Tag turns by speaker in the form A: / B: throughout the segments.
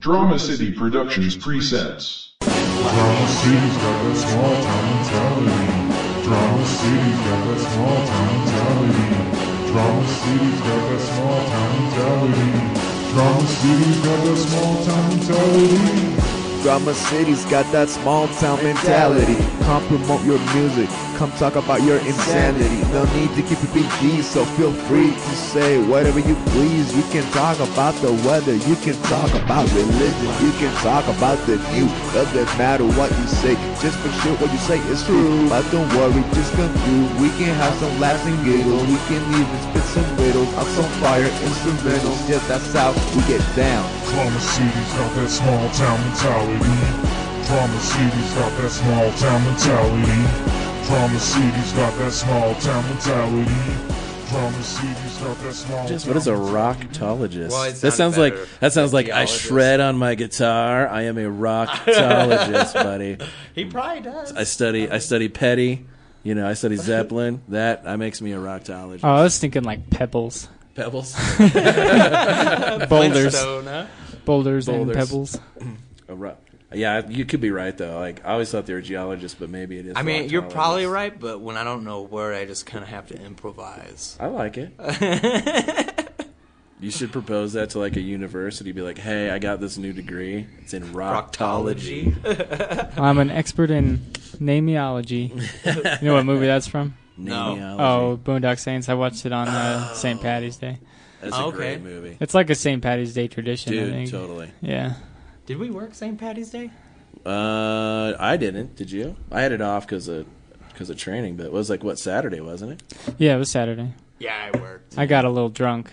A: Drama City Productions presents.
B: Drama City's got that small town mentality. Drama City's got that small town mentality. Drama City's got that small town mentality. Drama City's got that small town mentality.
C: Drama City's got that small town mentality. Come promote your music, come talk about your insanity. No need to keep it PG, so feel free to say whatever you please. You can talk about the weather, you can talk about religion, you can talk about the new. Doesn't matter what you say, just make sure what you say is true. But don't worry, just come through. We can have some laughs and giggles, we can even spit some riddles. I'm some fire instrumentals, yes, that's how we get down.
B: Drama City's got that small town mentality. Drama City's got that small town mentality. Drama City's got that small town mentality. Drama City's got that small town
D: What is a rocktologist?
E: Well, it
D: that
E: sounded
D: sounds
E: better.
D: like that sounds like I
E: Technologist.
D: shred on my guitar. I am a rocktologist, buddy.
E: He probably does.
D: I study I study Petty. You know, I study Zeppelin. That that makes me a rocktologist.
F: Oh, I was thinking like pebbles,
D: Pebbles,
F: boulders,
E: Flintstone, huh?
F: boulders, and
D: Boulders.
F: pebbles.
D: a rock. Yeah, I- you could be right though. Like I always thought they were geologists, but maybe it is.
E: I mean, you're
D: rocktologist.
E: probably right, but when I don't know a word, I just kind of have to improvise.
D: I like it. you should propose that to like a university. Be like, hey, I got this new degree. It's in rocktology.
E: Proctology.
F: I'm an expert in nameology. you know what movie that's from?
E: No.
D: Nameology.
F: Oh, Boondock Saints. I watched it on uh, St. Patty's Day.
D: that's a
E: okay.
D: great movie,
F: It's like a St. Patty's Day tradition. I
D: dude.
F: think.
D: Totally.
F: Yeah.
E: Did we work St. Patty's Day?
D: Uh, I didn't. Did you? I had it off because of because of training, but it was like what Saturday, wasn't it?
F: Yeah, it was Saturday.
E: Yeah, I worked.
F: I got a little drunk.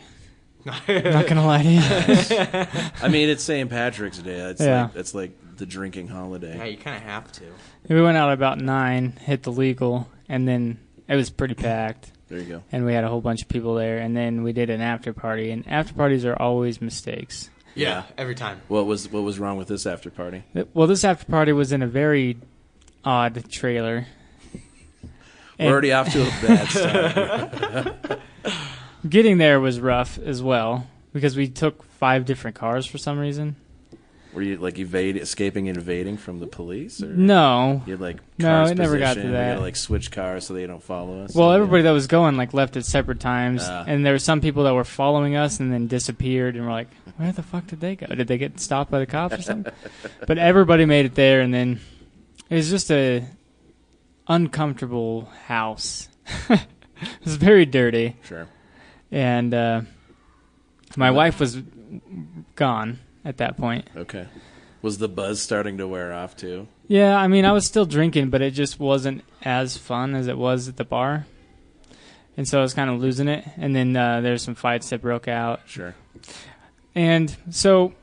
F: Not gonna lie to you.
D: I mean, it's St. Patrick's Day. It's
F: Yeah.
D: like it's like the drinking
E: yeah,
D: holiday.
E: you kind of have to.
F: we went out about nine, hit the legal, and then it was pretty packed.
D: There you go.
F: And we had a whole bunch of people there, and then we did an after party. And after parties are always mistakes.
E: Yeah, every time.
D: What was what was wrong with this after party?
F: Th- Well, this after party was in a very odd trailer.
D: We're
F: And
D: already off to a bad start.
F: getting there was rough as well because we took five different cars for some reason.
D: Were you like evade escaping and evading from the police? Or
F: No.
D: You had like
F: No,
D: cars
F: it never got to
D: position,
F: that.
D: We gotta like switch cars so they don't follow us.
F: Well,
D: Yeah.
F: everybody that was going like left at separate times,
D: Ah.
F: and there were some people that were following us and then disappeared, and we're like, "Where the fuck did they go? Did they get stopped by the cops or something?" but everybody made it there, and then it was just a uncomfortable house. it was very dirty.
D: Sure.
F: and uh, my wife was gone at that point.
D: Okay. Was the buzz starting to wear off too?
F: Yeah, I mean, I was still drinking, but it just wasn't as fun as it was at the bar, and so I was kind of losing it. And then uh, there's some fights that broke out,
D: Sure.
F: and so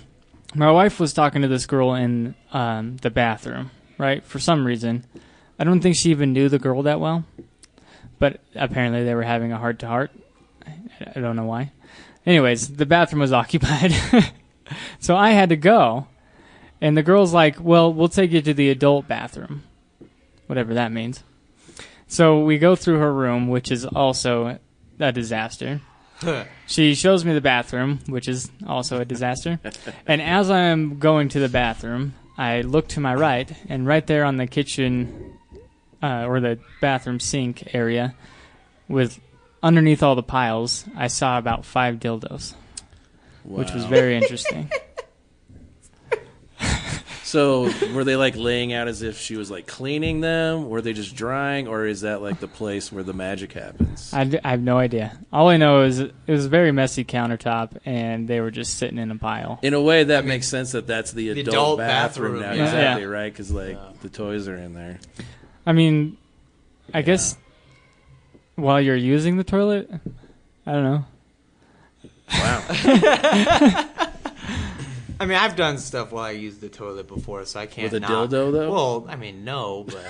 F: my wife was talking to this girl in um, the bathroom, right? For some reason, I don't think she even knew the girl that well, but apparently they were having a heart to heart. I don't know why. Anyways, the bathroom was occupied, so I had to go, and the girl's like, "Well, we'll take you to the adult bathroom, whatever that means." So we go through her room, which is also a disaster. She shows me the bathroom, which is also a disaster. and as I am going to the bathroom, I look to my right, and right there on the kitchen uh, or the bathroom sink area, with underneath all the piles, I saw about five dildos, which was
D: Wow.
F: very interesting.
D: So were they like laying out as if she was like cleaning them? Were they just drying, or is that like the place where the magic happens?
F: I, d- I have no idea. All I know is it was a very messy countertop, and they were just sitting in a pile.
D: In a way, that makes sense that that's the adult,
E: adult
D: bathroom,
E: bathroom,
D: now,
E: yeah.
D: exactly
F: Yeah.
D: right? Because like the toys are in there.
F: I mean, I guess while you're using the toilet, I don't know.
D: Wow,
E: I mean, I've done stuff while I used the toilet before, so I can't.
D: With a
E: not-
D: dildo, though?
E: Well, I mean, no, but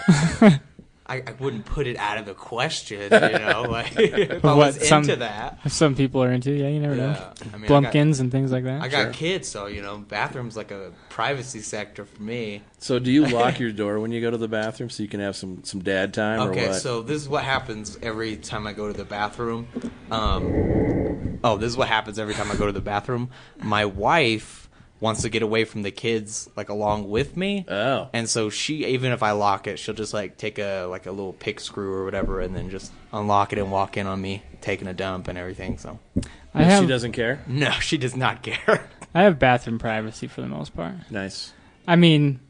E: I, I wouldn't put it out of the question. You know, like if I
F: What,
E: was
F: some-
E: into that.
F: Some people are into, yeah, you never know.
E: Yeah, I mean, I got-
F: Blumpkins and things like that.
E: I got kids, so you know, bathrooms like a privacy sector for me.
D: so do you lock your door when you go to the bathroom so you can have some some dad time or
E: Okay,
D: what?
E: so this is what happens every time I go to the bathroom. Um, oh, this is what happens every time I go to the bathroom. My wife wants to get away from the kids like along with me.
D: Oh.
E: And so she, even if I lock it, she'll just like take a like a little pick screw or whatever, and then just unlock it and walk in on me taking a dump and everything. So
F: I
D: And
F: have
D: she doesn't care.
E: no, she does not care.
F: I have bathroom privacy for the most part.
D: Nice.
F: I mean,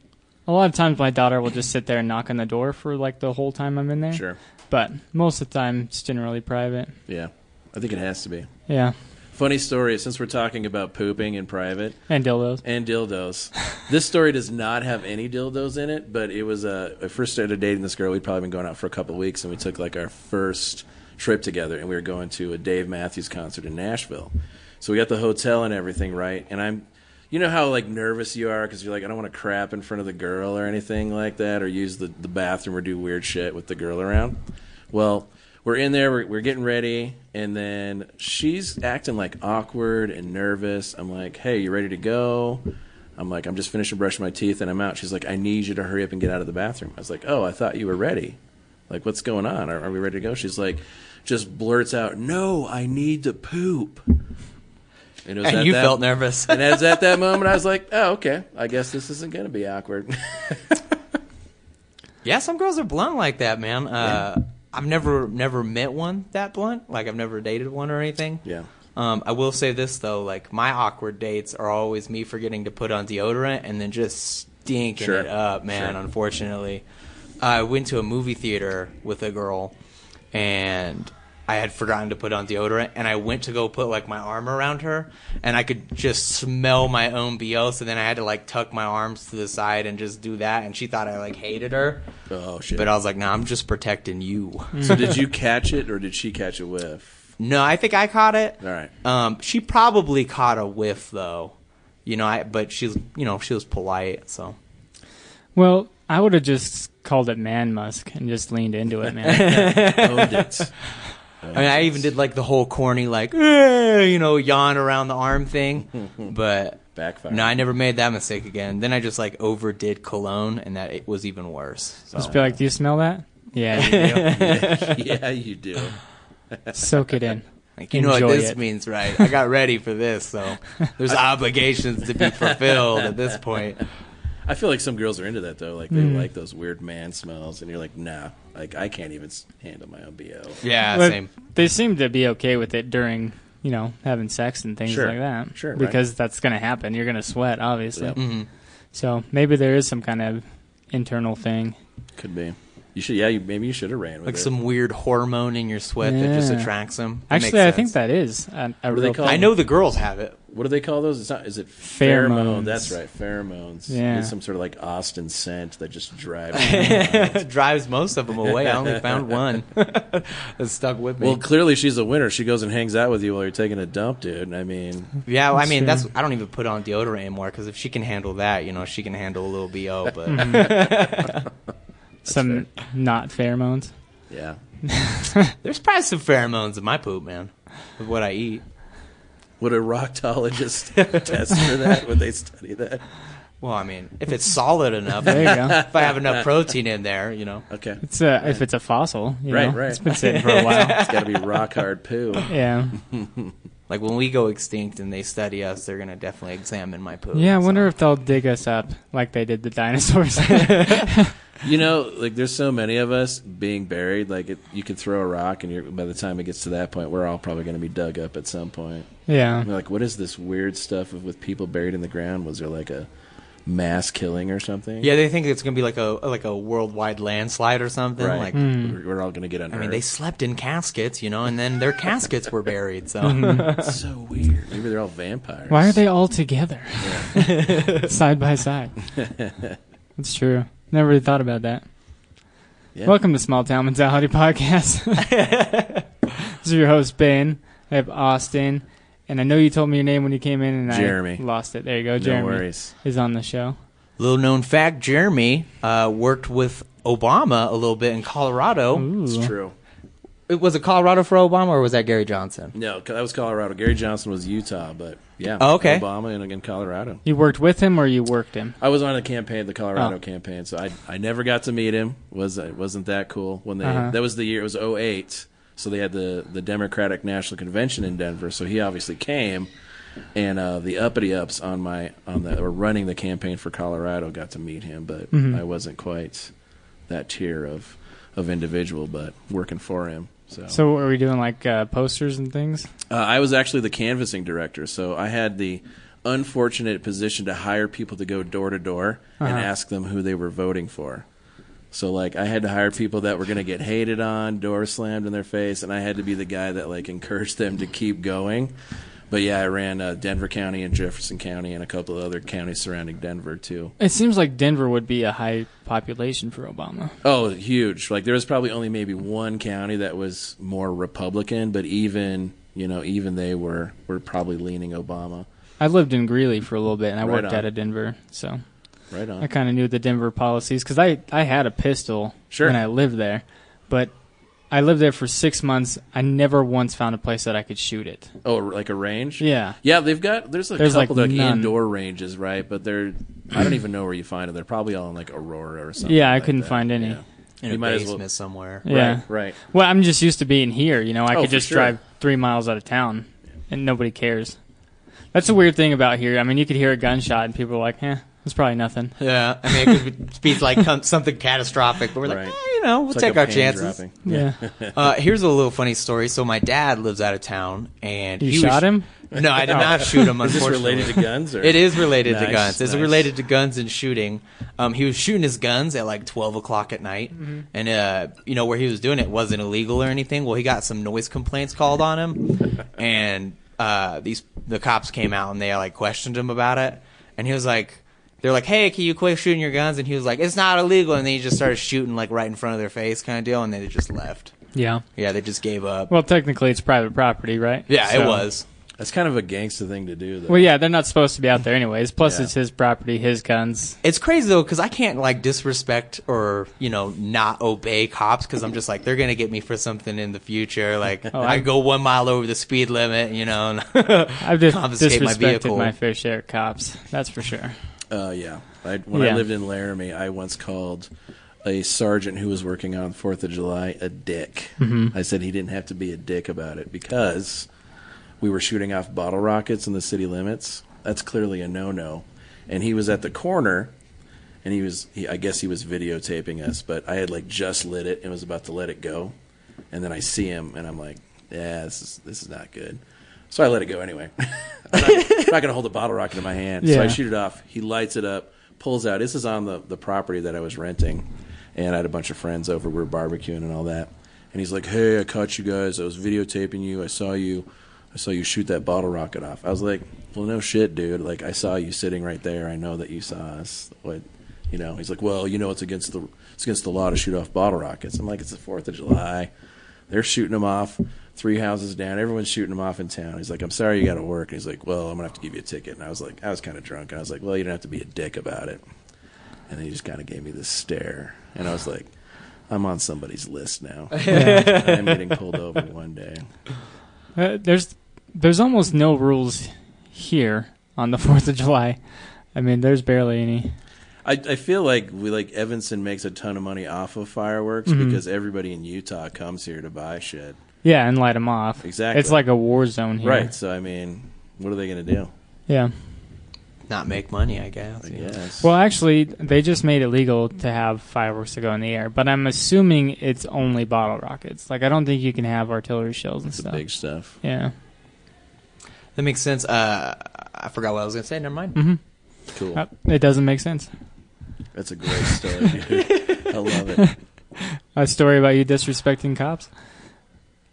F: a lot of times my daughter will just sit there and knock on the door for like the whole time I'm in there.
D: Sure.
F: But most of the time, it's generally private.
D: Yeah. I think it has to be.
F: Yeah.
D: Funny story, since we're talking about pooping in private
F: And dildos.
D: and dildos, this story does not have any dildos in it, but it was uh, I first started dating this girl. We'd probably been going out for a couple of weeks, and we took like our first trip together, and we were going to a Dave Matthews concert in Nashville. So we got the hotel and everything right, and I'm, you know how like nervous you are because you're like I don't want to crap in front of the girl or anything like that, or use the the bathroom or do weird shit with the girl around. Well, we're in there, we're, we're getting ready, and then she's acting like awkward and nervous. I'm like, hey, you ready to go? I'm like, I'm just finishing brushing my teeth and I'm out. She's like, I need you to hurry up and get out of the bathroom. I was like, oh, I thought you were ready. Like, what's going on? Are, are we ready to go? She's like, just blurts out, no, I need to poop. it was
E: and
D: at
E: you
D: that-
E: felt nervous.
D: And as at that moment, I was like, oh, okay, I guess this isn't going to be awkward.
E: yeah, some girls are blunt like that, man. Uh, I've never never met one that blunt. Like I've never dated one or anything.
D: yeah.
E: Um, I will say this though, like my awkward dates are always me forgetting to put on deodorant and then just stinking
D: Sure.
E: it up, man.
D: Sure.
E: Unfortunately, I went to a movie theater with a girl, and I had forgotten to put on deodorant, and I went to go put like my arm around her, and I could just smell my own BO. So then I had to like tuck my arms to the side and just do that, and she thought I like hated her,
D: Oh, shit.
E: but I was like, nah, I'm just protecting you.
D: so did you catch it or did she catch a whiff?
E: No, I think I caught it.
D: All right.
E: Um, she probably caught a whiff though. You know, I but she's you know she was polite, so
F: Well, I would have just called it man musk and just leaned into it, man.
D: Owned it.
E: I mean I even did like the whole corny like "Eh," you know yawn around the arm thing, but
D: Backfire.
E: no, I never made that mistake again. Then I just like overdid cologne, and that it was even worse. So
F: just be like, do you smell that? Yeah,
D: yeah, you do.
F: soak it in.
E: like, you know what
F: enjoy
E: this
F: it.
E: means, right? I got ready for this, so there's obligations to be fulfilled at this point.
D: I feel like some girls are into that though. Like they like those weird man smells, and you're like, nah. Like I can't even s- handle my own bo.
E: Yeah,
F: But
E: same.
F: They seem to be okay with it during, you know, having sex and things
D: Sure.
F: like that.
D: Sure, right.
F: Because that's going to happen. You're going to sweat, obviously.
D: Yep.
E: Mm-hmm.
F: So maybe there is some kind of internal thing.
D: Could be. You should. Yeah, you, maybe you should have ran with
E: Like
D: it.
E: some weld hormone in your sweat that just
F: Yeah.
E: attracts them. That
F: Actually,
E: makes
F: I think
E: sense.
F: that is a, a
D: do they
F: real
D: call
E: I
F: thing.
E: know the girls have it.
D: what do they call those? It's not. Is it
F: Pheromones.
D: pheromone? That's right, pheromones.
F: Yeah.
D: It's some sort of like Austin scent that just drives. you wild.
E: It drives most of them away. I only found one that stuck with me.
D: well, clearly she's a winner. She goes and hangs out with you while you're taking a dump, dude. I mean,
E: yeah, well, I mean,
F: That's
E: that's I don't even put on deodorant anymore because if she can handle that, you know, she can handle a little bo. But
F: some not pheromones.
D: yeah.
E: there's probably some pheromones in my poop, man, of what I eat.
D: Would a proctologist test for that? Would they study that?
E: Well, I mean, if it's solid enough,
F: There
E: if
F: you go.
E: I have enough protein in there, you know,
D: Okay,
F: It's a, if it's a fossil, you
D: Right,
F: know,
D: right.
F: It's been sitting for a while.
D: it's got to be rock hard poo.
F: yeah,
E: like when we go extinct and they study us, they're gonna definitely examine my poop.
F: yeah. I
E: so.
F: wonder if they'll dig us up like they did the dinosaurs.
D: You know, like there's so many of us being buried. Like it, you could throw a rock, and you're, by the time it gets to that point, we're all probably going to be dug up at some point.
F: yeah,
D: And we're like, what is this weird stuff of, with people buried in the ground? Was there like a mass killing or something?
E: Yeah, they think it's gonna be like a like a worldwide landslide or something.
D: right.
E: Like,
D: We're, we're all going to get
E: I
D: under.
E: mean, they slept in caskets, you know, and then their caskets were buried. So.
D: That's so weird. Maybe they're all vampires.
F: Why are they all together? side by side. That's true. Never really thought about that.
D: Yeah.
F: Welcome to Small Town Mentality Podcast. this is your host, Ben. I have Austin. And I know you told me your name when you came in and
D: Jeremy.
F: I lost it. There you go.
D: No
F: Jeremy
D: worries.
F: is on the show.
E: Little known fact: Jeremy uh, worked with Obama a little bit in Colorado.
F: Ooh.
D: It's true.
E: Mm-hmm. It was it Colorado for Obama, or was that Gary Johnson?
D: No, that was Colorado. Gary Johnson was Utah, but yeah.
E: Oh, okay.
D: Obama and again Colorado.
F: You worked with him or you worked him?
D: I was on a campaign, the Colorado
F: Oh.
D: campaign, so I I never got to meet him. Was it wasn't that cool when they
F: Uh-huh.
D: that was the year it was 08, so they had the the Democratic National Convention in Denver, so he obviously came. and uh, the uppity ups on my on the or running the campaign for Colorado got to meet him, but
F: Mm-hmm.
D: I wasn't quite that tier of of individual, but working for him. So,
F: So, what are we doing? Like uh, posters and things?
D: uh, I was actually the canvassing director, so I had the unfortunate position to hire people to go door to door and
F: Uh-huh.
D: ask them who they were voting for. So like I had to hire people that were going to get hated on, door slammed in their face, and I had to be the guy that like encouraged them to keep going. But yeah, I ran uh, Denver County and Jefferson County and a couple of other counties surrounding Denver too.
F: It seems like Denver would be a high population for Obama.
D: Oh, huge! Like there was probably only maybe one county that was more Republican, but even you know even they were were probably leaning Obama.
F: I lived in Greeley for a little bit, and I
D: Right
F: worked
D: on.
F: out of Denver, so
D: Right on.
F: I kind of knew the Denver policies because I I had a pistol
D: Sure.
F: when I lived there, but I lived there for six months. I never once found a place that I could shoot it.
D: Oh, like a range?
F: Yeah.
D: Yeah, they've got there's a
F: There's,
D: couple
F: like,
D: like,
F: none.
D: indoor ranges, right? But they're I don't even know where you find them. They're probably all in like Aurora or something.
F: Yeah, I
D: like
F: couldn't
D: that.
F: find any.
D: Yeah.
E: in
D: You
E: a
D: might as well-
E: basement somewhere.
F: Yeah.
D: Right, right.
F: Well, I'm just used to being here. You know, I
D: Oh,
F: could
D: for
F: just
D: sure.
F: drive three miles out of town, and nobody cares. That's a weird thing about here. I mean, you could hear a gunshot, and people are like, "Eh, it's probably nothing."
E: Yeah, I mean, it could be like com- something catastrophic, but we're like,
D: Right.
E: eh, you know, we'll
D: It's like
E: take
D: a
E: our
D: pain
E: chances.
D: dropping.
F: Yeah.
E: Uh, here's a little funny story. So my dad lives out of town, and
F: You
E: he was,
F: shot him?
E: No, I did not shoot him.
D: Is this
E: Unfortunately,
D: related to guns? Or?
E: It is related to
D: Nice,
E: guns. It's
D: nice.
E: related to guns and shooting. Um, he was shooting his guns at like twelve o'clock at night,
D: Mm-hmm.
E: and uh, you know where he was doing it wasn't illegal or anything. Well, he got some noise complaints called on him, and uh, these the cops came out and they like questioned him about it, and he was like. They're like, "Hey, can you quit shooting your guns?" And he was like, "It's not illegal." And then he just started shooting like right in front of their face, kind of deal. And then they just left.
F: Yeah.
E: Yeah, they just gave up.
F: Well, technically, it's private property, right?
E: yeah, it
F: So-
E: was.
D: That's kind of a gangster thing to do, though.
F: Well, yeah, they're not supposed to be out there anyways. Plus,
D: Yeah.
F: it's his property, his guns.
E: It's crazy though because I can't like disrespect or you know not obey cops because I'm just like they're gonna get me for something in the future. Like I,
F: I-
E: go one mile over the speed limit, you know. and-
F: I've just
E: Confiscate my
F: disrespected
E: vehicle.
F: my, fair share of cops. That's for sure.
D: Uh, yeah. I, when
F: Yeah.
D: I lived in Laramie, I once called a sergeant who was working on Fourth of July a dick. I said he didn't have to be a dick about it because we were shooting off bottle rockets in the city limits. That's clearly a no-no. And he was at the corner, and he was. He, I guess he was videotaping us, but I had like just lit it and was about to let it go, and then I see him, and I'm like, "Yeah, this is this is not good." So I let it go anyway. I'm not, I'm not gonna hold a bottle rocket in my hand. So I
F: Yeah.
D: shoot it off. He lights it up, pulls out. This is on the the property that I was renting, and I had a bunch of friends over. We were barbecuing and all that. And he's like, "Hey, I caught you guys. I was videotaping you. I saw you. I saw you shoot that bottle rocket off." I was like, "Well, no shit, dude. Like, I saw you sitting right there. I know that you saw us. What, you know?" He's like, "Well, you know, it's against the it's against the law to shoot off bottle rockets." I'm like, "It's the Fourth of July. They're shooting them off three houses down. Everyone's shooting them off in town." He's like, "I'm sorry, you got to work." And he's like, "Well, I'm gonna have to give you a ticket." And I was like, I was kind of drunk, and I was like, "Well, you don't have to be a dick about it." And he just kind of gave me this stare, and I was like. I'm on somebody's list now. I'm getting pulled over one day.
F: Uh, there's there's almost no rules here on the Fourth of July. I mean, there's barely any.
D: I, I feel like we like Evanston makes a ton of money off of fireworks
F: Mm-hmm.
D: because everybody in Utah comes here to buy shit.
F: Yeah, and light them off.
D: Exactly.
F: It's like a war zone here.
D: Right. So I mean, what are they going to do?
F: Yeah.
E: Not make money, I guess.
D: I
E: you know.
D: guess.
F: Well, actually, they just made it legal to have fireworks to go in the air, but I'm assuming it's only bottle rockets. Like, I don't think you can have artillery shells and
D: it's the
F: stuff.
D: big stuff.
F: yeah.
E: That makes sense. Uh, I forgot what I was gonna say. Never mind.
D: Cool.
F: Uh, It doesn't make sense.
D: That's a great story. dude. I love it.
F: A story about you disrespecting cops?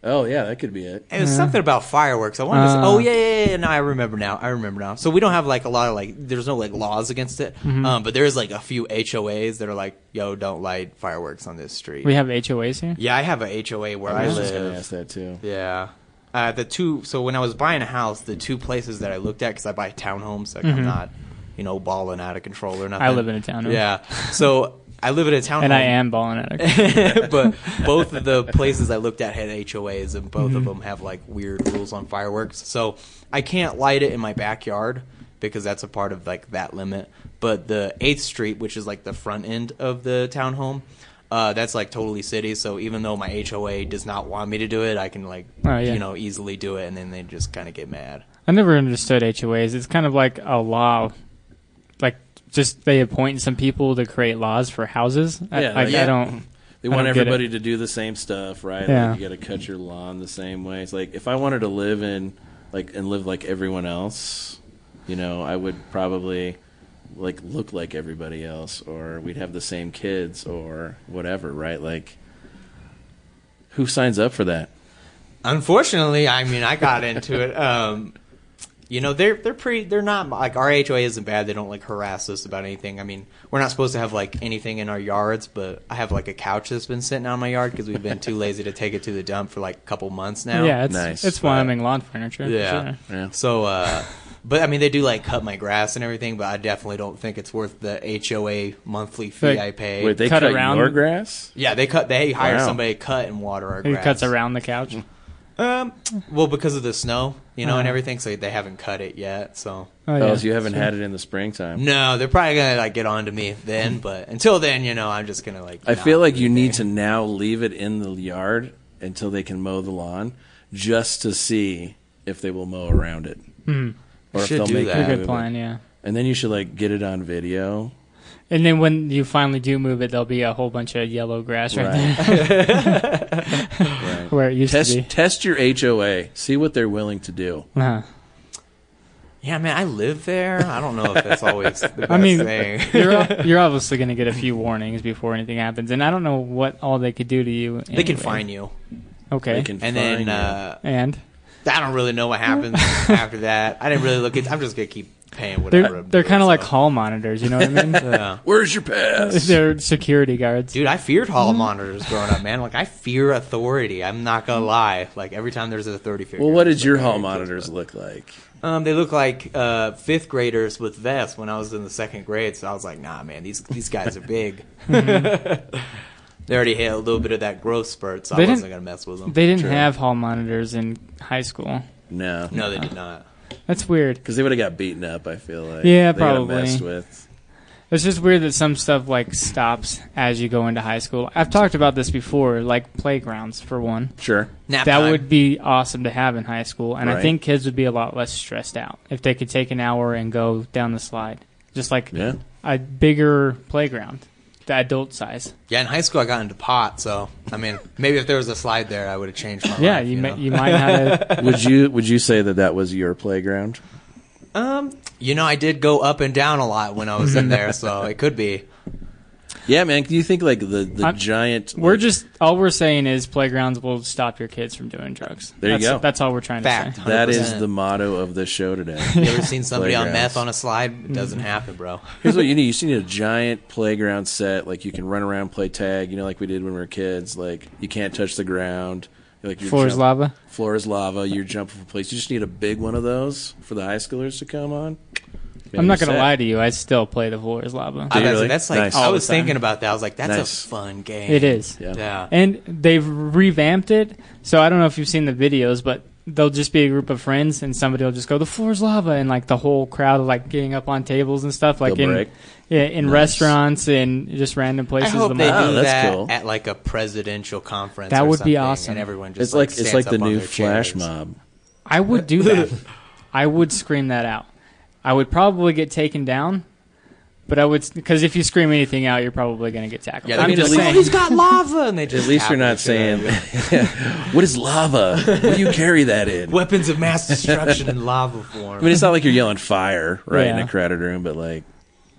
D: Oh yeah, that could be it.
E: It was something about fireworks. I wanted. to say,
F: Uh.
E: oh yeah, yeah, yeah. No, I remember now. I remember now. So we don't have like a lot of like. There's no like laws against it. Um, but there's like a few HOAs that are like, yo, don't light fireworks on this street.
F: We have HOAs here?
E: yeah, I have a HOA where
D: I
E: I,
D: was just going to
E: live.
D: ask that too.
E: Yeah. Uh, the two. So when I was buying a house, the two places that I looked at because I buy townhomes, like I'm not, you know, balling out of control or nothing.
F: Mm-hmm. I live in a townhome.
E: Yeah. So I live in a townhome,
F: And I am balling at it.
E: but both of the places I looked at had HOAs, and both
F: Mm-hmm.
E: of them have like weird rules on fireworks. So I can't light it in my backyard because that's a part of like that limit. But the Eighth Street, which is like the front end of the townhome. Uh, that's like totally city. So even though my HOA does not want me to do it, I can like
F: Oh, yeah.
E: you know easily do it, and then they just kind of get mad.
F: I I never understood HOAs. It's kind of like a law, like just they appoint some people to create laws for houses. I,
D: Yeah,
F: like,
D: like-
F: I don't.
D: They
F: I
D: want
F: don't get it.
D: everybody to do the same stuff, right?
F: Yeah.
D: Like you got to cut your lawn the same way. It's like if I wanted to live in like and live like everyone else, you know, I would probably like look like everybody else or we'd have the same kids or whatever, right? Like who signs up for that?
E: Unfortunately, I mean, I got into it. Um, you know, they're they're pretty. They're not like our HOA isn't bad. They don't like harass us about anything. I mean, we're not supposed to have like anything in our yards, but I have like a couch that's been sitting on my yard because we've been too lazy to take it to the dump for like a couple months now.
F: Yeah, it's
D: Nice,
F: it's
D: but-
F: Wyoming lawn furniture. for
E: Yeah.
F: sure.
D: Yeah.
E: So, uh, but I mean, they do like cut my grass and everything, but I definitely don't think it's worth the HOA monthly fee
F: Like-
E: I pay.
D: Wait, they
F: Cut
D: cut,
F: around-
D: your grass?
E: yeah, they cut. They hire
D: Wow.
E: somebody to cut and water our
F: It
E: grass.
F: cuts around the couch.
E: Um, well, because of the snow, you know, and
F: Uh-huh.
E: everything, so they haven't cut it yet. So
F: Oh,
D: Oh,
F: yeah.
D: so you haven't had it in the springtime.
E: no, they're probably gonna like get on to me then. But until then, you know, I'm just gonna like.
D: Mm-hmm. I
E: not
D: feel like
E: do
D: you need to
E: anything.
D: now leave it in the yard until they can mow the lawn, just to see if they will mow around it,
F: Hmm.
D: or if
E: Should
D: they'll
E: do
D: make
E: that.
D: you
E: Pretty
F: Good
D: move it.
F: plan, yeah.
D: And then you should like get it on video.
F: And then when you finally do move it, there'll be a whole bunch of yellow grass right,
D: Right.
F: there
D: Right.
F: where it used to
D: Test
F: be.
D: test your HOA. See what they're willing to do.
F: Uh-huh.
E: Yeah, man, I live there. I don't know if that's always the best
F: I mean,
E: thing.
F: you're ob- you're obviously going to get a few warnings before anything happens, and I don't know what all they could do to you.
E: they can
F: anyway.
E: find you,
F: Okay.
D: They can
E: and
D: find
E: then
D: you.
E: uh,
F: and
E: I don't really know what happens after that. I didn't really look. At, I'm just gonna keep paying whatever.
F: they're
E: I'm
F: they're
E: doing,
F: kind of like
E: so.
F: hall monitors, you know what I mean?
E: Yeah.
D: where's your pass?
F: they're security guards.
E: Dude, I feared
D: Mm-hmm.
E: hall monitors growing up, man. Like I fear authority. I'm not gonna lie. Like every time there's an authority figure.
D: Mm-hmm. well, what did
E: it's
D: your
E: like,
D: hall
E: okay,
D: monitors
E: but-
D: look like?
E: Um, they look like uh, fifth graders with vests. When I was in the second grade, so I was like, nah, man, these these guys are big. they already had a little bit of that growth spurt, so
F: Mm-hmm. They
E: I wasn't
F: didn't-
E: gonna mess with them.
F: They didn't
D: True.
F: have hall monitors in high school.
D: No,
E: no, they
F: Uh,
E: did not.
F: That's weird.
D: because they would have got beaten up. I feel like
F: Yeah,
D: They got
F: probably.
D: messed with.
F: It's just weird that some stuff like stops as you go into high school. I've talked about this before, like playgrounds for one.
D: Sure,
E: Nap
F: that
E: time.
F: would be awesome to have in high school and i
D: Right.
F: think kids would be a lot less stressed out if they could take an hour and go down the slide just like
D: yeah.
F: a bigger playground the adult size
E: yeah. In high school, I got into pot, so I mean, maybe if there was a slide there, I would have changed
D: Oh,
E: my
F: yeah
E: life,
F: you,
E: you
F: may,
E: know?
F: you might have
D: would you would you say that that was your playground?
E: Um, you know, I did go up and down a lot when I was in there, so it could be.
D: Yeah, man. Do you think like the the
F: I'm-
D: giant?
F: we're
D: like,
F: just all we're saying is playgrounds will stop your kids from doing drugs
D: There you
F: that's,
D: go.
F: that's all we're trying
E: Fact.
F: to say
D: that
E: 100%.
D: is the motto of the show today.
E: You ever seen somebody on
D: Playgrounds.
E: meth on a slide? It doesn't
F: Mm-hmm.
E: happen, bro.
D: Here's what you need. You just need a giant playground set. Like you can run around, play tag. You know, like we did when we were kids. Like you can't touch the ground. Like you're
F: floor is
D: jump-
F: lava
D: Floor is lava. You're jumping from place. You just need a big one of those for the high schoolers to come on.
F: i'm not gonna lie to you i still play the floor is lava
E: I,
D: really?
E: That's like
D: Nice.
E: I
D: All
E: was
F: the time.
E: thinking about that. I was like, that's
D: Nice.
E: a fun game.
F: it is
D: Yeah.
E: Yeah.
F: And they've revamped it. So I don't know if you've seen the videos, but they'll just be a group of friends and somebody will just go, the floor's lava. And like the whole crowd, like getting up on tables and stuff, like
D: They'll
F: in,
D: break.
F: yeah, in
D: Nice.
F: restaurants and just
E: I
F: random places.
E: hope
F: The
E: they
F: mo-
D: Oh,
E: do
D: that's
E: that
D: cool.
E: at like a presidential conference.
F: That
E: or
F: would be
E: something,
F: awesome.
E: And everyone just
D: It's like it's
E: stands
D: like the
E: up on
D: new
E: their
D: flash
E: chairs.
D: mob.
F: I would do that. I would scream that out. I would probably get taken down. But I would, because if you scream anything out, you're probably going to get tackled.
E: Yeah,
F: I'm
E: I'm
D: mean, at
F: just
D: least-
E: oh,
F: saying.
E: he's got lava, and they just
D: At least you're
E: tap
D: not
E: each other.
D: saying what is lava. What do you carry that in?
E: weapons of mass destruction in lava
D: I mean,
E: form.
D: it's not like you're yelling fire right in
F: Yeah.
D: a crowded room, but like,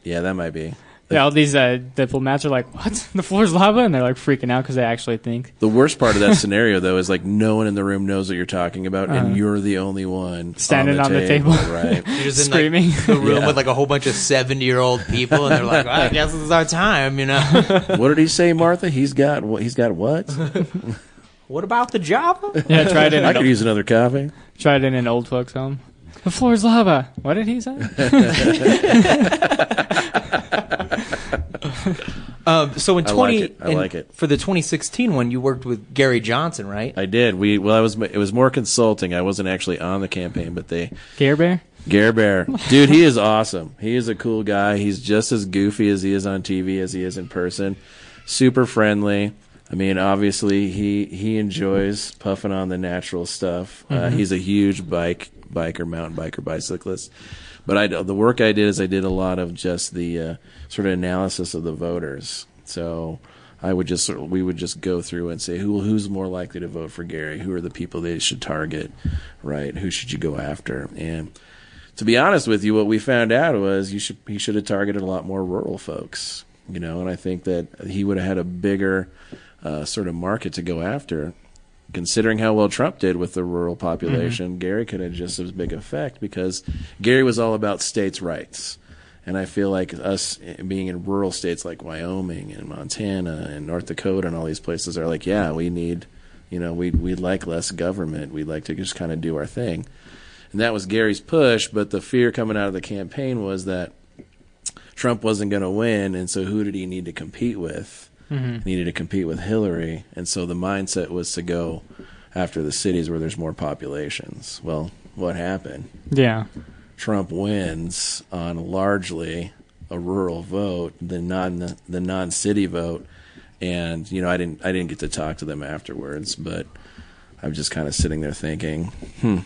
D: yeah, that might be.
F: Yeah, all these uh, diplomats are like, what? The floor's lava? And they're like freaking out because they actually think.
D: The worst part of that scenario, though, is like no one in the room knows what you're talking about, and you're the only one
F: Uh-huh. Standing on the table.
D: right?
E: You're just in
F: Screaming.
E: like, the room
D: Yeah.
E: with like a whole bunch of seventy-year-old people, and they're like, "I guess this is our time," you know.
D: what did he say, Martha? He's got what? He's got what?
E: what about the Java?
F: Yeah, try it in
D: I
F: an
D: could use another coffee.
F: Tried in an old folks' home. The floor's lava. What did he say?
E: Um, so in
D: I
E: twenty,
D: like it. I
E: in-
D: like it.
E: For the 2016 one, you worked with Gary Johnson, right?
D: I did. We well, I was. It was more consulting. I wasn't actually on the campaign, but they.
F: Care Bear?
D: Gare Bear, dude, he is awesome. He is a cool guy. He's just as goofy as he is on TV as he is in person. Super friendly. I mean, obviously, he he enjoys puffing on the natural stuff. Uh, he's a huge bike biker, mountain biker, bicyclist. But I, the work I did is I did a lot of just the uh, sort of analysis of the voters. So I would just sort of, we would just go through and say who who's more likely to vote for Gary, who are the people they should target, right? Who should you go after? And to be honest with you, what we found out was you should he should have targeted a lot more rural folks, you know, and I think that he would have had a bigger uh, sort of market to go after. Considering how well Trump did with the rural population, Gary could have just as big effect because Gary was all about states' rights. And I feel like us being in rural states like Wyoming and Montana and North Dakota and all these places are like, yeah, we need, you know, we we like less government. We'd like to just kind of do our thing. And that was Gary's push, but the fear coming out of the campaign was that Trump wasn't going to win, and so who did he need to compete with? He needed to compete with Hillary, and so the mindset was to go after the cities where there's more populations. Well, what happened?
F: Yeah.
D: Trump wins on largely a rural vote, the non the non city vote, and you know I didn't I didn't get to talk to them afterwards, but I'm just kind of sitting there thinking, hmm,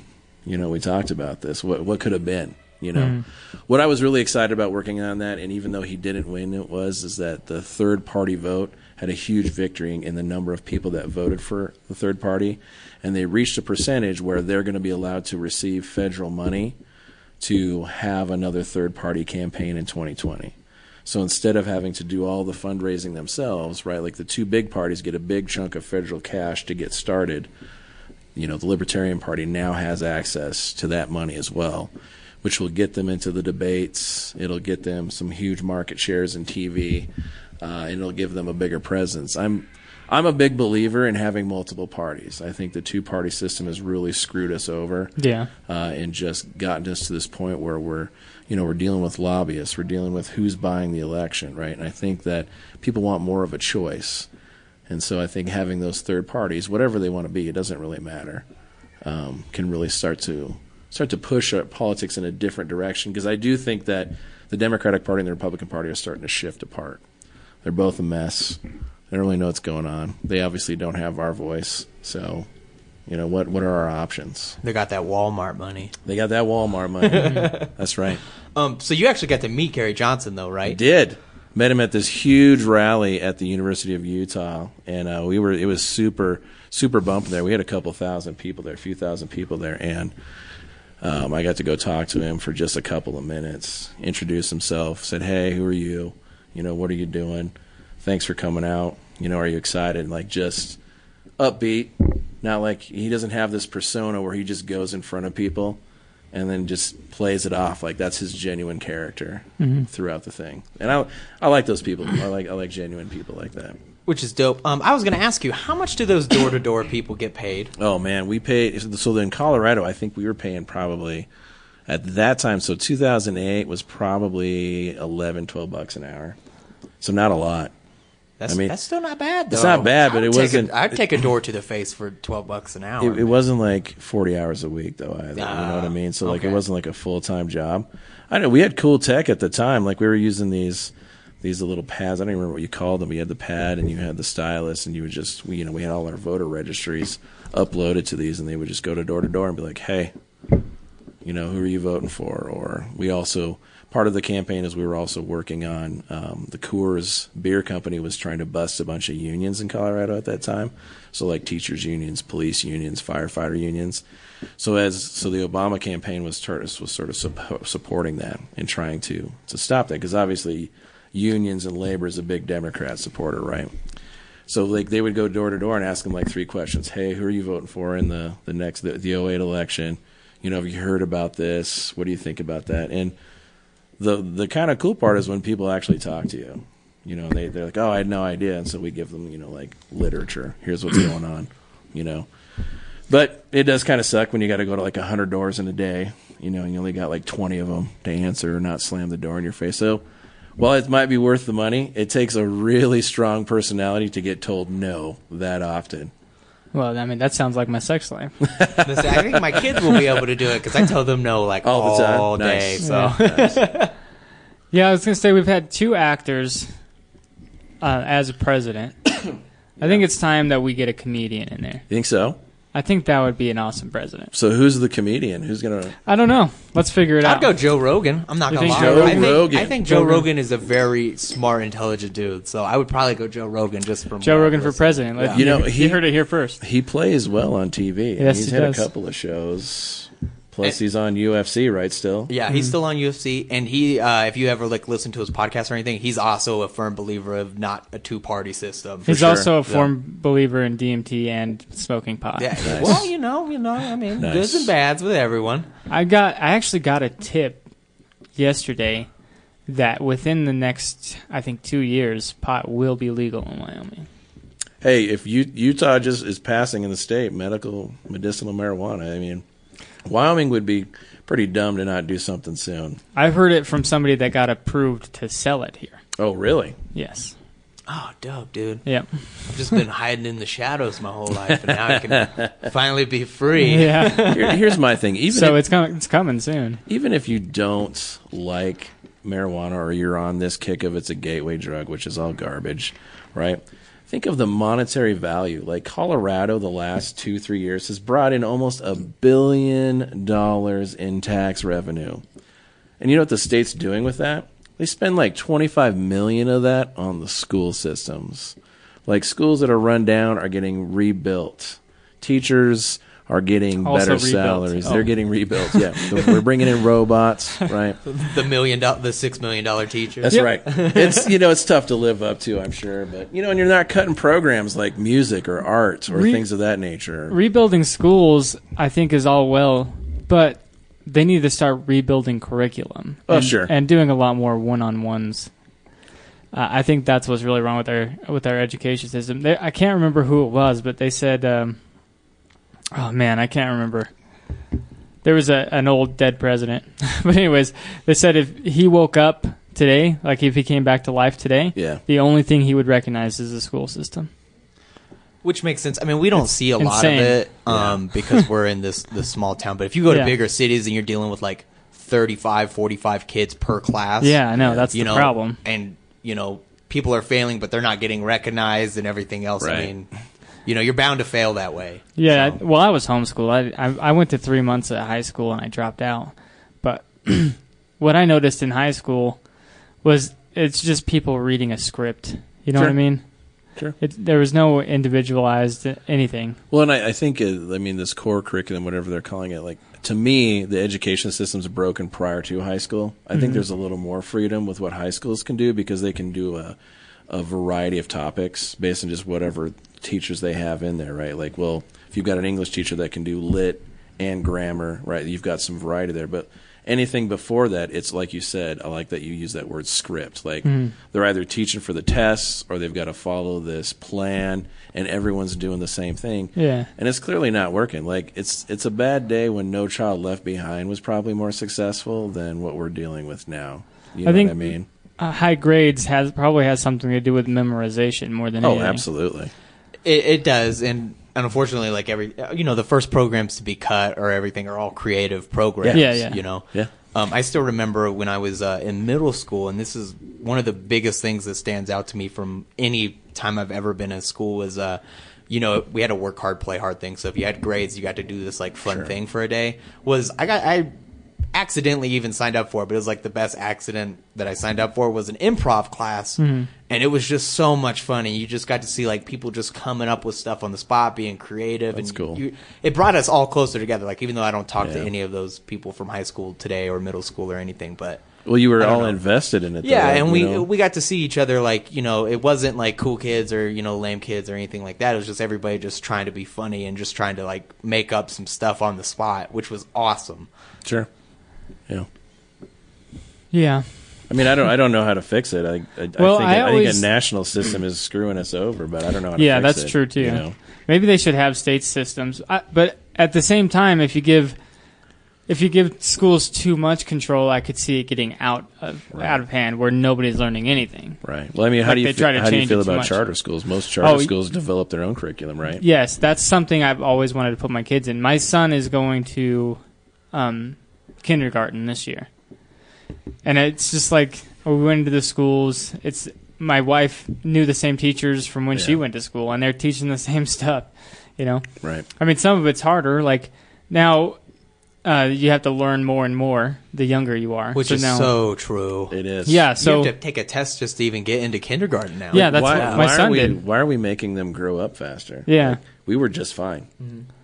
D: you know, we talked about this. What what could have been? You know, what I was really excited about working on that, and even though he didn't win, it was is that the third party vote had a huge victory in the number of people that voted for the third party, and they reached a percentage where they're going to be allowed to receive federal money to have another third party campaign in 2020. So instead of having to do all the fundraising themselves, right, like the two big parties get a big chunk of federal cash to get started, you know, the Libertarian Party now has access to that money as well, which will get them into the debates. It'll get them some huge market shares in TV, uh, and it'll give them a bigger presence. I'm I'm a big believer in having multiple parties. I think the two party system has really screwed us over
F: Yeah.
D: uh, and just gotten us to this point where we're, you know, we're dealing with lobbyists, we're dealing with who's buying the election, right? And I think that people want more of a choice, and so I think having those third parties, whatever they want to be, it doesn't really matter, um, can really start to start to push our politics in a different direction. Because I do think that the Democratic Party and the Republican Party are starting to shift apart. They're both a mess. They don't really know what's going on. They obviously don't have our voice, so. You know what? What are our options?
E: They got that Walmart money.
D: They got that Walmart money. That's right.
E: Um, so you actually got to meet Gary Johnson though,
D: I
E: right?
D: did. Met him at this huge rally at the University of Utah, and uh, we were. It was super, super bump there. We had a couple thousand people there, a few thousand people there, and um, I got to go talk to him for just a couple of minutes. Introduced himself. Said, "Hey, who are you? You know, what are you doing? Thanks for coming out. You know, are you excited?" And, like just upbeat. Not like he doesn't have this persona where he just goes in front of people and then just plays it off like that's his genuine character throughout the thing. And I I like those people. I like I like genuine people like that.
E: Which is dope. Um, I was gonna ask you, how much do those door to door people get paid?
D: Oh man, we paid so in Colorado I think we were paying probably at that time so 2008 was probably 11 12 bucks an hour. So not a lot.
E: That's,
D: I mean,
E: that's still not bad though.
D: it's not bad, but
E: I'd
D: it
E: take a-
D: wasn't-
E: I'd take a door to the face for twelve bucks an hour.
D: It, it wasn't like 40 hours a week though either. you know what I
E: Ah,
D: mean? So like it
E: okay.
D: wasn't like a full time job. I know we had cool tech at the time. Like we were using these these little pads. I don't even remember what you called them. We had the pad and you had the stylus and you would just we, you know we had all our voter registries uploaded to these and they would just go to door to door and be like, hey, you know who are you voting for? Or we also part of the campaign is we were also working on um, the Coors Beer Company was trying to bust a bunch of unions in Colorado at that time. So like teachers unions, police unions, firefighter unions. So as so the Obama campaign was tur- was sort of sup- supporting that and trying to to stop that because obviously unions and labor is a big Democrat supporter, right? So like they would go door to door and ask them like three questions. Hey, who are you voting for in the the next the, the 08 election? You know, have you heard about this? What do you think about that? And the the kind of cool part is when people actually talk to you. You know, they they're like, "Oh, I had no idea," and so we give them you know like literature. Here's what's going on. You know, but it does kind of suck when you got to go to like hundred doors in a day. You know, and you only got like twenty of them to answer, or not slam the door in your face. So. While it might be worth the money, it takes a really strong personality to get told no that often.
F: Well, I mean, that sounds like my sex life.
E: Listen, I think my kids will be able to do it because I tell them no like all,
D: All the time. Nice.
E: day. So
F: Yeah. yeah, I was gonna say we've had two actors uh, as a president. I think it's time that we get a comedian in there.
D: You think so?
F: I think that would be an awesome president.
D: So who's the comedian? Who's gonna?
F: I don't know. Let's figure it
E: I'd
F: out.
E: go Joe Rogan. I'm not
F: You
E: gonna
F: think
E: lie.
F: Joe
E: I think,
D: Rogan?
E: I think Joe
F: Rogan.
E: Rogan is a very smart, intelligent dude. So I would probably go Joe Rogan just for
F: Joe
E: more
F: Rogan for
E: listen.
F: president. Like,
D: You know, he-
F: you heard it here first.
D: He plays well on TV. and
F: Yes,
D: he's
F: he
D: had
F: does.
D: a couple of shows. Plus,
E: And-
D: he's on UFC right still.
E: Yeah,
F: Mm-hmm.
E: he's still on UFC, and he, uh, if you ever like listen to his podcast or anything, he's also a firm believer of not a two party system.
F: He's
D: sure.
F: also a firm believer in DMT and smoking pot.
E: Yeah, well, you know, you know, I mean,
D: Nice.
E: goods and bads with everyone.
F: I got I actually got a tip yesterday that within the next I think 2 years pot will be legal in Wyoming.
D: Hey, if U- Utah just is passing in the state medical medicinal marijuana, I mean, Wyoming would be pretty dumb to not do something soon.
F: I've heard it from somebody that got approved to sell it here.
D: Oh, really?
F: Yes.
E: Oh, dope, dude!
F: Yep.
E: I've just been hiding in the shadows my whole life, and now I can finally be free.
F: Yeah.
D: Here, here's my thing. Even
F: so
D: if-
F: it's coming it's coming soon.
D: even if you don't like marijuana or you're on this kick of it's a gateway drug, which is all garbage, right? Think of the monetary value. Like Colorado, the last two, three years has brought in almost a billion dollars in tax revenue. And you know what the state's doing with that? They spend like 25 million of that on the school systems. Like schools that are run down are getting rebuilt. Teachers are getting
F: Also
D: better
F: rebuilt.
D: salaries. They're
F: Oh.
D: getting rebuilt. Yeah, we're bringing in robots, right?
E: The million dollar, the six million dollar teacher.
D: That's
F: Yep.
D: right. It's you know it's tough to live up to, I'm sure, but you know, and you're not cutting programs like music or art or
F: Re-
D: things of that nature.
F: Rebuilding schools I think is all well, but they need to start rebuilding curriculum.
D: Oh,
F: and,
D: sure.
F: And doing a lot more one-on-ones. Uh, I think that's what's really wrong with our with our education system. They, I can't remember who it was, but they said, um, "Oh man, I can't remember." There was a, an old dead president, but anyways, they said if he woke up today, like if he came back to life today,
D: Yeah.
F: the only thing he would recognize is the school system.
E: Which makes sense. I mean, we don't see a lot of
F: insane.
E: it um, because we're in this this small town. But if you go to
F: Yeah.
E: bigger cities and you're dealing with like 35, 45 kids per class,
F: Yeah, I know that's
E: you
F: the
E: know,
F: problem.
E: And you know, people are failing, but they're not getting recognized and everything else. I
D: Right.
E: mean, you know, you're bound to fail that way.
F: Yeah,
E: So-
F: I- well, I was homeschooled. I, I I went to three months at high school and I dropped out. But what I noticed in high school was it's just people reading a script. You know what I
D: Sure.
F: mean?
D: Sure.
F: It, there was no individualized anything.
D: Well, and I, I think, uh, I mean, this core curriculum, whatever they're calling it, like, to me, the education system's broken prior to high school. I think there's a little more freedom with what high schools can do because they can do a, a variety of topics based on just whatever teachers they have in there, right? Like, well, if you've got an English teacher that can do lit and grammar, right, you've got some variety there. But anything before that, it's like you said, I like that you use that word script. Like, they're either teaching for the tests or they've got to follow this plan, and everyone's doing the same thing
F: Yeah.
D: and it's clearly not working. Like it's it's a bad day when No Child Left Behind was probably more successful than what we're dealing with now. You know
F: I think-
D: what I mean?
F: Uh, high grades has probably has something to do with memorization more than
D: Oh,
F: anything.
D: absolutely.
E: It, it does, and and unfortunately, like every you know, the first programs to be cut or everything are all creative programs.
F: Yeah. Yeah, yeah.
E: You know,
D: Yeah.
E: Um, I still remember when I was uh, in middle school, and this is one of the biggest things that stands out to me from any time I've ever been in school was, uh, you know, we had a work hard, play hard thing. So if you had grades, you got to do this like fun thing for a day. Was I got I accidentally even signed up for, it, but it was like the best accident that I signed up for was an improv class,
D: Hmm.
E: and it was just so much fun. And you just got to see like people just coming up with stuff on the spot, being creative.
D: That's
E: and
D: cool.
E: You, it brought us all closer together. Like even though I don't talk to
D: Yeah.
E: any of those people from high school today or middle school or anything, but
D: Well, you were
E: don't
D: all
E: know.
D: invested in it. though,
E: yeah,
D: right?
E: and
D: uh, You
E: we
D: know?
E: we got to see each other. Like you know, it wasn't like cool kids or you know lame kids or anything like that. It was just everybody just trying to be funny and just trying to like make up some stuff on the spot, which was awesome.
D: sure. Yeah.
F: Yeah.
D: I mean, I don't. I don't know how to fix it. I, I,
F: Well,
D: I, think,
F: I
D: I, think
F: always-
D: a national system is screwing us over, but I don't know. how to
F: yeah,
D: fix
F: that's
D: it,
F: true too.
D: you know?
F: Maybe they should have state systems, I, but at the same time, if you give if you give schools too much control, I could see it getting out of out of hand where nobody's learning anything.
D: Right. Well, I mean, how
F: Like,
D: do you
F: they
D: fe-
F: try to
D: how do you
F: change
D: feel
F: it too
D: about
F: much. Oh,
D: charter schools? Most charter
F: y-
D: schools develop their own curriculum, right?
F: Yes, that's something I've always wanted to put my kids in. My son is going to um, kindergarten this year, and it's just like we went into the schools. It's my wife knew the same teachers from when she
D: Yeah.
F: went to school, and they're teaching the same stuff. You know,
D: Right.
F: I mean, some of it's harder. Like now, uh, you have to learn more and more the younger you are.
E: which
F: so
E: is
F: now,
E: so true.
D: It is.
F: yeah. So
E: you have to take a test just to even get into kindergarten now.
F: Yeah, that's
D: why,
F: what my
D: why
F: son
D: are we,
F: did.
D: Why are we making them grow up faster?
F: Yeah.
D: Like, we were just fine.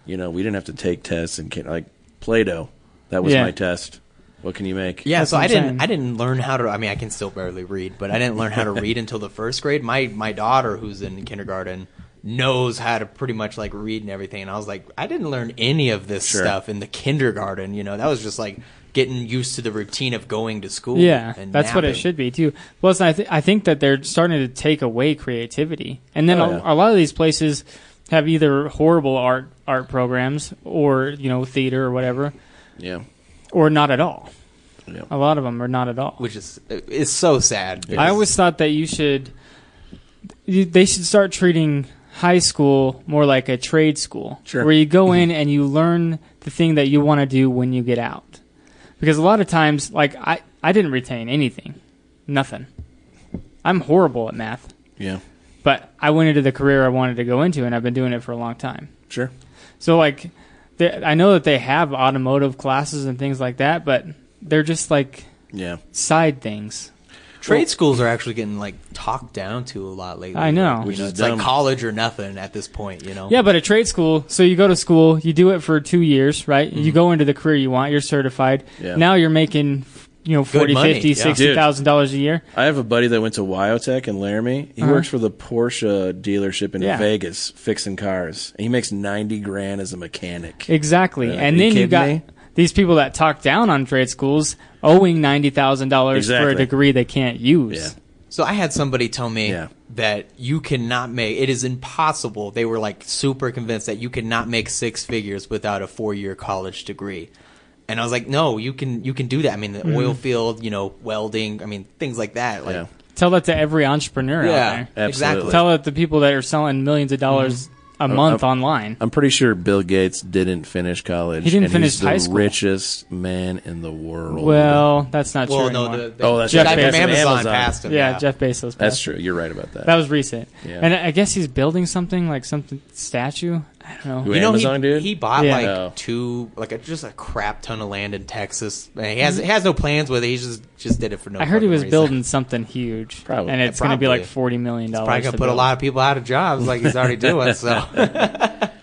D: You know, we didn't have to take tests and kid- like Play-Doh. That was
F: Yeah.
D: my test. What can you make?
E: Yeah,
F: That's
E: so
F: what
E: I
F: I'm
E: didn't
F: saying.
E: I didn't learn how to I mean I can still barely read, but I didn't learn how to read until the first grade. My my daughter who's in kindergarten knows how to pretty much like read and everything and I was like I didn't learn any of this
D: Sure.
E: stuff in the kindergarten, you know. That was just like getting used to the routine of going to school.
F: yeah,
E: and
F: that's what it
E: napping.
F: should be too. Plus, I th- I think that they're starting to take away creativity, and then
D: Oh,
F: a,
D: yeah.
F: a lot of these places have either horrible art art programs or you know theater or whatever,
D: Yeah.
F: or not at all.
D: Yeah.
F: A lot of them are not at all.
E: Which is it's so sad.
F: I
E: because-
F: always thought that you should, you, they should start treating high school more like a trade school,
D: Sure.
F: where you go in and you learn the thing that you want to do when you get out. Because a lot of times, like I, I didn't retain anything, nothing. I'm horrible at math,
D: Yeah.
F: but I went into the career I wanted to go into, and I've been doing it for a long time.
D: Sure.
F: So like, they- I know that they have automotive classes and things like that, but they're just like
D: Yeah.
F: side things.
E: trade schools are actually getting like talked down to a lot lately.
F: I know.
E: You
F: Which
E: know,
D: is
E: it's
D: dumb.
E: like college or nothing at this point, you know.
F: Yeah, but a trade school. So you go to school, you do it for two years, right? You go into the career you want, you're certified.
D: Yeah.
F: Now you're making, you know, forty,
E: money,
F: fifty,
E: yeah.
F: sixty thousand dollars a year.
D: I have a buddy that went to Wyotech in Laramie. He
F: Uh-huh.
D: works for the Porsche dealership in
F: Yeah.
D: Vegas fixing cars. And he makes 90 grand as a mechanic.
F: Exactly.
D: Yeah.
F: and
D: You
F: then you
D: kidding
F: got
D: me?
F: these people that talk down on trade schools owing ninety thousand dollars for
D: Exactly.
F: a degree they can't use.
D: Yeah.
E: So I had somebody tell me
D: Yeah.
E: that you cannot make it is impossible. They were like super convinced that you cannot make six figures without a four year college degree. And I was like, no, you can you can do that. I mean, the
F: Mm-hmm.
E: oil field, you know, welding, I mean, things like that. Like,
D: Yeah.
F: Tell that to every entrepreneur
E: yeah,
F: out there.
D: Absolutely.
E: exactly.
F: Tell it to people that are selling millions of dollars a month online.
D: I'm pretty sure Bill Gates didn't finish college.
F: He didn't
D: and
F: finish
D: he's
F: high
D: the
F: school.
D: richest man in the world.
F: Well, that's not
E: well,
F: true
E: no, the,
F: anymore.
E: the
D: Oh, that's
E: guy
F: Jeff
E: from
F: Bezos.
E: Amazon,
D: Amazon.
E: passed him.
F: yeah, Jeff Bezos.
D: That's
F: passed.
D: true. You're right about that.
F: That was recent.
D: Yeah.
F: And I guess he's building something like something statue. I don't know.
D: Wait.
E: You know,
D: Amazon,
E: he,
D: dude? Oh.
E: he bought
F: Yeah.
E: like
D: No.
E: two, like a, just a crap ton of land in Texas. And he has he has no plans with it. He just just did it for no.
F: I heard he
E: fucking
F: was
E: reason.
F: building something huge.
D: Probably.
F: And it's going to be
E: Probably.
F: like $40 million.
E: Probably gonna
F: to
E: put a
F: build.
E: lot of people out of jobs, like he's already doing. So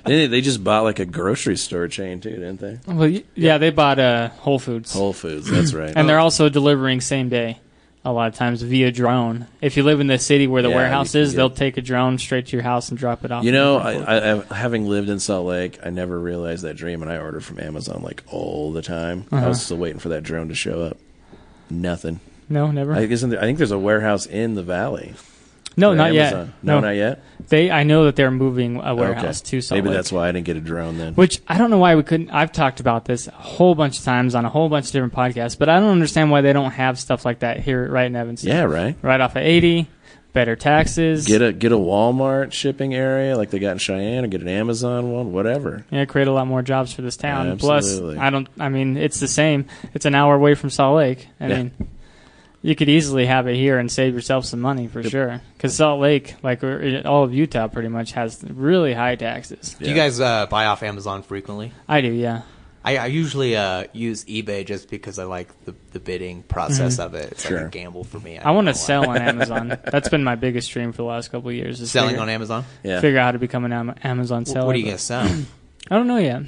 D: They, they just bought like a grocery store chain too, didn't they?
F: Well, y- yeah, they bought uh, Whole Foods.
D: Whole Foods. Oh. That's right.
F: and they're also delivering same day a lot of times via drone. If you live in the city where the
D: Yeah,
F: warehouse
D: you can
F: is,
D: get-
F: they'll take a drone straight to your house and drop it off.
D: you know, I, I, I, having lived in Salt Lake, I never realized that dream, and I ordered from Amazon like all the time. I
F: Uh-huh.
D: was still waiting for that drone to show up. Nothing.
F: no, never.
D: I, isn't there, I think there's a warehouse in the valley.
F: no,
D: for
F: not
D: Amazon.
F: yet.
D: No, not yet.
F: They, I know that they're moving a warehouse
D: okay.
F: to Salt
D: Maybe
F: Lake.
D: that's why I didn't get a drone then.
F: Which I don't know why we couldn't. I've talked about this a whole bunch of times on a whole bunch of different podcasts, but I don't understand why they don't have stuff like that here right in Evanston.
D: Yeah, right.
F: Right off of 80, better taxes.
D: Get a get a Walmart shipping area like they got in Cheyenne, or get an Amazon one, whatever.
F: yeah, create a lot more jobs for this town.
D: Absolutely.
F: Plus, I don't. I mean, it's the same. It's an hour away from Salt Lake. I
D: Yeah.
F: mean, you could easily have it here and save yourself some money for sure. Because Salt Lake, like or- all of Utah, pretty much has really high taxes.
E: Do you
D: Yeah.
E: guys uh, buy off Amazon frequently?
F: I do, yeah.
E: I, I usually uh, use eBay just because I like the, the bidding process of it. It's like
D: Sure.
E: a gamble for me.
F: Mm-hmm. I
E: don't
F: want
D: Oh,
E: know
F: to
E: why.
F: sell on Amazon. That's been my biggest dream for the last couple of years. is
E: selling
F: figure-
E: on Amazon.
D: Yeah.
F: figure out how to become an Am- Amazon
E: Wh-
F: seller.
E: What are you
F: but
E: gonna sell?
F: I don't know yet.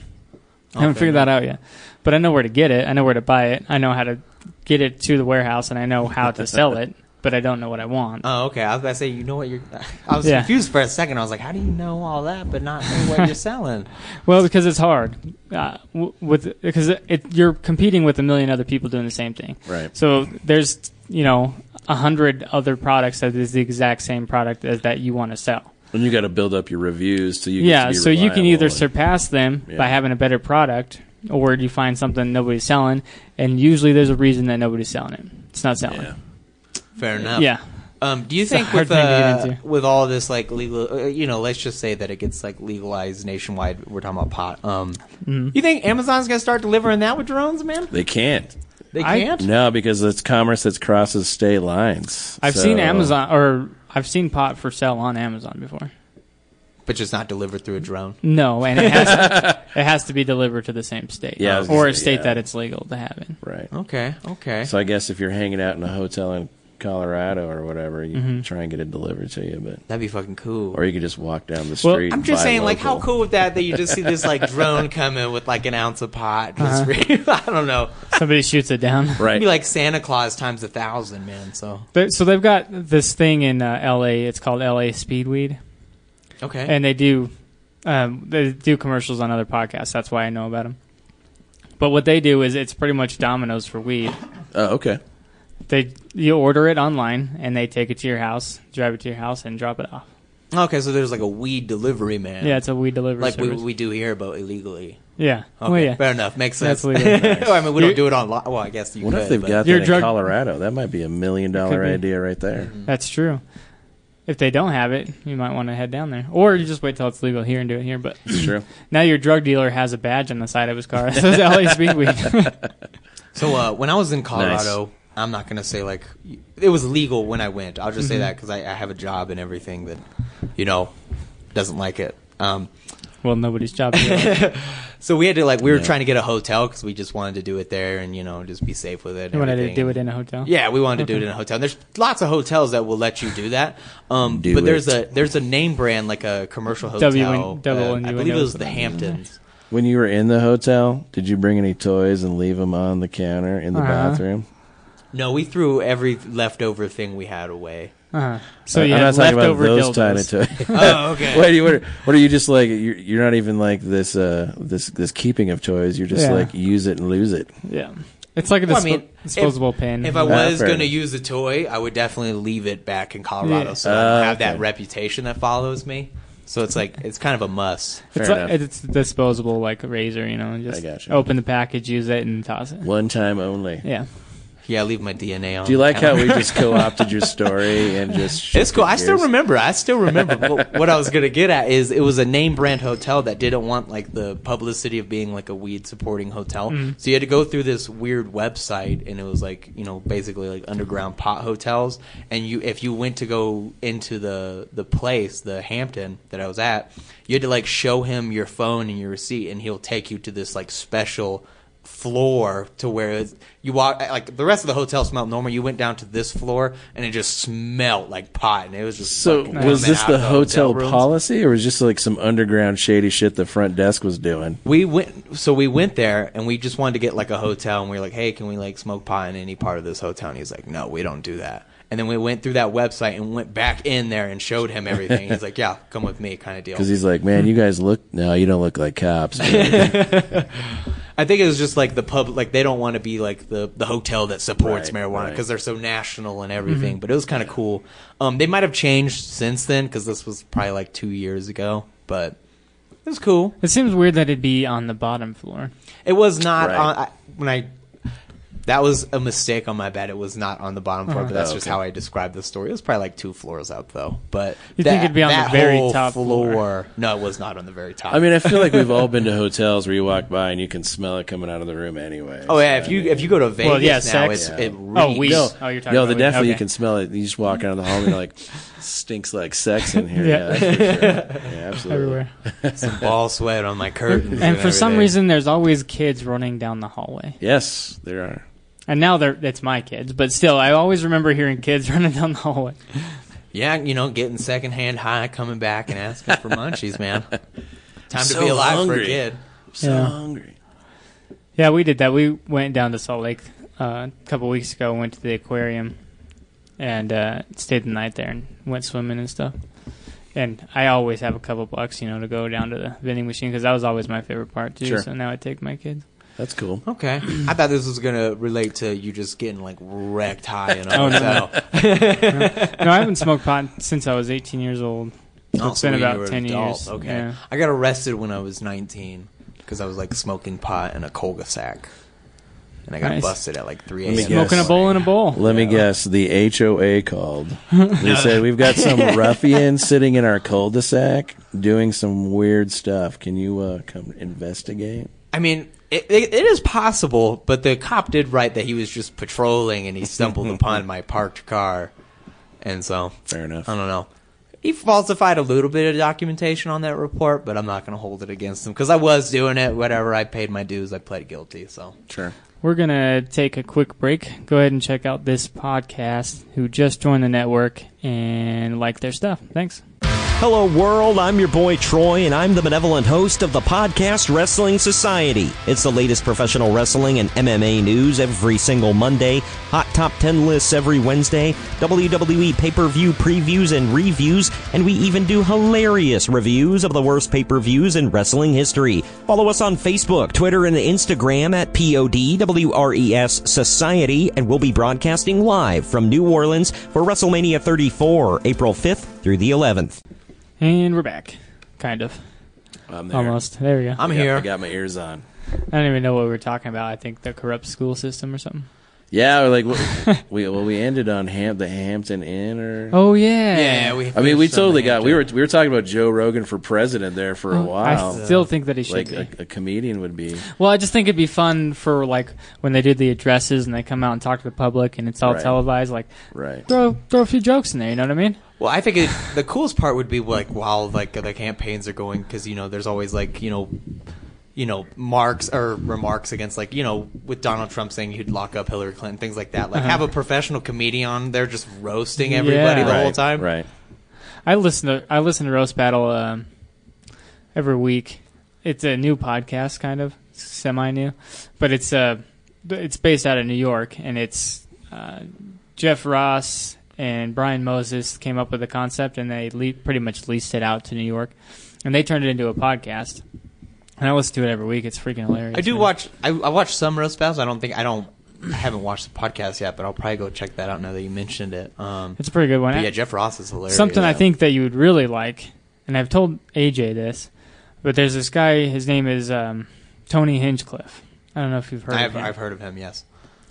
F: I
E: fair
F: haven't figured that out yet. But I know where to get it. I know where to buy it. I know how to get it to the warehouse, and I know how to sell it. But I don't know what I want.
E: oh, okay. I was gonna say you know what you're. I was
F: Yeah.
E: confused for a second. I was like, how do you know all that but not know what you're selling?
F: Well, because it's hard. Uh, w- with because it, it, you're competing with a million other people doing the same thing.
D: Right.
F: So there's you know a hundred other products that is the exact same product as that you want to sell.
D: And you got to build up your reviews so you get
F: yeah
D: to be
F: so you can either
D: reliable.
F: surpass them
D: Yeah.
F: by having a better product or you find something nobody's selling and usually there's a reason that nobody's selling it it's not selling
D: Yeah.
F: yeah,
E: Fair enough. Um, do you
F: a
E: think with
F: hard thing to get
E: uh,
F: into.
E: with all this like legal, uh, you know, let's just say that it gets like legalized nationwide. We're talking about pot. Um,
F: Mm-hmm.
E: you think Amazon's gonna start delivering that with drones, man?
D: They can't.
E: They
F: I-
E: can't.
D: No, because it's commerce that crosses state lines.
F: i've
D: So-
F: seen amazon or i've seen pot for sale on amazon before
E: but just not delivered through a drone.
F: No, and it has to, it has to be delivered to the same state,
D: Yeah, I was gonna
F: or a
D: say,
F: state
D: yeah.
F: that it's legal to have in.
D: Right.
E: Okay, okay.
D: So I guess if you're hanging out in a hotel in Colorado or whatever, you
F: Mm-hmm.
D: try and get it delivered to you, but
E: That'd be fucking cool.
D: or you could just walk down the
F: Well,
D: street.
E: I'm
D: and
E: just
D: buy
E: saying, like, how
D: local.
E: cool with that that you just see this like drone coming with like an ounce of pot. Just
F: Uh-huh.
E: I don't know.
F: Somebody shoots it down.
E: It'd
D: Right.
E: be like Santa Claus times a thousand, man. So
F: They- So they've got this thing in uh, L.A. It's called L.A. Speedweed,
E: okay,
F: and they do um, they do commercials on other podcasts. That's why I know about them. But what they do is it's pretty much Domino's for weed.
D: oh, okay.
F: They you order it online and they take it to your house, drive it to your house, and drop it off.
E: okay. So there's like a weed delivery man.
F: Yeah, it's a weed delivery
E: like we,
F: service.
E: we do here, but illegally.
F: yeah,
E: Okay,
F: well, yeah.
E: fair enough. Makes sense.
F: That's legal.
E: I mean, we
F: You-
E: don't do it on. Lo- well, I guess you.
D: What
E: could,
D: if they've
E: but-
D: got
F: Your
D: that in
F: drug-
D: Colorado? That might be a million dollar
F: Could be. Mm-hmm.
D: idea right there.
F: That's true. If they don't have it, you might want to head down there, or you just wait till it's legal here and do it here. But
D: It's true.
F: now your drug dealer has a badge on the side of his car that says LA Speedweed.
E: So uh, when I was in Colorado, I'm not gonna say like it was legal when I went. I'll
F: Mm-hmm.
E: just say that because I, I have a job and everything that, you know, doesn't like it. Um,
F: well, nobody's job. Is
E: so we had to like we were
D: Yeah.
E: trying to get a hotel because we just wanted to do it there and you know just be safe with it. and
F: you wanted to
E: everything.
F: do it in a hotel.
E: Yeah, we wanted to do it in a hotel. And there's lots of hotels that will let you do that. Um,
D: Do
E: but there's
D: it.
E: a there's a name brand like a commercial hotel.
F: W- double
E: uh, I
F: innuendos.
E: believe it was the Hamptons.
D: When you were in the hotel, did you bring any toys and leave them on the counter in the
F: Uh-huh.
D: bathroom?
E: No, we threw every leftover thing we had away.
F: Uh-huh. So
D: I'm
F: you
D: not
F: have
D: talking about
F: leftover
D: those kind of
F: dildos.
D: toys.
E: oh, okay.
D: What are you? What are, what are you just like? You're, you're not even like this. Uh, this this keeping of toys. You're just
F: Yeah.
D: like use it and lose it.
F: yeah, it's like a
E: Well, I
F: dispo-
E: mean, if-
F: disposable pin.
E: If I
D: Yeah,
E: was
D: fair
E: going to
D: enough.
E: use a toy, I would definitely leave it back in Colorado
F: Yeah.
E: so I don't
D: Uh,
E: have that
D: okay.
E: reputation that follows me. So it's like it's kind of a must.
F: it's,
D: Fair
F: like,
D: enough.
F: it's disposable like a razor, you know, and just
D: I got you.
F: open the package, use it, and toss it.
D: One time only.
F: Yeah,
E: Yeah, I leave my DNA on.
D: Do you like how we
E: we?
D: just co-opted your story and just?
E: It's cool. I
D: shifted
E: still
D: gears?
E: remember. I still remember. but what I was gonna get at is it was a name brand hotel that didn't want like the publicity of being like a weed supporting hotel. So you had to go through this weird website, and it was like you know basically like underground pot hotels. And you if you went to go into the the place, the Hampton that I was at, you had to like show him your phone and your receipt, and he'll take you to this like special floor to where it's, you walk like the rest of the hotel smelled normal. You went down to this floor and it just smelled like pot, and it was just
D: So
E: fucking
D: was
E: coming
D: this
E: out
D: the
E: of
D: hotel
E: rooms.
D: policy, or was just like some underground shady shit the front desk was doing?
E: We went, so we went there, and we just wanted to get like a hotel, and we were like, "Hey, can we like smoke pot in any part of this hotel?" And he's like, "No, we don't do that." And then we went through that website and went back in there and showed him everything. He's like, "Yeah, come with me," kind of deal.
D: Because he's like, man, you guys look. No, you don't look like cops. man."
E: I think it was just like the pub, like they don't want to be like the, the hotel that supports
D: Right,
E: marijuana marijuana
D: right.
E: because they're so national
D: Mm-hmm.
E: and everything. But it was kind of cool. Um, they might have changed since then because this was probably like two years ago, but it was cool.
F: it seems weird that it'd be on the bottom floor.
E: It was not
D: Right.
E: on I, when I. That was a mistake on my bed. It was not on the bottom floor, but that's
D: Oh,
E: just
D: okay.
E: how I described the story. It was probably like two floors up, though. But
F: You'd think it'd be on the
E: that
F: very
E: whole
F: top floor.
E: No, it was not on the very top.
D: I mean, I feel like we've all been to hotels where you walk by and you can smell it coming out of the room anyway.
E: oh yeah, if you if you go to Vegas
F: Well, yeah,
E: now,
F: sex.
E: it's, it
F: Oh,
E: reeks.
F: weed.
D: No,
F: Oh, you're talking
D: no,
F: about
D: the
F: weed.
D: definitely you
F: Okay.
D: can smell it. You just walk out of the hall and you're like, stinks like sex in here.
F: Yeah.
D: Yeah, that's for sure. yeah absolutely.
F: Everywhere.
E: some ball sweat on my curtains,
F: And for some
E: everything.
F: reason, there's always kids running down the hallway.
D: Yes, there are.
F: And now they're it's my kids, but still, I always remember hearing kids running down the hallway.
E: Yeah, you know, getting secondhand high, coming back and asking for munchies, man. Time
D: So
E: to be alive for
D: hungry.
E: a kid.
D: I'm so
F: Yeah.
D: hungry.
F: Yeah, we did that. We went down to Salt Lake uh, a couple weeks ago. Went to the aquarium and uh, stayed the night there and went swimming and stuff. And I always have a couple bucks, you know, to go down to the vending machine because that was always my favorite part too.
D: Sure.
F: So now I take my kids.
D: That's cool.
E: Okay, I thought this was gonna relate to you just getting like wrecked high in a
F: Oh, no.
E: hotel.
F: No, I haven't smoked pot since I was 18 years old. So
E: Oh,
F: it's
E: so
F: been
E: you
F: about
E: were an
F: 10
E: adult.
F: years.
E: Okay,
F: Yeah.
E: I got arrested when I was 19 because I was like smoking pot in a cul-de-sac, and I got
F: Nice.
E: busted at like 3
D: me
E: a.m.
D: guess.
F: Smoking a bowl in a bowl.
D: Let me guess. The HOA called. They said we've got some ruffian sitting in our cul-de-sac doing some weird stuff. Can you uh, come investigate?
E: I mean, it, it, it is possible, but the cop did write that he was just patrolling and he stumbled upon my parked car, and so
D: Fair enough.
E: I don't know. he falsified a little bit of documentation on that report, but I'm not going to hold it against him because I was doing it. Whatever, I paid my dues. I pled guilty. So
D: Sure.
F: We're going to take a quick break. Go ahead and check out this podcast who just joined the network and like their stuff. Thanks.
G: Hello, world. I'm your boy Troy, and I'm the benevolent host of the podcast Wrestling Society. It's the latest professional wrestling and MMA news every single Monday, hot top 10 lists every Wednesday, WWE pay per view previews and reviews, and we even do hilarious reviews of the worst pay per views in wrestling history. Follow us on Facebook, Twitter, and Instagram at PODWRES E Society, and we'll be broadcasting live from New Orleans for WrestleMania 34, April 5th through the 11th.
F: And we're back. Kind of.
D: I'm there.
F: Almost. There we go.
E: I'm
D: I got-
E: here.
D: I got my ears on.
F: I don't even know what we were talking about. I think the corrupt school system or something.
D: Yeah, we're like we well we ended on Ham the Hampton Inn or
F: Oh, yeah.
E: yeah, we.
D: I mean we
E: finished on
D: totally
E: the
D: got we
E: Hampton.
D: were we were talking about Joe Rogan for president there for a while.
F: Oh, I still think that he should
D: like
F: be.
D: a, a comedian would be
F: Well, I just think it'd be fun for like when they do the addresses and they come out and talk to the public and it's all
D: Right.
F: televised. Like
D: right.
F: throw throw a few jokes in there. You know what I mean?
E: Well, I think it, the coolest part would be like while like the campaigns are going because you know there's always like you know, you know marks or remarks against like you know with Donald Trump saying he'd lock up Hillary Clinton things like that. Like have a professional comedian on there just roasting everybody
F: Uh-huh. Yeah.
E: the
D: right,
E: whole time.
D: Right.
F: I listen to I listen to Roast Battle um, every week. It's a new podcast, kind of semi new, but it's uh it's based out of New York, and it's uh, Jeff Ross and Brian Moses came up with the concept, and they le- pretty much leased it out to New York, and they turned it into a podcast. And I listen to it every week. It's freaking hilarious.
E: I do
F: man.
E: watch. I, I watch some roast battles. I don't think I don't I haven't watched the podcast yet, but I'll probably go check that out now that you mentioned it. Um,
F: It's a pretty good one.
E: but yeah, Jeff Ross is hilarious.
F: Something I think that you would really like, and I've told AJ this, but there's this guy. His name is um, Tony Hinchcliffe. I don't know if you've heard of
E: I've,
F: him.
E: I've heard of him. Yes.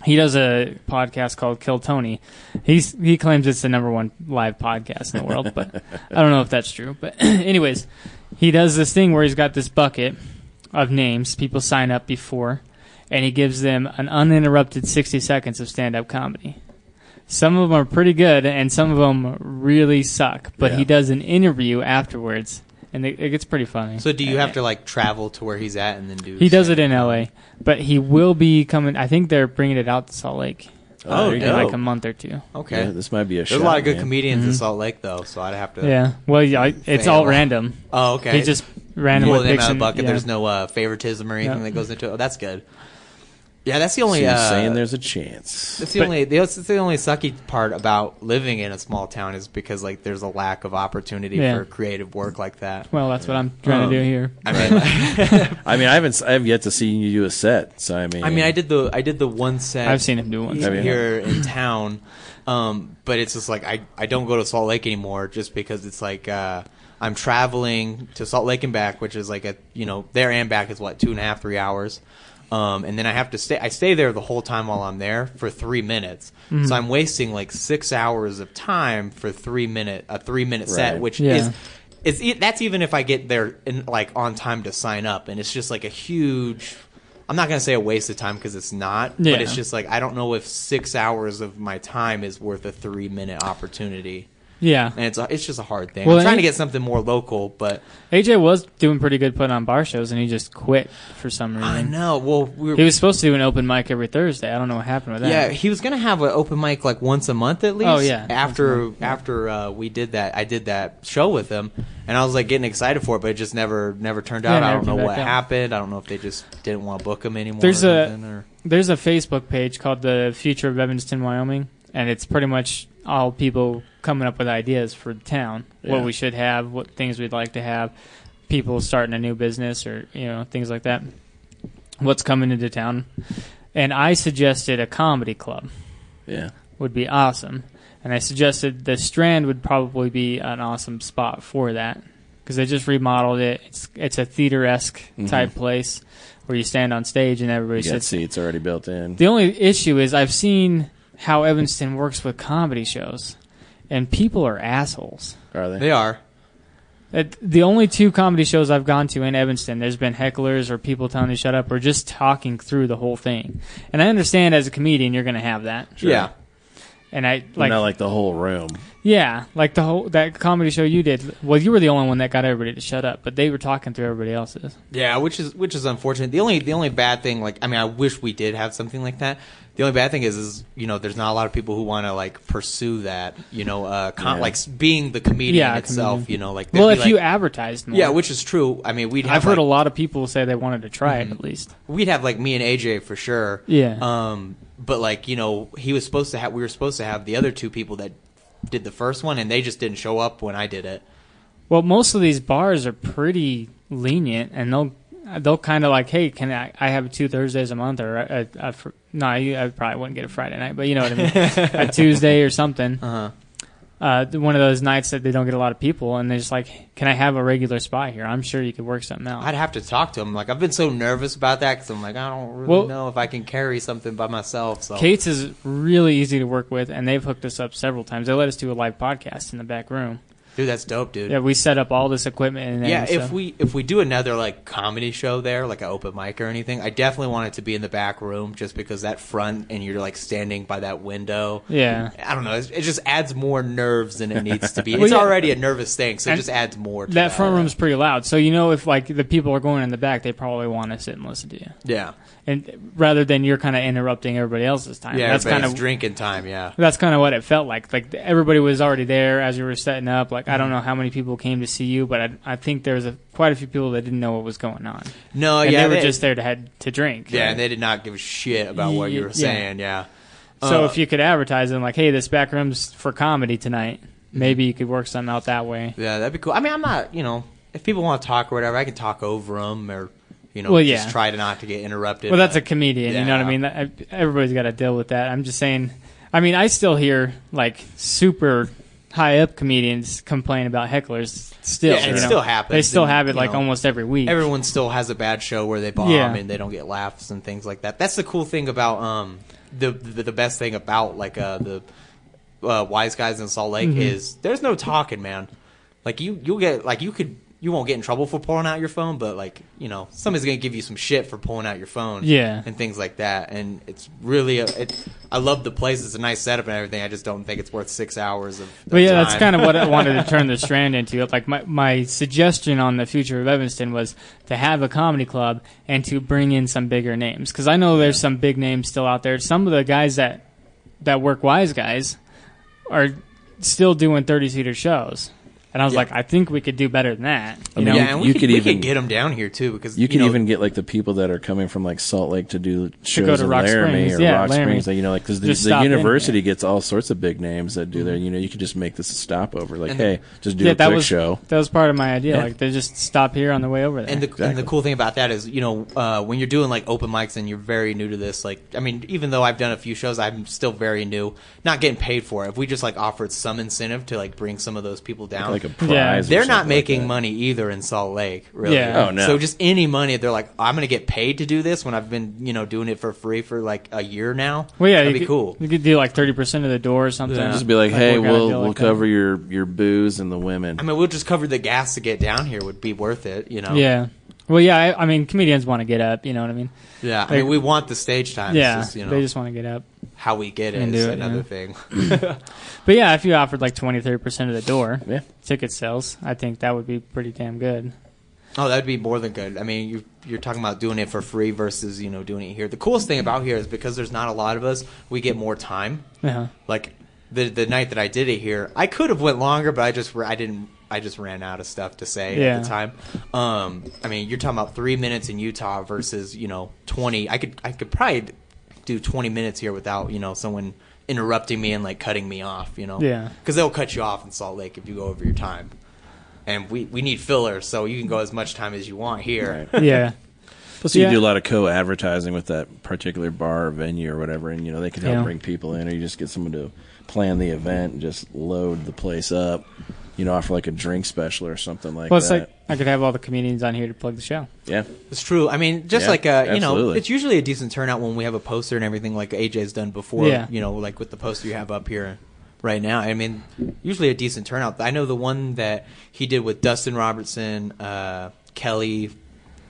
F: He does a podcast called Kill Tony. He's he claims it's the number one live podcast in the world, but I don't know if that's true. But anyways, he does this thing where he's got this bucket of names people sign up before, and he gives them an uninterrupted sixty seconds of stand up comedy. Some of them are pretty good, and some of them really suck. But
D: Yeah.
F: he does an interview afterwards, and it, it gets pretty funny.
E: So do you have to like travel to where he's at and then do?
F: He does it in L.A., but he will be coming. I think they're bringing it out to Salt Lake Uh,
E: Oh,
D: there you
F: in
E: no.
D: go.
F: like a month or two.
E: Okay.
D: Yeah, this might be a
E: There's
D: shot,
E: a lot of good
D: man.
E: comedians in Salt Lake, though, so I'd have to.
F: Mm-hmm. Yeah. Well, yeah, I- it's all
E: Fail.
F: random.
E: Oh, okay.
F: He just randomly
E: pull them
F: picks
E: out of
F: an-
E: the bucket.
F: yeah.
E: There's no uh, favoritism or anything
F: Yeah.
E: that goes into it. Oh, that's good. Yeah, that's the
D: So
E: only.
D: you're
E: uh,
D: saying there's a chance.
E: That's the
F: But-
E: only. That's the only sucky part about living in a small town is because like there's a lack of opportunity
F: Yeah.
E: for creative work like that.
F: Well, that's what I'm trying
E: Oh.
F: to do here.
E: I mean,
D: I mean, I haven't. s- I have yet to see you do a set. So I mean,
E: I mean, I did the I did the one set.
F: I've seen him do one
D: set.
E: here in town, um, but it's just like I I don't go to Salt Lake anymore just because it's like uh, I'm traveling to Salt Lake and back, which is like a you know there and back is what two and a half three hours. Um, and then I have to stay. I stay there the whole time while I'm there for three minutes. So I'm wasting like six hours of time for three minute a three minute set,
D: Right.
E: which
F: Yeah.
E: is it's e- that's even if I get there in, like on time to sign up, and it's just like a huge. I'm not gonna say a waste of time because it's not,
F: Yeah.
E: but it's just like I don't know if six hours of my time is worth a three minute opportunity,
F: Yeah.
E: and it's a, it's just a hard thing.
F: Well,
E: I'm trying to
F: any-
E: get something more local, but
F: AJ was doing pretty good putting on bar shows, and he just quit for some reason.
E: I know. Well, we
F: He
E: were,
F: was supposed to do an open mic every Thursday. I don't know what happened with that.
E: yeah, he was gonna have an open mic like once a month at least.
F: Oh, yeah.
E: after after uh, we did that, I did that show with him, and I was like getting excited for it, but it just never never turned
F: Yeah,
E: out. I don't
F: never
E: know
F: came back
E: what
F: out.
E: happened. I don't know if they just didn't want to book him anymore.
F: There's
E: or
F: a-
E: something, or...
F: There's a Facebook page called the Future of Evanston, Wyoming, and it's pretty much all people coming up with ideas for the town, what
D: Yeah.
F: we should have, what things we'd like to have, people starting a new business or you know things like that. What's coming into town? And I suggested a comedy club.
D: yeah.
F: would be awesome. And I suggested the Strand would probably be an awesome spot for that because they just remodeled it. It's it's a theater esque type place where you stand on stage and everybody
D: You got
F: sits.
D: seats already built in.
F: The only issue is I've seen how Evanston works with comedy shows, and people are assholes.
D: Are they?
E: They are.
F: It, the only two comedy shows I've gone to in Evanston, there's been hecklers or people telling you to shut up or just talking through the whole thing. And I understand as a comedian, you're going to have that.
E: Yeah.
F: and I like
D: not like the whole room.
F: yeah, like the whole that comedy show you did. Well, you were the only one that got everybody to shut up, but they were talking through everybody else's.
E: Yeah, which is which is unfortunate. The only the only bad thing, like I mean, I wish we did have something like that. The only bad thing is, is you know, there's not a lot of people who want to like pursue that. You know, uh, com-
D: Yeah.
E: like s- being the comedian
F: Yeah,
E: itself.
F: comedian.
E: You know, like
F: well,
E: there'd
F: if
E: be,
F: you
E: like-
F: advertised more,
E: yeah, which is true. I mean, we'd have
F: I've heard a
E: like- Mm-hmm.
F: lot of people say they wanted to try it at least.
E: we'd have like me and AJ for sure.
F: Yeah.
E: Um, but like you know, he was supposed to have. We were supposed to have the other two people that did the first one, and they just didn't show up when I did it.
F: Well, most of these bars are pretty lenient, and they'll they'll kind of like, hey, can I, I have two Thursdays a month, or a, a, a, fr- no, you- I probably wouldn't get a Friday night, but you know what I mean, a Tuesday or something.
E: Uh-huh.
F: Uh, th- one of those nights that they don't get a lot of people, and they're just like, "Can I have a regular spot here? I'm sure you could work something out."
E: I'd have to talk to him. Like I've been so nervous about that because I'm like I don't really
F: Well-
E: know if I can carry something by myself. So
F: Kate's is really easy to work with, and they've hooked us up several times. They let us do a live podcast in the back room.
E: dude, that's dope, dude.
F: Yeah, we set up all this equipment. And
E: yeah,
F: everything,
E: if
F: so-
E: we if we do another like comedy show there, like an open mic or anything, I definitely want it to be in the back room just because that front and you're like standing by that window.
F: yeah,
E: I don't know. It's, it just adds more nerves than it needs to be.
F: Well,
E: it's
F: yeah.
E: already a nervous thing, so it
F: And
E: just adds more. To that,
F: that front room's pretty loud. So you know, if like the people are going in the back, they probably want to sit and listen to you,
E: yeah,
F: and rather than you're kind of interrupting everybody else's time.
E: yeah.
F: that's kind of
E: drinking time. Yeah,
F: that's kind of what it felt like. Like everybody was already there as you were setting up. Like I don't
E: Mm-hmm.
F: know how many people came to see you, but I, I think there was a, quite a few people that didn't know what was going on,
E: no,
F: and
E: Oh, yeah.
F: they were just there to had to drink.
E: yeah, and they did not give a shit about what you
F: Ye-
E: were
F: yeah.
E: saying. Yeah,
F: so
E: uh,
F: if you could advertise them, like, hey, this back room's for comedy tonight.
E: Mm-hmm.
F: Maybe you could work something out that way.
E: yeah. That'd be cool. I mean, I'm not. You know, if people want to talk or whatever, I can talk over them or you know,
F: Well,
E: just
F: yeah.
E: try to not to get interrupted.
F: Well, that's a
E: but-
F: comedian. You know what
E: Yeah.
F: I mean? That- I- Everybody's got to deal with that. I'm just saying. I mean, I still hear like super high up comedians complain about hecklers. Still,
E: Yeah, it
F: you know?
E: still happens,
F: They still
E: and,
F: have it
E: you
F: like
E: know,
F: almost every week.
E: everyone still has a bad show where they bomb
F: Yeah.
E: and they don't get laughs and things like that. That's the cool thing about um the the, the best thing about like uh the uh, wise guys in Salt
F: Mm-hmm.
E: Lake is there's no talking, man. Like you you'll get like you could you won't get in trouble for pulling out your phone, but like you know somebody's gonna give you some shit for pulling out your phone,
F: Yeah.
E: and things like that. And it's really a, it. I love the place. It's a nice setup and everything. I just don't think it's worth six hours of.
F: But yeah, that's kind of what I wanted to turn the strand into. Like my my suggestion on the future of Evanston was to have a comedy club and to bring in some bigger names because I know there's some big names still out there. Some of the guys that that work wise guys are still doing thirty seater shows, and I was
E: Yeah.
F: like, I think we could do better than that. You know,
E: yeah, and we
D: you
E: could,
D: could
E: we
D: even-
E: could get them down here too because
D: You can
E: know,
D: even get like the people that are coming from like Salt Lake to do shows
F: go to
D: in
F: Rock
D: Laramie
F: Springs,
D: or
F: yeah,
D: Rock
F: Laramie.
D: Springs. Like, you know, like because the,
F: Just stop
D: the
F: in,
D: university
F: yeah.
D: gets all sorts of big names that do their. You know, you could just make this a stopover. Like,
E: And-
D: hey, just do
F: yeah,
D: a quick
F: that was
D: show.
F: that was part of my idea.
D: Yeah.
F: Like they just stop here on the way over there.
E: And the, and
D: Exactly.
E: the cool thing about that is, you know, uh, when you're doing like open mics and you're very new to this, like, I mean, even though I've done a few shows, I'm still very new, not getting paid for it. If we just like offered some incentive to like bring some of those people down,
D: Like a prize. or
E: they're not
D: something like
E: making
D: that.
E: money either in Salt Lake, really.
F: Yeah.
D: Oh, no.
E: So just any money, they're like, I'm going to get paid to do this when I've been, you know, doing it for free for like a year now.
F: well, yeah,
E: that'd be
F: you could,
E: cool.
F: You could do like thirty percent of the door or something.
E: Yeah.
D: Just be like, hey,
F: work out a
D: we'll
F: deal
D: we'll
F: like that.
D: cover your your booze and the women.
E: I mean, we'll just cover the gas to get down here would be worth it, you know?
F: Yeah. Well, yeah. I, I mean, comedians want to get up. You know what I mean?
E: Yeah. I mean, we want the stage time.
F: yeah.
E: It's just, you know,
F: They just want to get up.
E: how we get it
F: And
E: is
F: do it,
E: another
F: yeah.
E: thing.
F: But yeah, if you offered like 20, 30 percent of the door
D: Yeah.
F: ticket sales, I think that would be pretty damn good.
E: Oh, that'd be more than good. I mean, you, you're talking about doing it for free versus you know doing it here. The coolest thing about here is because there's not a lot of us, we get more time.
F: Yeah.
E: Like the the night that I did it here, I could have went longer, but I just I didn't. I just ran out of stuff to say
F: Yeah.
E: at the time. Um, I mean, you're talking about three minutes in Utah versus you know twenty. I could I could probably do twenty minutes here without you know someone interrupting me and like cutting me off. You know,
F: Yeah.
E: because they'll cut you off in Salt Lake if you go over your time. And we, we need fillers, so you can go as much time as you want here.
D: Right.
F: Yeah.
D: Plus, you
F: Yeah.
D: do a lot of co-advertising with that particular bar or venue or whatever, and you know they can help
F: Yeah.
D: bring people in, or you just get someone to plan the event and just load the place up. You know, offer like a drink special or something like
F: Plus,
D: that.
F: like, I could have all the comedians on here to plug the show.
D: yeah,
E: It's true. I mean, just
D: Yeah,
E: like uh, you know,
D: absolutely.
E: it's usually a decent turnout when we have a poster and everything, like AJ's done before.
F: Yeah.
E: You know, like with the poster you have up here right now. I mean, usually a decent turnout. I know the one that he did with Dustin Robertson, uh, Kelly,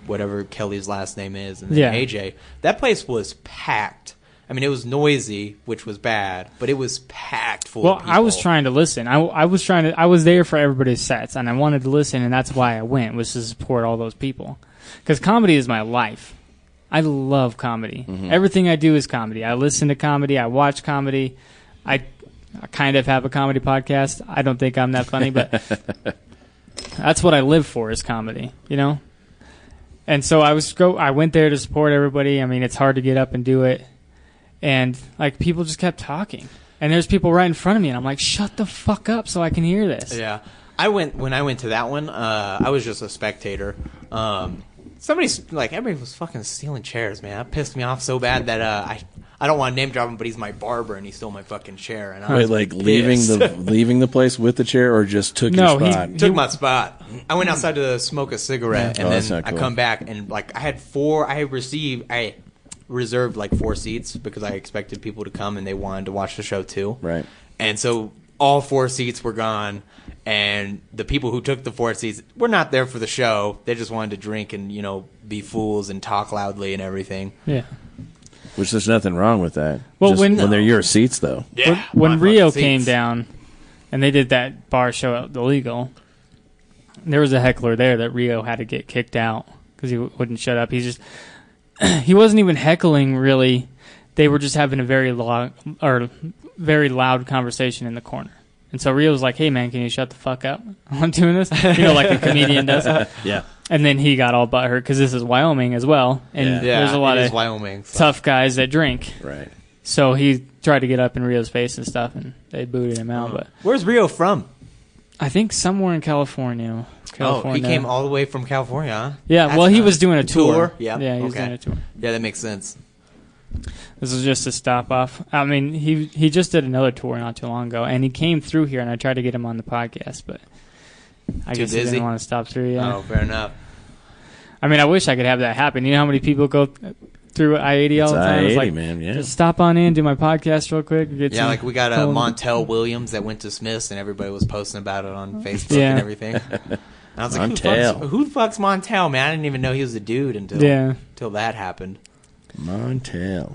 E: whatever Kelly's last name is, and then
F: Yeah.
E: AJ. That place was packed. I I mean, it was noisy, which was bad, but it was packed full.
F: Well,
E: of
F: I was
E: people.
F: trying to listen. I, I was trying to. I was there for everybody's sets, and I wanted to listen, and that's why I went was to support all those people, because comedy is my life. I love comedy.
E: Mm-hmm.
F: Everything I do is comedy. I listen to comedy. I watch comedy. I, I kind of have a comedy podcast. I don't think I'm that funny, but that's what I live for is comedy. You know. And so I was go. I went there to support everybody. I mean, it's hard to get up and do it and like people just kept talking and there's people right in front of me and i'm like shut the fuck up so i can hear this
E: Yeah, I went when I went to that one. Uh, I was just a spectator. Um, somebody's like everybody was fucking stealing chairs, man. That pissed me off so bad that uh, I I don't want to name drop him, but he's my barber and he stole my fucking chair.
F: uh,
E: And I
D: Wait,
E: was
D: like leaving the
E: pissed.
D: leaving the place with the chair, or just took
F: No,
D: your
F: he-
D: spot?
E: took my spot. I went outside to smoke a cigarette,
D: Oh,
E: and
D: that's
E: then
D: not
E: I
D: cool.
E: come back and like I had four. I had received I reserved like four seats because I expected people to come and they wanted to watch the show too.
D: Right.
E: And so all four seats were gone, and the people who took the four seats were not there for the show. They just wanted to drink and you know be fools and talk loudly and everything.
F: yeah
D: Which there's nothing wrong with that.
F: Well,
D: Just
F: when-
D: when they're your seats, though.
E: Yeah.
F: when, when
E: my
F: rio
E: fucking
F: came
E: seats.
F: down and they did that bar show at the legal there was a heckler there that rio had to get kicked out because he w- wouldn't shut up he just he wasn't even heckling really they were just having a very long or very loud conversation in the corner and so rio was like hey man can you shut the fuck up i'm doing this you know like a comedian does
D: Yeah.
F: And then he got all butthurt because this is Wyoming as well, and
D: Yeah.
E: Yeah,
F: there's a lot
E: it is
F: of
E: Wyoming. so-
F: tough guys that drink.
D: Right.
F: So he tried to get up in Rio's face and stuff, and they booted him
E: Oh.
F: out. But
E: Where's Rio from?
F: I think somewhere in California, California.
E: Oh, he came all the way from California. huh?
F: yeah,
E: That's
F: well, he
E: nice.
F: was doing a tour.
E: Tour? Yeah,
F: yeah, he was
E: okay.
F: doing a tour.
E: Yeah, that makes sense.
F: This was just a stop off. I mean, he he just did another tour not too long ago, and he came through here, and I tried to get him on the podcast, but I
E: Too
F: guess he
E: busy?
F: didn't want to stop through. Yeah,
E: Oh, fair enough.
F: I mean, I wish I could have that happen. You know how many people go th- through I eighty all
D: It's
F: the time? It's
D: I-80,
F: like,
D: man. Yeah.
F: Just stop on in, do my podcast real quick. Get
E: Yeah,
F: some-
E: like we got uh,
F: Oh,
E: Montel Williams that went to Smiths, and everybody was posting about it on Facebook
F: Mm-hmm. Yeah.
E: and everything. And I was like, who
D: Montel.
E: fucks, who fucks Montel, man? I didn't even know he was a dude until
F: Yeah.
E: until that happened.
D: Montel.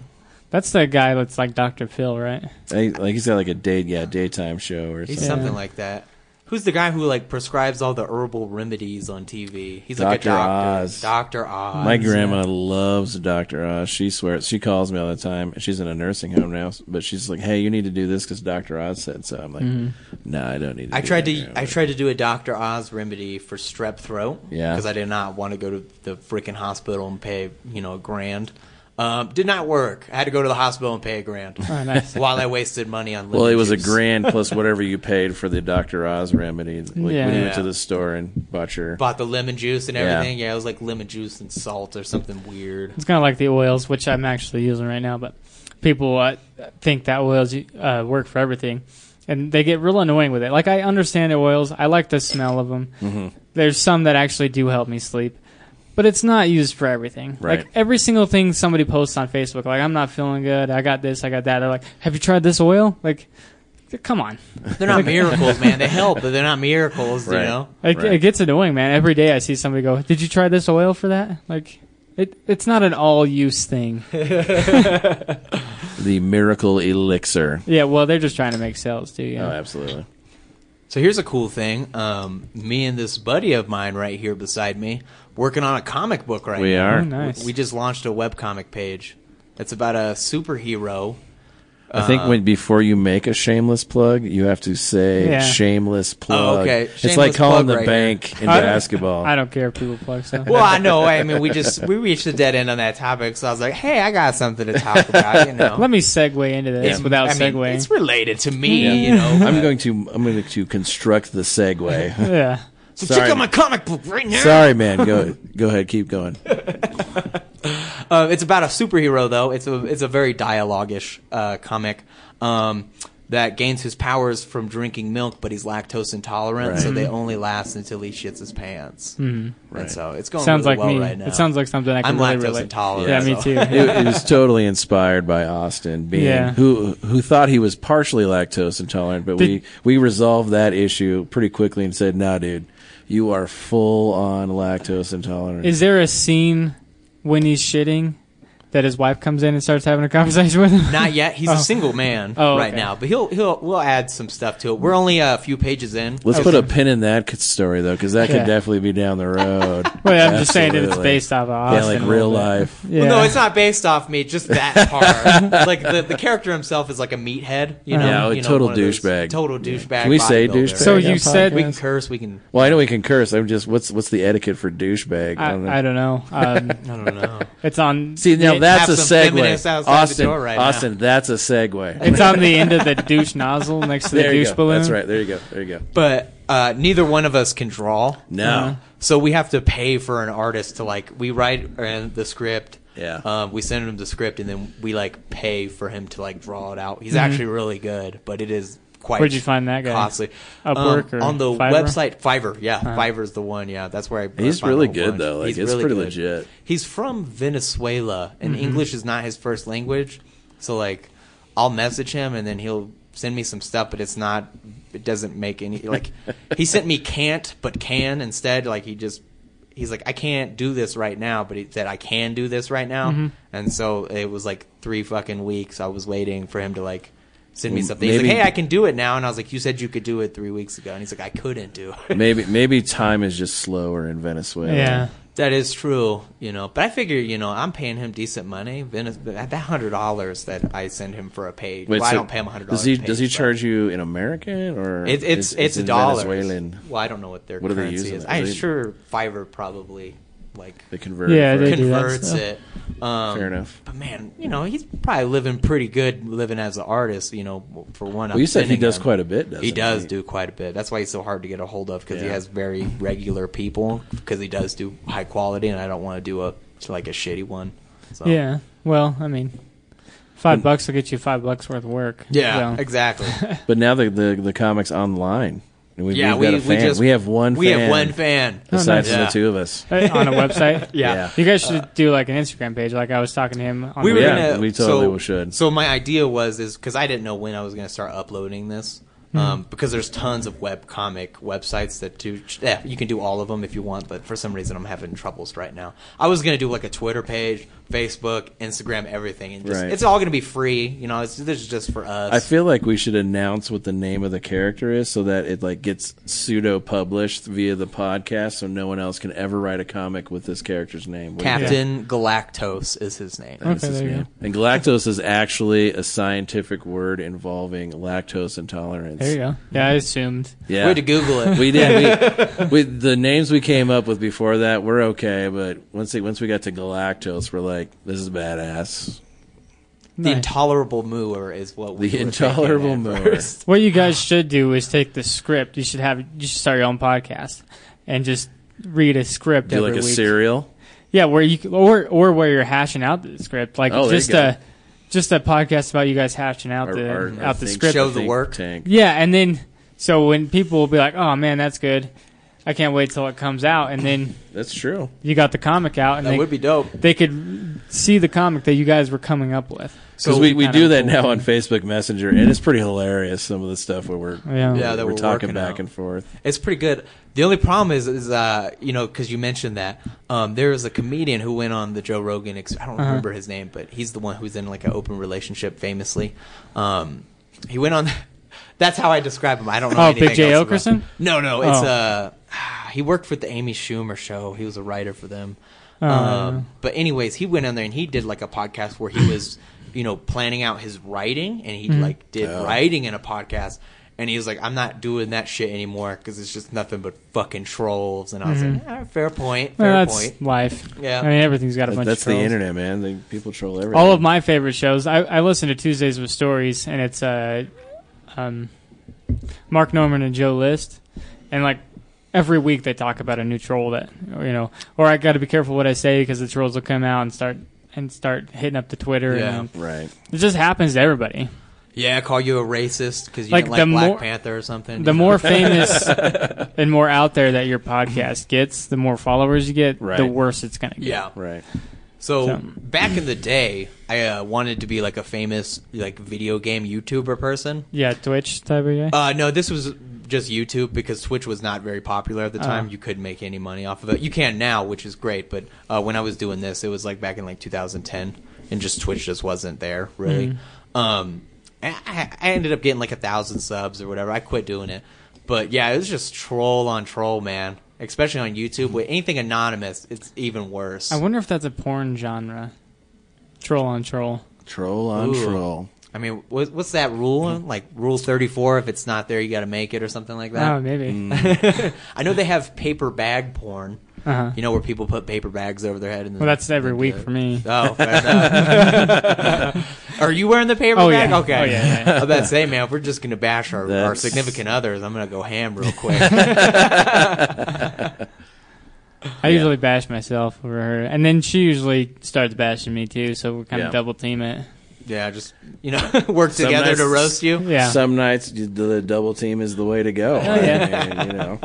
F: That's the guy that's like Dr. Phil, right?
D: I- Like he's got like a day, yeah, daytime show or
E: He's
D: something.
E: something like that. Who's the guy who like prescribes all the herbal remedies on TV? He's like
D: Dr.
E: a doctor.
D: Oz.
E: Doctor Oz.
D: My grandma loves Dr. Oz. She swears. She calls me all the time. She's in a nursing home now, but she's like, "Hey, you need to do this because Dr. Oz said so." I'm like, "No, I don't need." to
E: Mm-hmm. I
D: do
E: tried
D: that,
E: to
D: Grandma."
E: I tried to do a Dr. Oz remedy for strep throat.
D: Yeah.
E: Because I did not want to go to the freaking hospital and pay, you know, a grand. Um, did not work. I had to go to the hospital and pay a grand.
F: Oh, nice.
E: While I wasted money on
D: Well, it was a
E: juice.
D: grand plus whatever you paid for the Dr. Oz remedy. Like when you
F: Yeah.
D: went to the store and bought your
E: Bought the lemon juice and
D: Yeah.
E: everything. Yeah. it was like lemon juice and salt or something weird.
F: It's kind of like the oils, which I'm actually using right now, but people uh, think that oils uh, work for everything. And they get real annoying with it. Like, I understand the oils. I like the smell of them.
D: Mm-hmm.
F: There's some that actually do help me sleep, but it's not used for everything.
D: Right.
F: Like, every single thing somebody posts on Facebook, like, I'm not feeling good. I got this. I got that. They're like, have you tried this oil? Like, come on.
E: They're not miracles, man. They help, but they're not miracles,
D: Right.
E: you know?
F: It,
D: Right.
F: it gets annoying, man. Every day I see somebody go, "Did you try this oil for that?" Like, it it's not an all use thing.
D: the miracle elixir.
F: yeah, well, they're just trying to make sales too.
D: Oh,
F: Yeah,
D: absolutely.
E: So here's a cool thing. Um, me and this buddy of mine right here beside me working on a comic book right
D: We
E: now.
D: are.
F: Oh, nice.
E: We just launched a webcomic page. It's about a superhero.
D: I think
E: Um,
D: when before you make a shameless plug, you have to say
F: Yeah.
D: shameless plug.
E: Oh, okay.
D: it's
E: Shameless
D: like calling
E: plug
D: the
E: right
D: bank in
F: I-
D: basketball.
F: I don't care if people plug stuff.
E: Well, I know. I mean, we just we reached a dead end on that topic, so I was like, "Hey, I got something to talk about." You know,
F: Let me segue into this
E: It's-
F: without
E: I mean,
F: segueing.
E: It's related to me. You know,
D: I'm going to I'm going to construct the segue.
F: yeah.
E: so
D: sorry.
E: check out my comic book right now.
D: Sorry, man. Go go ahead. Keep going.
E: Uh, it's about a superhero, though. It's a it's a very dialogue-ish uh, comic um, that gains his powers from drinking milk, but he's lactose intolerant,
D: Right.
E: so
F: Mm-hmm.
E: they only last until he shits his pants. Mm-hmm. And so it's going
F: Sounds
E: really
F: like
E: well
F: me.
E: right now.
F: It sounds like something I can
E: I'm
F: really
E: lactose
F: relate.
E: intolerant,
F: Yeah, me
E: so-
F: too.
D: It, it was totally inspired by Austin being
F: Yeah.
D: who who thought he was partially lactose intolerant, but
F: Did-
D: we we resolved that issue pretty quickly and said, "No, dude, you are full on lactose intolerant."
F: Is there a scene when he's shitting that his wife comes in and starts having a conversation with him?
E: Not yet. He's a single man
F: Oh,
E: right
F: okay.
E: now, but he'll he'll we'll add some stuff to it. We're only a few pages in.
D: Let's
F: Okay.
D: put a pin in that c- story though, because that
F: Yeah.
D: could definitely be down the road.
F: Well, I'm just saying that it's
D: Absolutely.
F: based off of
D: yeah, like
F: Austin. a little
D: real
F: bit.
D: life.
F: Yeah.
E: Well, no, it's not based off me. Just that part. like the, the character himself is like a meathead.
F: Uh-huh.
E: You know,
D: Yeah, a
E: you know,
D: total
E: one of those
D: douchebag.
E: Total douchebag.
D: Can we say
E: bodybuilder.
D: douchebag?
F: So
D: Yeah,
F: you said
E: we can curse. We can.
D: Well, I know we can curse. I'm just what's what's the etiquette for douchebag?
F: I, I don't know. Um,
E: I don't know.
F: it's on.
D: See now
F: the-
D: that's a
E: have some feminists
D: segue,
E: outside the
D: Austin.
E: door right now.
D: Austin, that's a segue.
F: It's on the end of the douche nozzle next to the
D: There you
F: douche
D: go.
F: balloon.
D: That's right. There you go. There you go.
E: But uh, neither one of us can draw.
F: Mm-hmm.
D: Now,
E: So we have to pay for an artist to like we write uh, the script.
D: Yeah.
E: Um, we send him the script and then we like pay for him to like draw it out. He's actually really good, but it is quite.
F: Mm-hmm. Where'd you find that guy?
E: Costly. Um,
F: Upwork or
E: on the
F: Fiverr? Uh-huh.
E: website Fiverr. Yeah, Fiverr's the one. Yeah, that's where I. I
D: He's
E: found
D: really
E: a whole
D: good,
E: bunch.
D: though. Like,
E: He's
D: it's
E: really
D: pretty
E: good.
D: legit.
E: He's from Venezuela, and English is not his first language. So like, I'll message him, and then he'll send me some stuff, but it's not. It doesn't make any like. he sent me can't, but can instead. Like he just. He's like, I can't do this right now, but he said I can do this right now, and so it was like three fucking weeks. I was waiting for him to like send me
D: Well,
E: something. He's like,
D: maybe-
E: hey, I can do it now, and I was like, you said you could do it three weeks ago, and he's like, I couldn't do it.
D: maybe maybe time is just slower in Venezuela.
F: Yeah.
E: That is true, you know. But I figure, you know, I'm paying him decent money. Venice, that hundred dollars that I send him for a page.
D: Wait,
E: well, I
D: so
E: don't pay him hundred dollars.
D: Does he does he charge you in American or
E: It, it's
D: is-
E: it's
D: is
E: a
D: in
E: dollar.
D: Venezuelan?
E: Well, I don't know what their
D: What do they
E: currency
D: use in
E: is.
D: that?
E: I'm
D: Is it-
E: sure Fiverr probably like
D: They convert.
F: Yeah,
D: for-
F: they do. that
E: converts
F: stuff.
E: it. Um,
D: Fair enough.
E: But man, you know, he's probably living pretty good living as an artist. You know, for one.
D: Well, you said he does quite a bit. Doesn't
E: He does do quite a bit. That's why he's so hard to get a hold of because he
D: Yeah.
E: has very regular people. Because he does do high quality, and I don't want to do a like a shitty one. So.
F: Yeah. Well, I mean, five bucks will get you five bucks worth of work.
E: Yeah,
F: So,
E: exactly.
D: But now the the, the comics online. And we've,
E: Yeah,
D: we've got
E: we-
D: a
E: we
D: fan.
E: just-
D: we have one.
E: we
D: fan
E: have one fan.
D: aside
F: Oh, nice.
D: from
E: Yeah.
D: the two of us.
F: uh, on a website.
E: Yeah.
D: Yeah.
F: You guys should do like an Instagram page, like I was talking to him. On
E: We were
D: Yeah,
E: gonna,
D: we totally
E: so,
D: should.
E: So my idea was is because I didn't know when I was gonna start uploading this,
D: Hmm.
E: um, because there's tons of web comic websites that do. Yeah, you can do all of them if you want, but for some reason I'm having troubles right now. I was gonna do like a Twitter page, Facebook, Instagram, everything, and just,
D: Right.
E: it's all gonna be free. You know, it's, this is just for us.
D: I feel like we should announce what the name of the character is so that it like gets pseudo published via the podcast so no one else can ever write a comic with this character's name. What do you think?
E: Captain Galactos is his name.
D: That's
F: Okay,
D: his
F: there you
D: name. And galactose is actually a scientific word involving lactose intolerance.
F: There you go. Yeah, I assumed.
D: Yeah.
E: Way to Google it.
D: we did. We, we, the names we came up with before that were okay, but once they, once we got to Galactose, we're like, this is badass.
E: the
F: Nice.
E: intolerable mower is what we
D: The
E: were thinking
D: intolerable
E: at
D: mower.
E: first.
F: What you guys should do is take the script. You should have. You should start your own podcast and just read a script
D: Do
F: every
D: like a
F: week.
D: cereal.
F: Yeah, where you c- or or where you're hashing out the script, like
D: Oh, there you
F: just
D: go.
F: a just a podcast about you guys hashing out
D: Our-
F: the
D: our- our
F: out the
D: think-
F: script.
E: Show the
D: think
E: work.
D: Tank.
F: Yeah, and then so when people will be like, "Oh man, that's good," I can't wait till it comes out, and then
D: That's true.
F: you got the comic out, and
E: That
F: they,
E: would be dope.
F: they could see the comic that you guys were coming up with.
D: Because
F: So
D: we, we
F: kinda
D: do that
F: cool.
D: now on Facebook Messenger, and it's pretty hilarious. Some of the stuff where we're
F: Yeah.
E: Yeah, that
D: we're,
E: we're
D: talking
E: working
D: back
E: out.
D: and forth.
E: It's pretty good. The only problem is, is uh, you know, because you mentioned that um, there is a comedian who went on the Joe Rogan. Ex- I don't
F: Uh-huh.
E: remember his name, but he's the one who's in like an open relationship, famously. Um, he went on. That's how I describe him. I don't know.
F: Oh,
E: anything
F: Big J.
E: else about-
F: Okerson?
E: No, no. It's
F: Oh.
E: uh, he worked for the Amy Schumer show. He was a writer for them.
F: Oh,
E: um, but anyways, he went on there and he did like a podcast where he was, you know, planning out his writing and
F: Mm-hmm.
E: he like did writing in a podcast. And he was like, "I'm not doing that shit anymore because it's just nothing but fucking trolls." And I was like, ah, "Fair point, fair
F: Mm-hmm. Well, that's
E: point."
F: life.
E: Yeah.
F: I mean everything's got a bunch.
D: That's
F: of
D: the
F: trolls.
D: internet, man. They, people troll everything.
F: All of my favorite shows. I, I listen to Tuesdays with Stories, and it's uh, um, Mark Norman and Joe List, and like every week they talk about a new troll that you know. Or I got to be careful what I say because the trolls will come out and start and start hitting up the Twitter.
E: Yeah.
F: and
D: right.
F: it just happens to everybody.
E: Yeah, call you a racist because you
F: Like,
E: didn't
F: the
E: like Black
F: more-
E: Panther or something.
F: The more famous and more out there that your podcast gets, the more followers you get, the
D: Right.
F: worse it's gonna get.
E: yeah,
D: Right.
E: So,
F: So-
E: back in the day, I uh, wanted to be like a famous like video game YouTuber person.
F: yeah, Twitch type of guy.
E: Uh, no, this was just YouTube because Twitch was not very popular
F: Oh.
E: at the time. You couldn't make any money off of it. You can now, which is great, but uh, when I was doing this, it was like back in like 2010. and just Twitch just wasn't there really.
F: Mm-hmm.
E: Um, I, I- I ended up getting like a thousand subs or whatever. I quit doing it, but yeah, it was just troll on troll, man. Especially on YouTube with anything anonymous, it's even worse.
F: I wonder if that's a porn genre. Troll on troll.
D: Troll on
E: Ooh.
D: troll.
E: I mean, what, what's that rule?
F: Mm-hmm.
E: Like Rule Thirty Four? If it's not there, you got to make it or something like
F: Oh,
E: that. Mm.
F: maybe.
E: I know they have paper bag porn.
F: Uh-huh.
E: You know where people put paper bags over their head. And
F: Well, that's every week for me.
E: Oh, fair enough. Are you wearing the paper
F: Oh,
E: bag?
F: yeah.
E: Okay.
F: Oh, yeah, yeah,
E: I was about to say, man, if we're just gonna bash our, our
D: That's-
E: significant others, I'm gonna go ham real quick.
F: I usually bash myself over her, and then she usually starts bashing me too. So we kind
D: Yeah.
F: of double team it.
E: yeah, just you know, work
D: Some
E: together
D: nice-
E: to roast you.
F: Yeah,
D: Some nights you- the double team is the way to go.
F: Oh, yeah.
D: I mean, you know,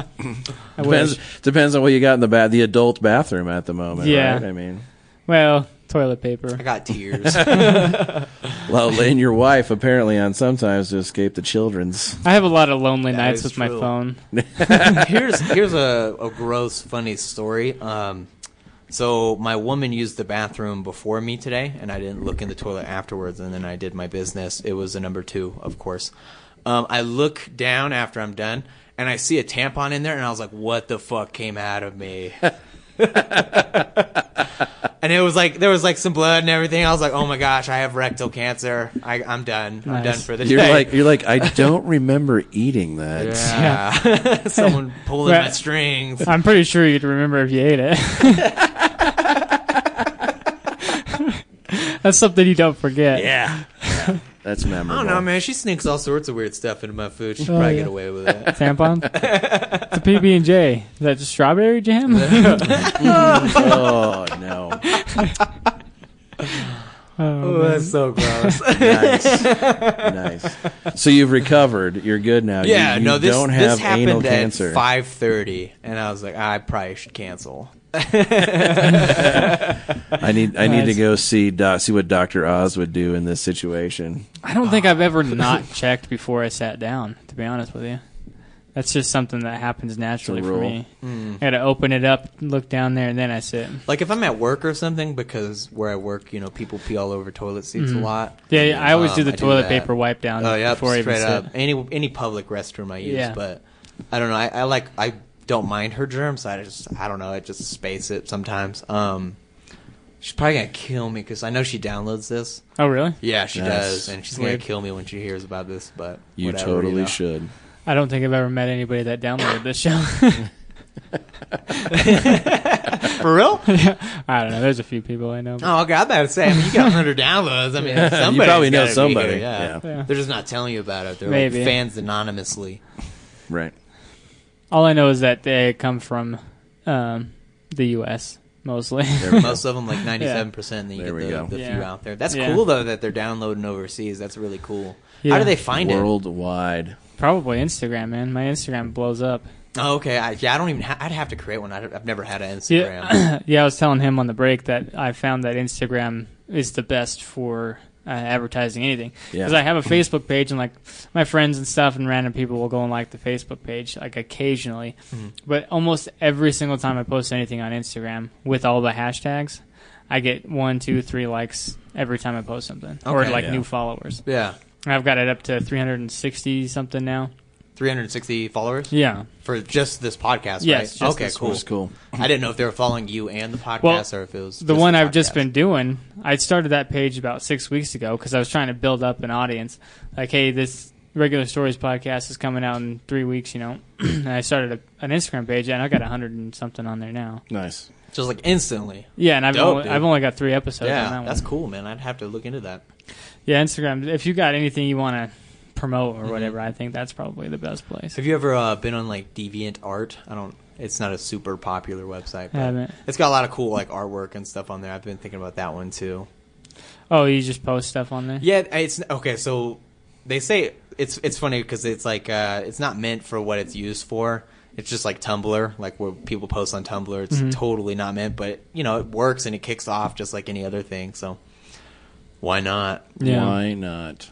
F: I
D: depends
F: wish.
D: depends on what you got in the ba- the adult bathroom at the moment.
F: Yeah.
D: right? I mean,
F: Well, toilet paper.
E: I got tears.
D: well, and your wife apparently on sometimes to escape the children's.
F: I have a lot of lonely
E: That
F: nights
E: is
F: with my
E: true.
F: phone.
E: here's here's a, a gross funny story. Um, so my woman used the bathroom before me today, and I didn't look in the toilet afterwards. And then I did my business. It was a number two, of course. Um, I look down after I'm done, and I see a tampon in there, and I was like, "What the fuck came out of me?" and it was like there was like some blood and everything. I was like, "Oh my gosh, I have rectal cancer. I, I'm done. I'm
F: Nice.
E: done for the
D: You're
E: day."
D: like you're like I don't remember eating that.
E: yeah. someone pulling my
F: Well-
E: strings.
F: I'm pretty sure you'd remember if you ate it. That's something you don't forget.
D: Yeah. That's memorable.
E: I don't know, man. She sneaks all sorts of weird stuff into my food. She
F: Oh,
E: would probably
F: yeah.
E: get away with it.
F: Tampon. it's a PB and J. Is that just strawberry jam?
D: Oh no.
F: Um,
E: oh, that's so gross.
D: Nice. nice. So you've recovered. You're good now. You-
E: yeah,
D: you,
E: no, this
D: don't have
E: this happened
D: anal
E: at
D: cancer.
E: five thirty, and I was like, I probably should cancel.
D: I need I need to
F: Nice.
D: go see doc, see what Doctor Oz would do in this situation.
F: I don't think I've ever not checked before I sat down. To be honest with you, that's just something that happens naturally for
D: rule.
F: me.
E: Mm.
F: I got to open it up, look down there, and then I sit.
E: Like if I'm at work or something, because where I work, you know, people pee all over toilet seats a lot.
F: Mm-hmm. Yeah, yeah, I always
E: Um,
F: do the
E: I
F: toilet
E: that.
F: paper wipe down
E: Oh yeah,
F: before I even
E: straight
F: sit.
E: up. Any any public restroom I use,
F: Yeah.
E: but I don't know. I, I like I don't mind her germs. I just I don't know. I just space it sometimes. Um, she's probably gonna kill me because I know she downloads this.
F: Oh really?
E: Yeah, she
D: Nice.
E: does, and she's gonna
F: Weird.
E: kill me when she hears about this. But
D: You
E: whatever,
D: totally
E: know.
D: should.
F: I don't think I've ever met anybody that downloaded this show.
E: for real.
F: I don't know. There's a few people I know. but-
E: Oh, okay, I about to say, I mean, you got 100 downloads. I mean, somebody
D: probably know somebody,
E: yeah.
D: yeah.
F: Yeah.
E: they're just not telling you about it. They're
F: Maybe.
E: like fans anonymously.
D: Right.
F: All I know is that they come from um, the U.S. mostly.
E: Most of them, like 97 percent, and you
D: There
E: get
D: we
E: the,
D: go.
E: the few
F: Yeah.
E: out there. That's
F: Yeah.
E: cool though that they're downloading overseas. That's really cool. How
F: Yeah.
E: do they find
D: Worldwide.
F: Probably Instagram, man. My Instagram blows up.
E: it? Oh, okay, I, yeah, I don't even. Ha- I'd have to create one. I'd, I've never had an Instagram.
F: Yeah, yeah. I was telling him on the break that I found that Instagram is the best for uh, advertising anything.
D: Yeah.
F: Because I have a Facebook page, and like my friends and stuff, and random people will go and like the Facebook page, like occasionally. But almost every single time I post anything on Instagram with all the hashtags, I get one, two, three likes every time I post something, or
E: Okay.
F: like
D: Yeah.
F: new followers.
E: yeah,
F: I've got it up to 360 something now.
E: 360 followers
F: Yeah.
E: for just this podcast.
F: Yes,
E: right?
F: just
E: okay,
F: this
E: cool.
D: It's cool.
E: I didn't know if they were following you and the podcast
F: Well,
E: or if it was
F: the one I've just
E: podcast.
F: been doing. I started that page about six weeks ago because I was trying to build up an audience. Like, hey, this regular stories podcast is coming out in three weeks, you know. and I started a, an Instagram page, and I got a hundred and something on there now.
D: Nice.
E: just like instantly.
F: Yeah, and I've
E: Dope,
F: only,
E: dude.
F: I've only got three episodes on
E: yeah,
F: that
E: that's
F: one.
E: cool, man. I'd have to look into that.
F: Yeah, Instagram. If you got anything you want to promote or whatever, I think that's probably the best place.
E: Mm-hmm. Have you ever uh, been on like Deviant Art? I don't. It's not a super popular website,
F: I
E: but
F: haven't.
E: it's got a lot of cool like artwork and stuff on there. I've been thinking about that one too.
F: Oh, you just post stuff on there.
E: Yeah, it's okay. So they say it's it's funny because it's like uh, it's not meant for what it's used for. It's just like Tumblr, like where people post on Tumblr.
F: Mm-hmm.
E: It's totally not meant, but you know it works and it kicks off just like any other thing. So why not?
F: Yeah.
D: Why not?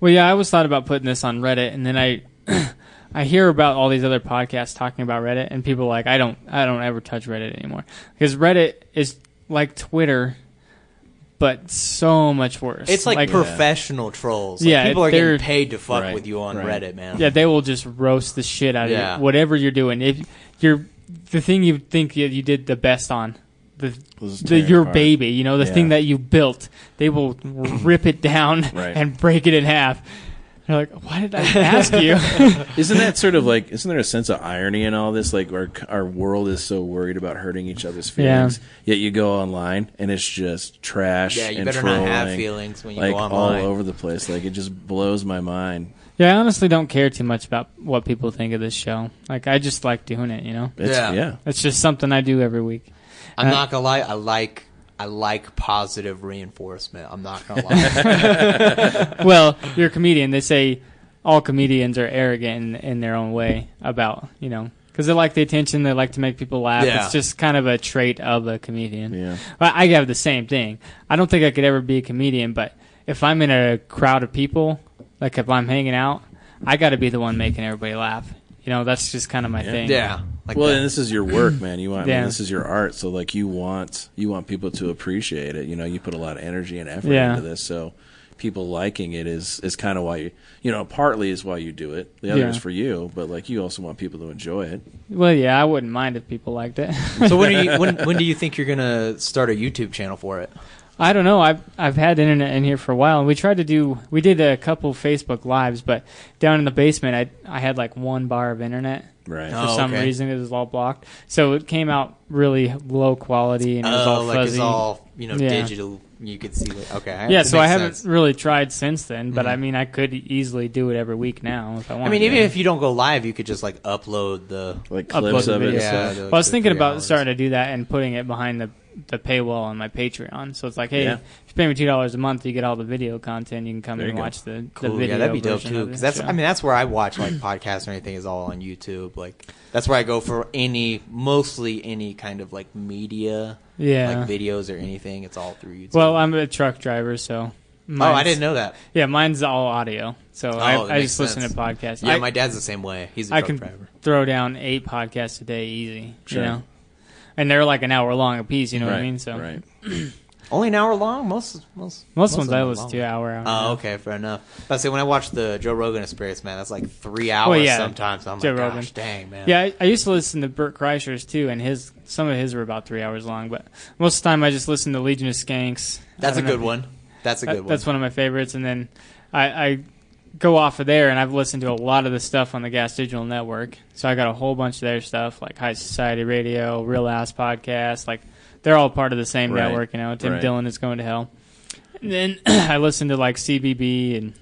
F: Well, yeah, I always thought about putting this on Reddit, and then I, I hear about all these other podcasts talking about Reddit, and people are like I don't, I don't ever touch Reddit anymore because Reddit is like Twitter, but so much worse.
E: It's like, professional trolls. Like,
F: Yeah,
E: people are getting
F: they're-
E: paid to fuck
D: Right,
E: with you on
D: right.
E: Reddit, man.
F: yeah, they will just roast the shit out of
E: Yeah.
F: you. Whatever you're doing, if you're the thing you think you, you did the best on, the,
D: Let's
F: the
D: tear it
F: your
D: apart.
F: baby, you know, the
D: Yeah.
F: thing that you built, they will rip it down
D: Right.
F: and break it in half. They're like, why did I ask you?
D: Isn't that sort of like? Isn't there a sense of irony in all this? Like our our world is so worried about hurting each other's
F: Yeah.
D: feelings, yet you go online and it's just trash.
E: Yeah, you
D: and
E: better not have
D: trolling,
E: feelings when you
D: like
E: go online.
D: all over the place. Like it just blows my mind.
F: yeah, I honestly don't care too much about what people think of this show. Like, I just like doing it. You know,
D: It's,
E: Yeah.
D: yeah.
F: it's just something I do every week.
E: I'm
F: Uh,
E: not gonna lie. I like I like positive reinforcement. I'm not gonna lie.
F: well, you're a comedian. They say all comedians are arrogant in, in their own way about you know because they like the attention. They like to make people laugh.
E: Yeah.
F: It's just kind of a trait of a comedian.
D: Yeah.
F: But I have the same thing. I don't think I could ever be a comedian, but if I'm in a crowd of people, like if I'm hanging out, I got to be the one making everybody laugh. You know, that's just kind of my thing.
E: yeah. Like
D: well,
E: that.
D: and this is your work, man. You want I mean,
F: Yeah.
D: this is your art, so like you want you want people to appreciate it. You know, you put a lot of energy and effort
F: Yeah.
D: into this, so people liking it is is kind of why you you know partly is why you do it. The other
F: Yeah.
D: is for you, but like you also want people to enjoy it.
F: Well, yeah, I wouldn't mind if people liked it.
E: so when do you when when do you think you're gonna start a YouTube channel for it?
F: I don't know. I've I've had internet in here for a while, and we tried to do we did a couple Facebook lives, but down in the basement, I I had like one bar of internet
D: Right.
F: for
E: Oh,
F: some
E: okay.
F: reason. It was all blocked, so it came out really low quality and it was
E: Oh,
F: all
E: like
F: fuzzy.
E: it's all you know
F: Yeah.
E: digital. You could see. It. Okay.
F: yeah,
E: that
F: so I
E: makes
F: haven't
E: sense. Mm-hmm.
F: really tried since then, but I mean, I could easily do it every week now if I
E: I
F: wanted.
E: mean, even
F: to.
E: if you don't go live, you could just like upload the.
D: like
F: Upload
D: clips
F: the
D: of it.
F: video.
D: and
E: Yeah,
D: stuff.
E: the-
F: Well, I was
E: the
F: thinking
E: three
F: about
E: hours.
F: starting to do that and putting it behind the the paywall on my Patreon. So it's like, hey,
D: Yeah.
F: if you pay me two dollars a month, you get all the video content. You can come
D: There
F: and
D: you go.
F: watch the, the
E: Cool.
F: video.
E: Yeah, that'd be dope
F: version
E: too.
F: of
E: Because
F: it,
E: that's,
F: so.
E: I mean, that's where I watch like podcasts or anything is all on YouTube. Like that's where I go for any, mostly any kind of like media,
F: Yeah.
E: like videos or anything. It's all through YouTube.
F: Well, I'm a truck driver, so.
E: oh, I
F: mine's-
E: didn't know that.
F: Yeah, mine's all audio, so
E: Oh, that
F: I, I
E: makes
F: just listen
E: sense.
F: to podcasts.
E: Yeah,
F: I,
E: my dad's the same way. He's a
F: I
E: truck
F: can
E: driver.
F: throw down eight podcasts a day easy,
D: Sure.
F: you know, and they're like an hour long a piece. You know what I
D: Right,
F: mean? So
D: right.
E: Only an hour long. Most most
F: most,
E: of
F: ones
E: them
F: I
E: are
F: listen to
E: long.
F: hour. hour
E: Oh, okay, fair enough. I say when I watch the Joe Rogan Experience, man, that's like three hours
F: yeah,
E: sometimes. I'm
F: Joe
E: like,
F: Rogan.
E: gosh, dang, man.
F: Yeah, I, I used to listen to Burt Kreischer's too, and his some of his were about three hours long. But most of the time, I just listen to Legion of Skanks. I
E: that's a
F: don't know.
E: good one. That's a
F: That-
E: good one.
F: That's one of my favorites. And then I, I go off of there, and I've listened to a lot of the stuff on the Gas Digital Network. So I got a whole bunch of their stuff, like High Society Radio, Real Ass Podcast. Like they're all part of the same
D: Right.
F: network. You know, Tim
D: Right.
F: Dillon is going to hell. And then I listened to like CBB and.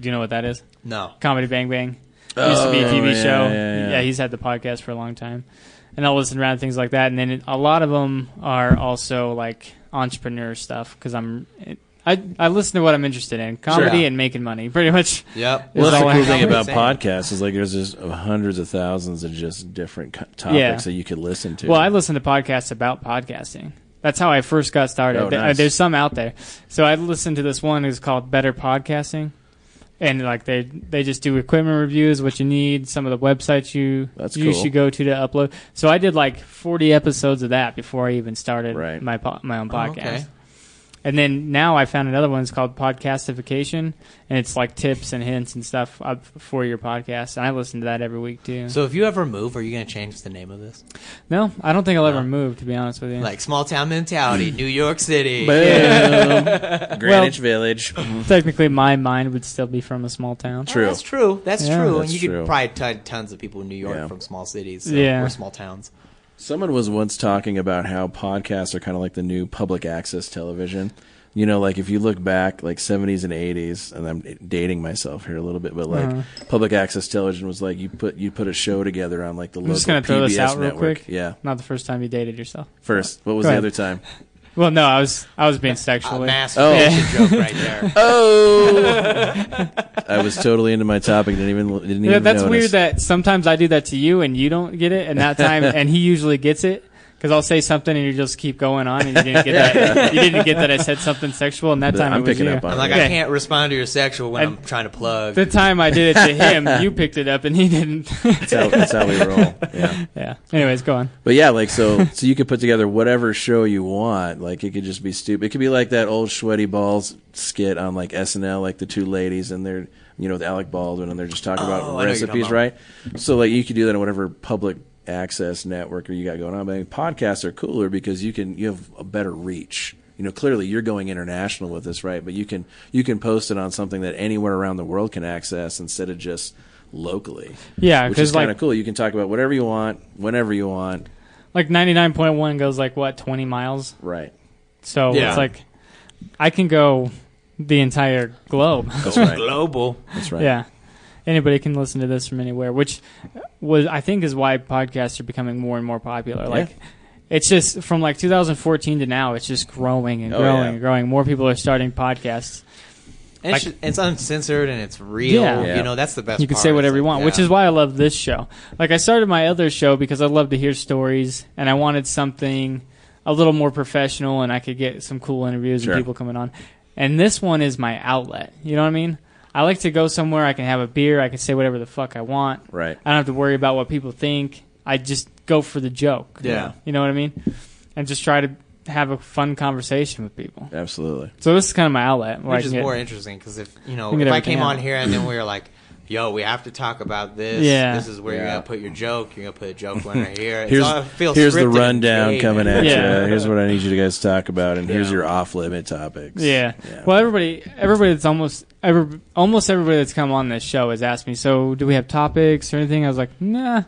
F: Do you know what that is?
E: No,
F: Comedy Bang Bang. It used to be a TV
D: Oh, yeah,
F: show.
D: yeah, yeah.
F: he's had the podcast for a long time. And I'll listen around to things like that. And then it, a lot of them are also like entrepreneur stuff because I'm. I, I listen to what I'm interested in comedy
E: Sure.
F: and making money, pretty much.
E: Yep.
F: Well, that's
D: the
F: all
D: cool
F: I-
D: thing
F: I'm
D: about
E: saying.
D: podcasts is like there's just hundreds of thousands of just different co- topics
F: Yeah.
D: that you could listen to.
F: Well, I listen to podcasts about podcasting. That's how I first got started.
D: Oh,
F: There- uh,
D: nice.
F: There's some out there. So I listened to this one. It's called Better Podcasting. And like they they just do equipment reviews, what you need, some of the websites you
D: That's
F: you
D: cool.
F: should go to to upload. So I did like 40 episodes of that before I even started
D: Right.
F: my po- my own
E: Oh,
F: podcast.
E: okay.
F: And then now I found another one. It's called Podcastification, and it's like tips and hints and stuff up for your podcast. And I listen to that every week too.
E: So if you ever move, are you going to change the name of this?
F: no, I don't think I'll ever move. To be honest with you,
E: Like small town mentality,
F: Mm.
E: New York City.
D: Boom. Greenwich Village.
F: Technically, my mind would still be from a small town.
D: True.
E: Oh, That's true. That's
F: Yeah.
E: true. and
D: That's
E: you
D: true.
E: could probably tell tons of people in New York
D: Yeah.
E: from small cities so,
F: Yeah.
E: or small towns.
D: Someone was once talking about how podcasts are kind of like the new public access television. You know, like if you look back, like 70s and 80s, and I'm dating myself here a little bit, but like
F: Uh-huh.
D: public access television was like you put you put a show together on like the
F: I'm
D: local
F: just gonna throw
D: PBS
F: this out real
D: network.
F: quick.
D: Yeah,
F: Not the first time you dated yourself.
D: first. What was
F: Go
D: the
F: ahead.
D: other time?
F: Well, no, I was I was being
E: A
F: sexual.
E: Uh, masturbation joke right there.
D: Oh, I was totally into my topic. Didn't even didn't
F: yeah,
D: even
F: that's
D: notice.
F: weird that sometimes I do that to you and you don't get it, and that time and he usually gets it. Because I'll say something and you just keep going on, and you didn't get that. you didn't get that I said something sexual, and that time
D: I'm
F: it was
D: picking
F: you.
D: up on
E: I'm
D: it.
E: like,
F: Yeah.
E: I can't respond to your sexual when
F: I-
E: I, am trying to plug.
F: The time I did it to him, you picked it up, and he didn't.
D: That's how, that's how we roll. Yeah.
F: yeah. Anyways, go on.
D: But yeah, like so, so you could put together whatever show you want. Like it could just be stupid. It could be like that old sweaty balls skit on like SNL, like the two ladies and they're you know with Alec Baldwin and they're just talking
E: Oh, I know
D: about
E: what you're talking
D: recipes,
E: about.
D: right? So like you could do that on whatever public access network or you got going on. But I mean, podcasts are cooler because you can you have a better reach. You know, clearly you're going international with this, right? But you can you can post it on something that anywhere around the world can access instead of just locally.
F: Yeah,
D: which is
F: because
D: kind of
F: like
D: cool. You can talk about whatever you want, whenever you want.
F: like ninety nine point one goes like what twenty miles,
D: Right.
F: so
E: Yeah.
F: it's like I can go the entire globe.
D: That's right.
E: global.
D: That's right.
F: Yeah. Anybody can listen to this from anywhere, which was I think is why podcasts are becoming more and more popular. Like it's just from like 2014 to now, it's just growing and
D: Oh,
F: growing
D: yeah.
F: and growing. More people are starting podcasts.
E: And it's, ju- it's uncensored and it's real.
F: Yeah.
D: Yeah.
E: You know, that's the best.
F: you can
E: part.
F: say
E: It's
F: whatever you
E: like,
F: want, which
E: yeah.
F: is why I love this show. Like I started my other show because I love to hear stories and I wanted something a little more professional and I could get some cool interviews
D: Sure.
F: and people coming on. And this one is my outlet. You know what I mean? I like to go somewhere I can have a beer, I can say whatever the fuck I want.
D: Right.
F: I don't have to worry about what people think. I just go for the joke.
E: Yeah.
F: You know what I mean? And just try to have a fun conversation with people.
D: Absolutely.
F: So this is kind of my outlet. where I
E: which
F: can
E: is
F: get-
E: more interesting because if you know
F: can get
E: if I
F: everything
E: came
F: out.
E: on here and then we were like, "Yo, we have to talk about this.
F: Yeah.
E: This is where you're
D: Yeah.
E: gonna put your joke. You're gonna put a joke when right here. It's
D: Here's,
E: all- it feels
D: here's the
E: scripted.
D: rundown
E: Great.
D: coming at
F: Yeah.
D: you. Here's what I need you to guys to talk about, and here's
E: Yeah.
D: your off limit topics.
F: Yeah. Well, everybody, everybody that's almost ever, almost everybody that's come on this show has asked me. So, do we have topics or anything? I was like, nah,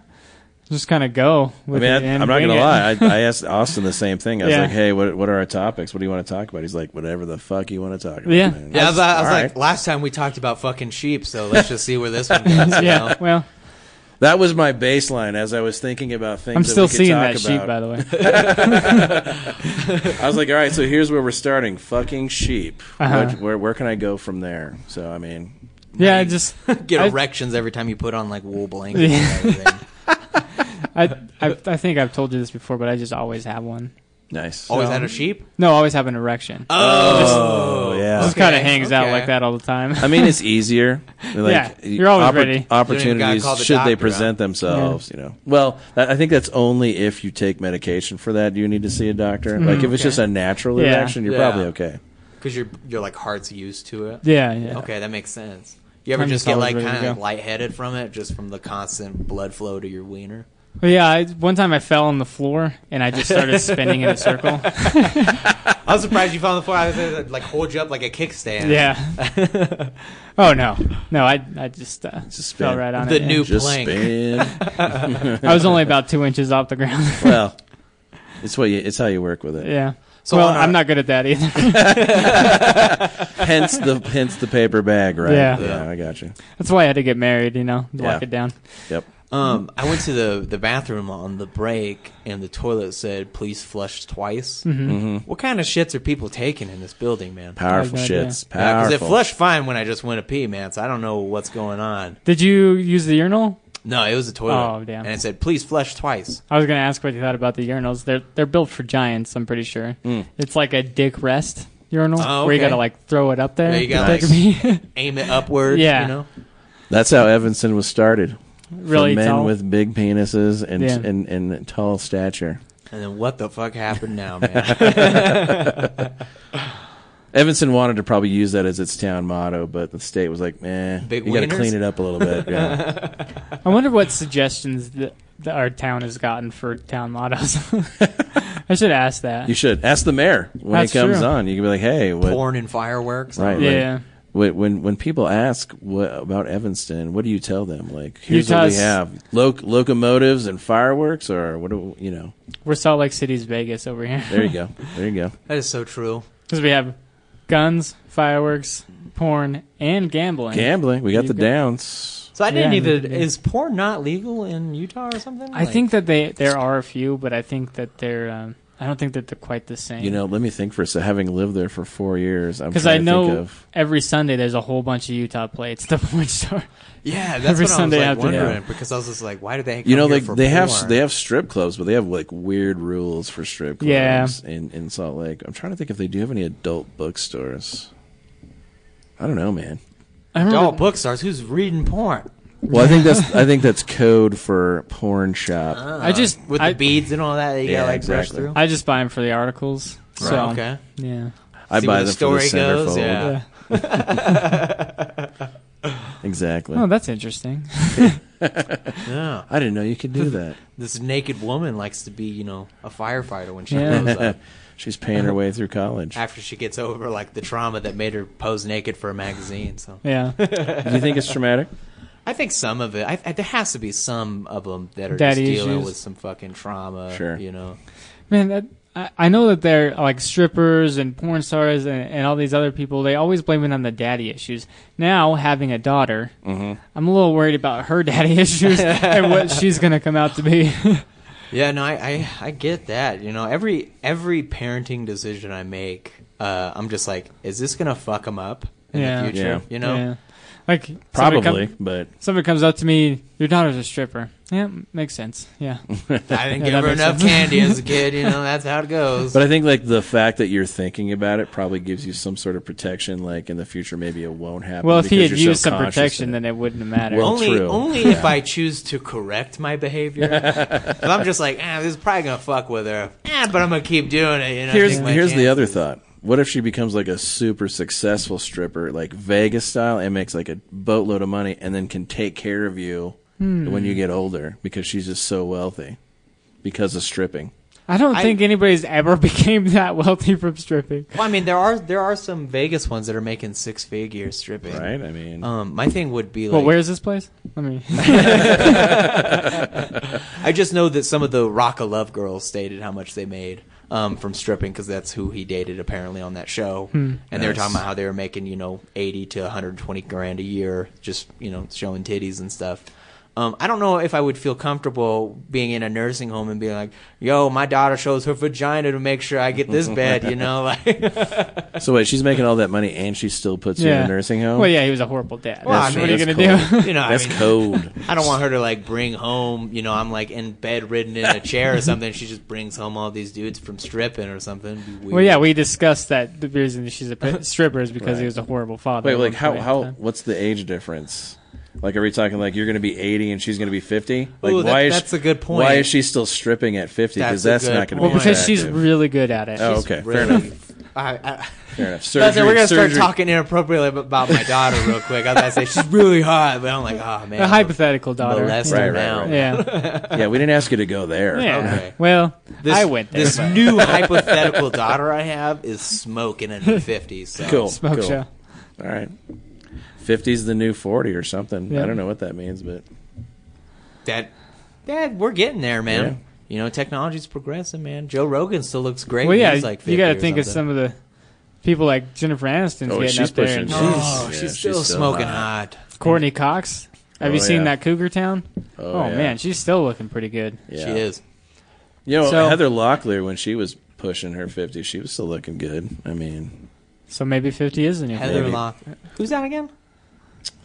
F: just kind of go.
D: I
F: With
D: mean,
F: it
D: I,
F: and
D: I'm not
F: wing
D: gonna
F: it.
D: lie. I, I asked Austin the same thing. I was
F: Yeah.
D: like, "Hey, what what are our topics? What do you want to talk about?" He's like, "Whatever the fuck you want to talk about."
F: Yeah.
D: man."
E: Yeah, I was, I was
D: All
E: like,
D: right.
E: last time we talked about fucking sheep, so let's just see where this one goes. You
F: yeah.
E: know?
F: Well,
D: that was my baseline as I was thinking about things.
F: I'm
D: that
F: still
D: we could
F: seeing
D: talk
F: that sheep,
D: about.
F: by the way.
D: I was like, "All right, so here's where we're starting. Fucking sheep.
F: Uh-huh.
D: What- where where can I go from there?" So I mean,
F: yeah. I just,
E: Get
F: I-
E: erections every time you put on like wool blankets. and everything.
F: I, I, I think I've told you this before, but I just always have one.
D: nice.
E: Always had a sheep.
F: No, I always have an erection.
D: Oh yeah.
F: it just kind of
E: okay,
F: hangs out
E: okay.
F: like that all the time.
D: I mean, it's easier. Like,
F: Yeah, you're always
D: oppor-
F: ready.
E: You don't even
D: Opportunities
E: gotta call the
D: should
E: doctor
D: they
E: out.
D: present themselves, you know. Well, that, I think that's only if you take medication for that. Do you need to see a doctor? like if it's just a natural
F: Mm-hmm. Yeah.
D: reaction, you're
E: Yeah.
D: probably okay.
E: because your your like heart's used to it.
F: yeah, yeah.
E: Okay, that makes sense. You ever
F: I'm
E: just
F: just
E: get
F: always
E: like
F: ready to
E: kind of like,
F: go.
E: lightheaded from it, just from the constant blood flow to your wiener?
F: But yeah, I, one time I fell on the floor and I just started spinning in a circle.
E: I was surprised you found the floor. I was gonna, like hold you up like a kickstand.
F: Yeah. oh no, no, I I just, uh,
D: Just
F: fell
D: spin.
F: right on
E: The
F: it. yeah.
E: new-
D: Just
E: Blank.
D: spin.
F: I was only about two inches off the ground.
D: well, it's what you, it's how you work with it.
F: yeah.
E: So
F: well,
E: on a-
F: I'm not good at that either.
D: Hence the hence the paper bag, right?
F: Yeah.
D: I got you.
F: That's why I had to get married. You know, to lock
D: Yeah.
F: it down.
D: Yep.
E: Um, I went to the the bathroom on the break, and the toilet said, "Please flush twice." Mm-hmm. What kind of shits are people taking in this building, man?
D: Powerful
F: I have no
D: shits.
E: Because
D: Powerful.
E: it flushed fine when I just went to pee, man. So I don't know what's going on.
F: Did you use the urinal?
E: No, it was the toilet.
F: Oh, damn.
E: And it said, "Please flush twice."
F: I was going to ask what you thought about the urinals. They're they're built for giants. I'm pretty sure. It's like a dick rest urinal
E: Hmm. Oh,
F: where you
E: okay.
F: got to like throw it up there.
E: Yeah, you gotta,
F: That
E: like,
F: could be
E: Aim it upward.
F: Yeah.
E: You know.
D: That's how Evanston was started.
F: really
D: For men
F: tall.
D: with big penises and,
F: Yeah.
D: and and tall stature.
E: And then what the fuck happened now, man?
D: Evanston wanted to probably use that as its town motto, but the state was like, "Eh,
E: Big
D: you got to
E: wieners?
D: clean it up a little bit." Yeah.
F: I wonder what suggestions that that our town has gotten for town mottos. I should ask that.
D: you should ask the mayor when
F: That's
D: he comes
F: true.
D: on. You can be like, "Hey, what?"
E: Porn and fireworks.
D: Right?
F: Yeah.
D: Like, wh- when when people ask what about Evanston, what do you tell them? Like, here's
F: tell
D: what we
F: us-
D: have: Loc- locomotives and fireworks, or what do you know?
F: We're Salt Lake City's Vegas over here.
D: There you go. There you go.
E: That is so true.
F: Because we have guns, fireworks, porn, and gambling.
D: Gambling. We got
F: You
D: the
F: go-
D: downs.
E: So I didn't
F: Yeah.
E: even. Is porn not legal in Utah or something?
F: I think that they there are a few, but I think that they're um, I don't think that they're quite the same.
D: You know, let me think for a second. Having lived there for four years, I'm
F: because
D: trying
F: I
D: to
F: know
D: think of.
F: every Sunday there's a whole bunch of Utah plates at the porn store.
E: Yeah, that's
F: Every
E: what
F: Sunday
E: I was like,
F: afternoon.
E: wondering because I was just like, why do they? Come
D: You know,
E: here
D: like
E: for
D: they have
E: porn?
D: they have strip clubs, but they have like weird rules for strip clubs
F: Yeah.
D: in in Salt Lake. I'm trying to think if they do have any adult bookstores. I don't know, man.
F: I remember.
E: adult bookstores. Who's reading porn
D: Well, I think that's I think that's code for porn shop.
F: I just
E: uh, with
F: I,
E: the beads and all that? that you
D: Yeah,
E: got like
D: exactly.
E: brush through.
F: I just buy them for the articles.
E: Right,
F: So,
E: okay.
F: Yeah.
D: I
E: See
D: buy
E: where
D: them
E: the
D: for the
E: story goes,
D: centerfold.
E: yeah.
F: yeah.
D: Exactly.
F: Oh, that's interesting.
E: Yeah.
D: I didn't know you could do that.
E: This naked woman likes to be, you know, a firefighter when she
F: Yeah.
E: grows up.
D: She's paying her way through college.
E: After she gets over like the trauma that made her pose naked for a magazine, so
F: Yeah.
D: Do you think it's traumatic?
E: I think some of it. I, I, there has to be some of them that are
F: Daddy
E: just dealing
F: issues.
E: with some fucking trauma.
D: Sure.
E: you know.
F: Man, that, I, I know that they're like strippers and porn stars and, and all these other people. They always blame it on the daddy issues. Now, having a daughter,
D: Mm-hmm.
F: I'm a little worried about her daddy issues and what she's going to come out to be.
E: Yeah, no, I, I I get that. You know, every every parenting decision I make, uh, I'm just like, is this gonna fuck them up in
F: Yeah.
E: the future?
D: Yeah.
E: You know.
F: Yeah. Like, somebody
D: Probably,
F: come-
D: but
F: Somebody comes up to me, your daughter's a stripper. Yeah, m- makes sense. Yeah.
E: I didn't
F: Yeah, that
E: give her
F: makes
E: enough
F: sense.
E: candy as a kid. You know, that's how it goes.
D: But I think like the fact that you're thinking about it probably gives you some sort of protection. Like in the future, maybe it won't happen.
F: Well, if he
D: because
F: had
D: you're
F: used
D: so
F: some
D: conscious
F: protection,
D: of it.
F: then it wouldn't have mattered.
D: Well,
E: only
D: true.
E: only if I choose to correct my behavior. 'Cause I'm just like, ah, this is probably gonna fuck with her. Eh, but I'm gonna keep doing it. You know,
D: here's
E: take my
D: here's the other
E: chances.
D: thought. What if she becomes like a super successful stripper, like Vegas style, and makes like a boatload of money, and then can take care of you
F: Hmm.
D: when you get older because she's just so wealthy because of stripping.
F: I don't
E: I-
F: think anybody's ever became that wealthy from stripping.
E: Well, I mean, there are there are some Vegas ones that are making six figures stripping.
D: Right? I mean,
E: Um, my thing would be like,
F: Well, where's this place? I mean,
E: I just know that some of the Rock of Love girls stated how much they made um, from stripping because that's who he dated apparently on that show.
F: Hmm.
E: And they were
D: Nice.
E: talking about how they were making you know eighty to one hundred twenty grand a year just you know showing titties and stuff. Um, I don't know if I would feel comfortable being in a nursing home and being like, "Yo, my daughter shows her vagina to make sure I get this bed," you know, like.
D: so wait, she's making all that money and she still puts you in
F: Yeah.
D: a nursing home.
F: well, yeah, he was a horrible dad.
E: Well,
D: That's-
E: I mean,
F: what are you
D: that's
F: going to do?
D: cold.
E: You know, I
D: That's
E: mean-
D: code.
E: I don't want her to like bring home, you know, I'm like in bed ridden in a chair or something. She just brings home all these dudes from stripping or something. It'd be weird.
F: Well, yeah, we discussed that the reason that she's a pe- stripper is because he
D: Right.
F: was a horrible father.
D: Wait,
F: at
D: like
F: one
D: how
F: point in
D: how
F: time.
D: what's the age difference? Like, are we talking like you're going to be 80 and she's going to be 50? Like,
E: Ooh, that-
D: why is
E: that's a good point.
D: Why is she still stripping at 50? Because
E: That's
D: that's,
E: a
D: not going
E: good
D: to
F: Well,
D: be
E: point.
F: because she's
D: attractive.
F: really good at it.
D: oh,
F: She's-
D: okay,
E: Really-
D: fair enough.
E: I, I,
D: Fair enough.
E: I said
D: Surgery,
E: we're gonna start
D: surgery-
E: talking inappropriately about my daughter real quick. I was gonna say she's really hot, but I'm like, oh man,
F: A hypothetical daughter.
E: molest
D: Right, right,
E: her now.
D: right.
F: Yeah.
D: Yeah, we didn't ask you to go there.
F: yeah.
E: Okay.
F: Well,
E: This,
F: I went there.
E: This new hypothetical daughter I have is smoking in her 50s. So.
D: Cool.
F: smoke
D: cool.
F: show.
D: All right. 50's the new 40 or something.
F: Yeah.
D: I don't know what that means, but
E: Dad, Dad, we're getting there, man.
D: Yeah.
E: You know, technology's progressing, man. Joe Rogan still looks great.
F: Well,
E: when
F: yeah,
E: he's like 50
F: you got
E: or
F: to think of
E: something.
F: some of the people like Jennifer Aniston's
D: Oh,
F: getting
D: she's
F: up there,
D: pushing
F: and
D: it.
E: Oh,
D: Yeah,
E: she's,
D: she's
E: still
D: still
E: smoking
D: hot.
E: hot.
F: Courtney Cox. Have you
D: Oh,
F: seen
D: yeah.
F: that Cougar Town?
D: Oh, yeah.
F: man, she's still looking pretty good.
D: yeah.
E: She is.
D: You know,
F: So-
D: Heather Locklear, when she was pushing her 50, she was still looking good. I mean,
F: So maybe 50 is the new.
E: Heather
D: Maybe.
E: Lock. Who's that again?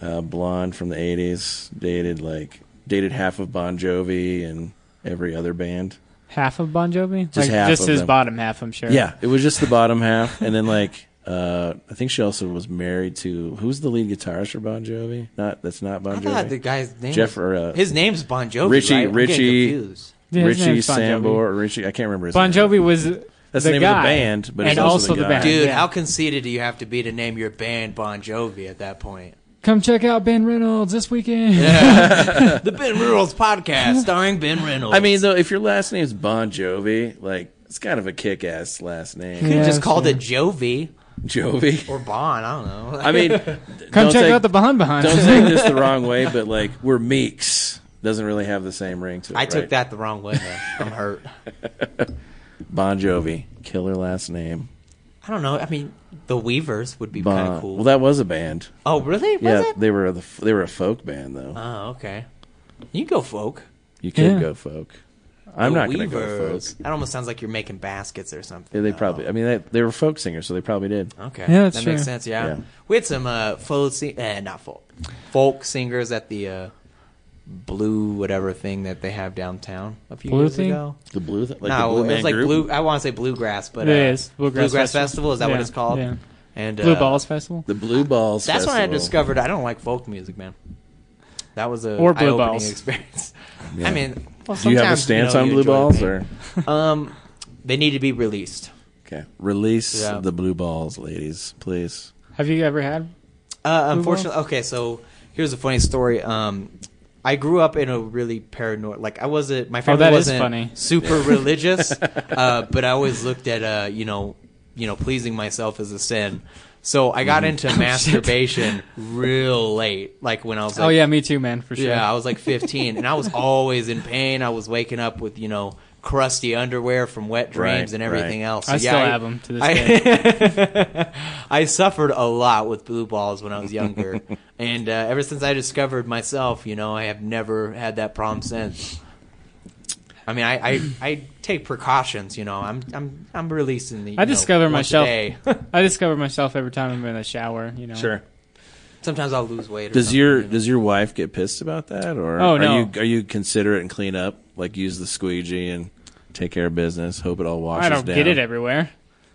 D: uh, blonde from the 80s, dated like dated half of Bon Jovi and every other band.
F: Half of Bon Jovi?
D: Just half
F: just
D: of
F: his
D: them.
F: bottom half, I'm sure.
D: Yeah, it was just the bottom half, and then like uh, I think she also was married to who's the lead guitarist for Bon Jovi? Not that's not Bon
E: I
D: Jovi.
E: thought the guy's name.
D: Jeff or uh,
E: his name's Bon Jovi.
D: Richie-
E: right? I'm getting
D: Richie-
E: confused.
F: Yeah, his
D: Richie
F: name's Bon Jovi.
D: Sambor or Richie. I can't remember his
F: Bon
D: name.
F: Jovi was
D: That's
F: the,
D: the, name
F: guy,
D: of the band, but
F: and
D: it's also, the, band.
E: Dude,
F: yeah.
E: how conceited do you have to be to name your band Bon Jovi at that point?
F: Come check out Ben Reynolds this weekend.
E: the Ben Reynolds podcast starring Ben Reynolds.
D: I mean, though, if your last name's Bon Jovi, like it's kind of a kick-ass last name,
E: could have
F: Yeah,
E: just called
F: sure.
E: it Jovi
D: Jovi.
E: or Bon. I don't know.
D: I mean,
F: Come
D: don't
F: check
D: take-
F: out the Behind Behind.
D: Don't take this the wrong way, but like we're Meeks doesn't really have the same ring to it.
E: I took
D: right?
E: that the wrong way. man. I'm hurt.
D: Bon Jovi, killer last name.
E: I don't know. I mean, the Weavers would be kind
D: Bon.
E: of cool.
D: Well, that was a band.
E: oh, really? Was
D: yeah,
E: it?
D: they were the, f- they were a folk band though.
E: Oh, okay. You go folk.
D: You could
F: Uh, Yeah.
D: go folk. I'm
E: The
D: not going to go
E: Weaver.
D: with folks.
E: That almost sounds like you're making baskets or something.
D: Yeah, they
E: though.
D: probably. I mean, they, they were folk singers, so they probably did.
E: Okay.
F: Yeah, that's
E: that
F: true.
E: makes sense. Yeah.
D: Yeah.
E: We had some uh, folk, sing- eh, not folk, folk singers at the uh, blue whatever thing that they have downtown a few
F: Blue
E: years
F: thing?
E: ago.
D: The blue, th- like
E: no,
D: the blue
E: it
D: man
E: was like
D: group.
E: blue. I want to say bluegrass, but
F: It
E: uh,
F: is. Bluegrass
E: bluegrass,
F: Festival.
E: festival. Is that what
F: Yeah,
E: it's called?
F: yeah.
E: And
F: Blue
E: uh,
F: Balls Festival.
D: The blue balls.
E: That's when I
D: Festival.
E: discovered I don't like folk music, man. That was a
F: Or Blue
E: eye-opening
F: Balls.
E: experience. I mean, well,
D: Do you have a
E: sometimes,
D: stance
E: know,
D: on
E: you
D: blue
E: enjoy
D: balls
E: things.
D: or?
E: um, they need to be released.
D: Okay, release
E: Yeah.
D: the blue balls, ladies, please.
F: Have you ever had?
E: Uh, unfortunately, okay. So here's a funny story. Um, I grew up in a really paranoid. Like I wasn't. My family
F: Oh, that is
E: wasn't
F: funny.
E: super religious, uh, but I always looked at uh, you know, you know, pleasing myself as a sin. So I
F: Mm-hmm.
E: got
F: Oh,
E: into masturbation real late, like when I was like,
F: oh yeah, me too, man, for sure.
E: yeah, I was like 15, and I was always in pain. I was waking up with you know crusty underwear from wet dreams
D: Right,
E: and everything
D: right.
E: else.
F: I
E: So,
F: still
E: yeah,
F: have 'em to this
E: I-
F: day.
E: I suffered a lot with blue balls when I was younger, and uh, ever since I discovered myself, you know, I have never had that problem since. I mean, I, I, I take precautions. You know, I'm I'm I'm releasing the. you
F: I
E: know,
F: discover
E: once a
F: myself.
E: day.
F: I discover myself every time I'm in the shower. You know.
E: Sometimes I'll lose weight. Or
D: Does
E: something,
D: your
E: you know.
D: does your wife get pissed about that, or
F: Oh, no.
D: are you are you considerate and clean up, like use the squeegee and take care of business? Hope it all washes
F: I don't
D: down.
F: get it everywhere.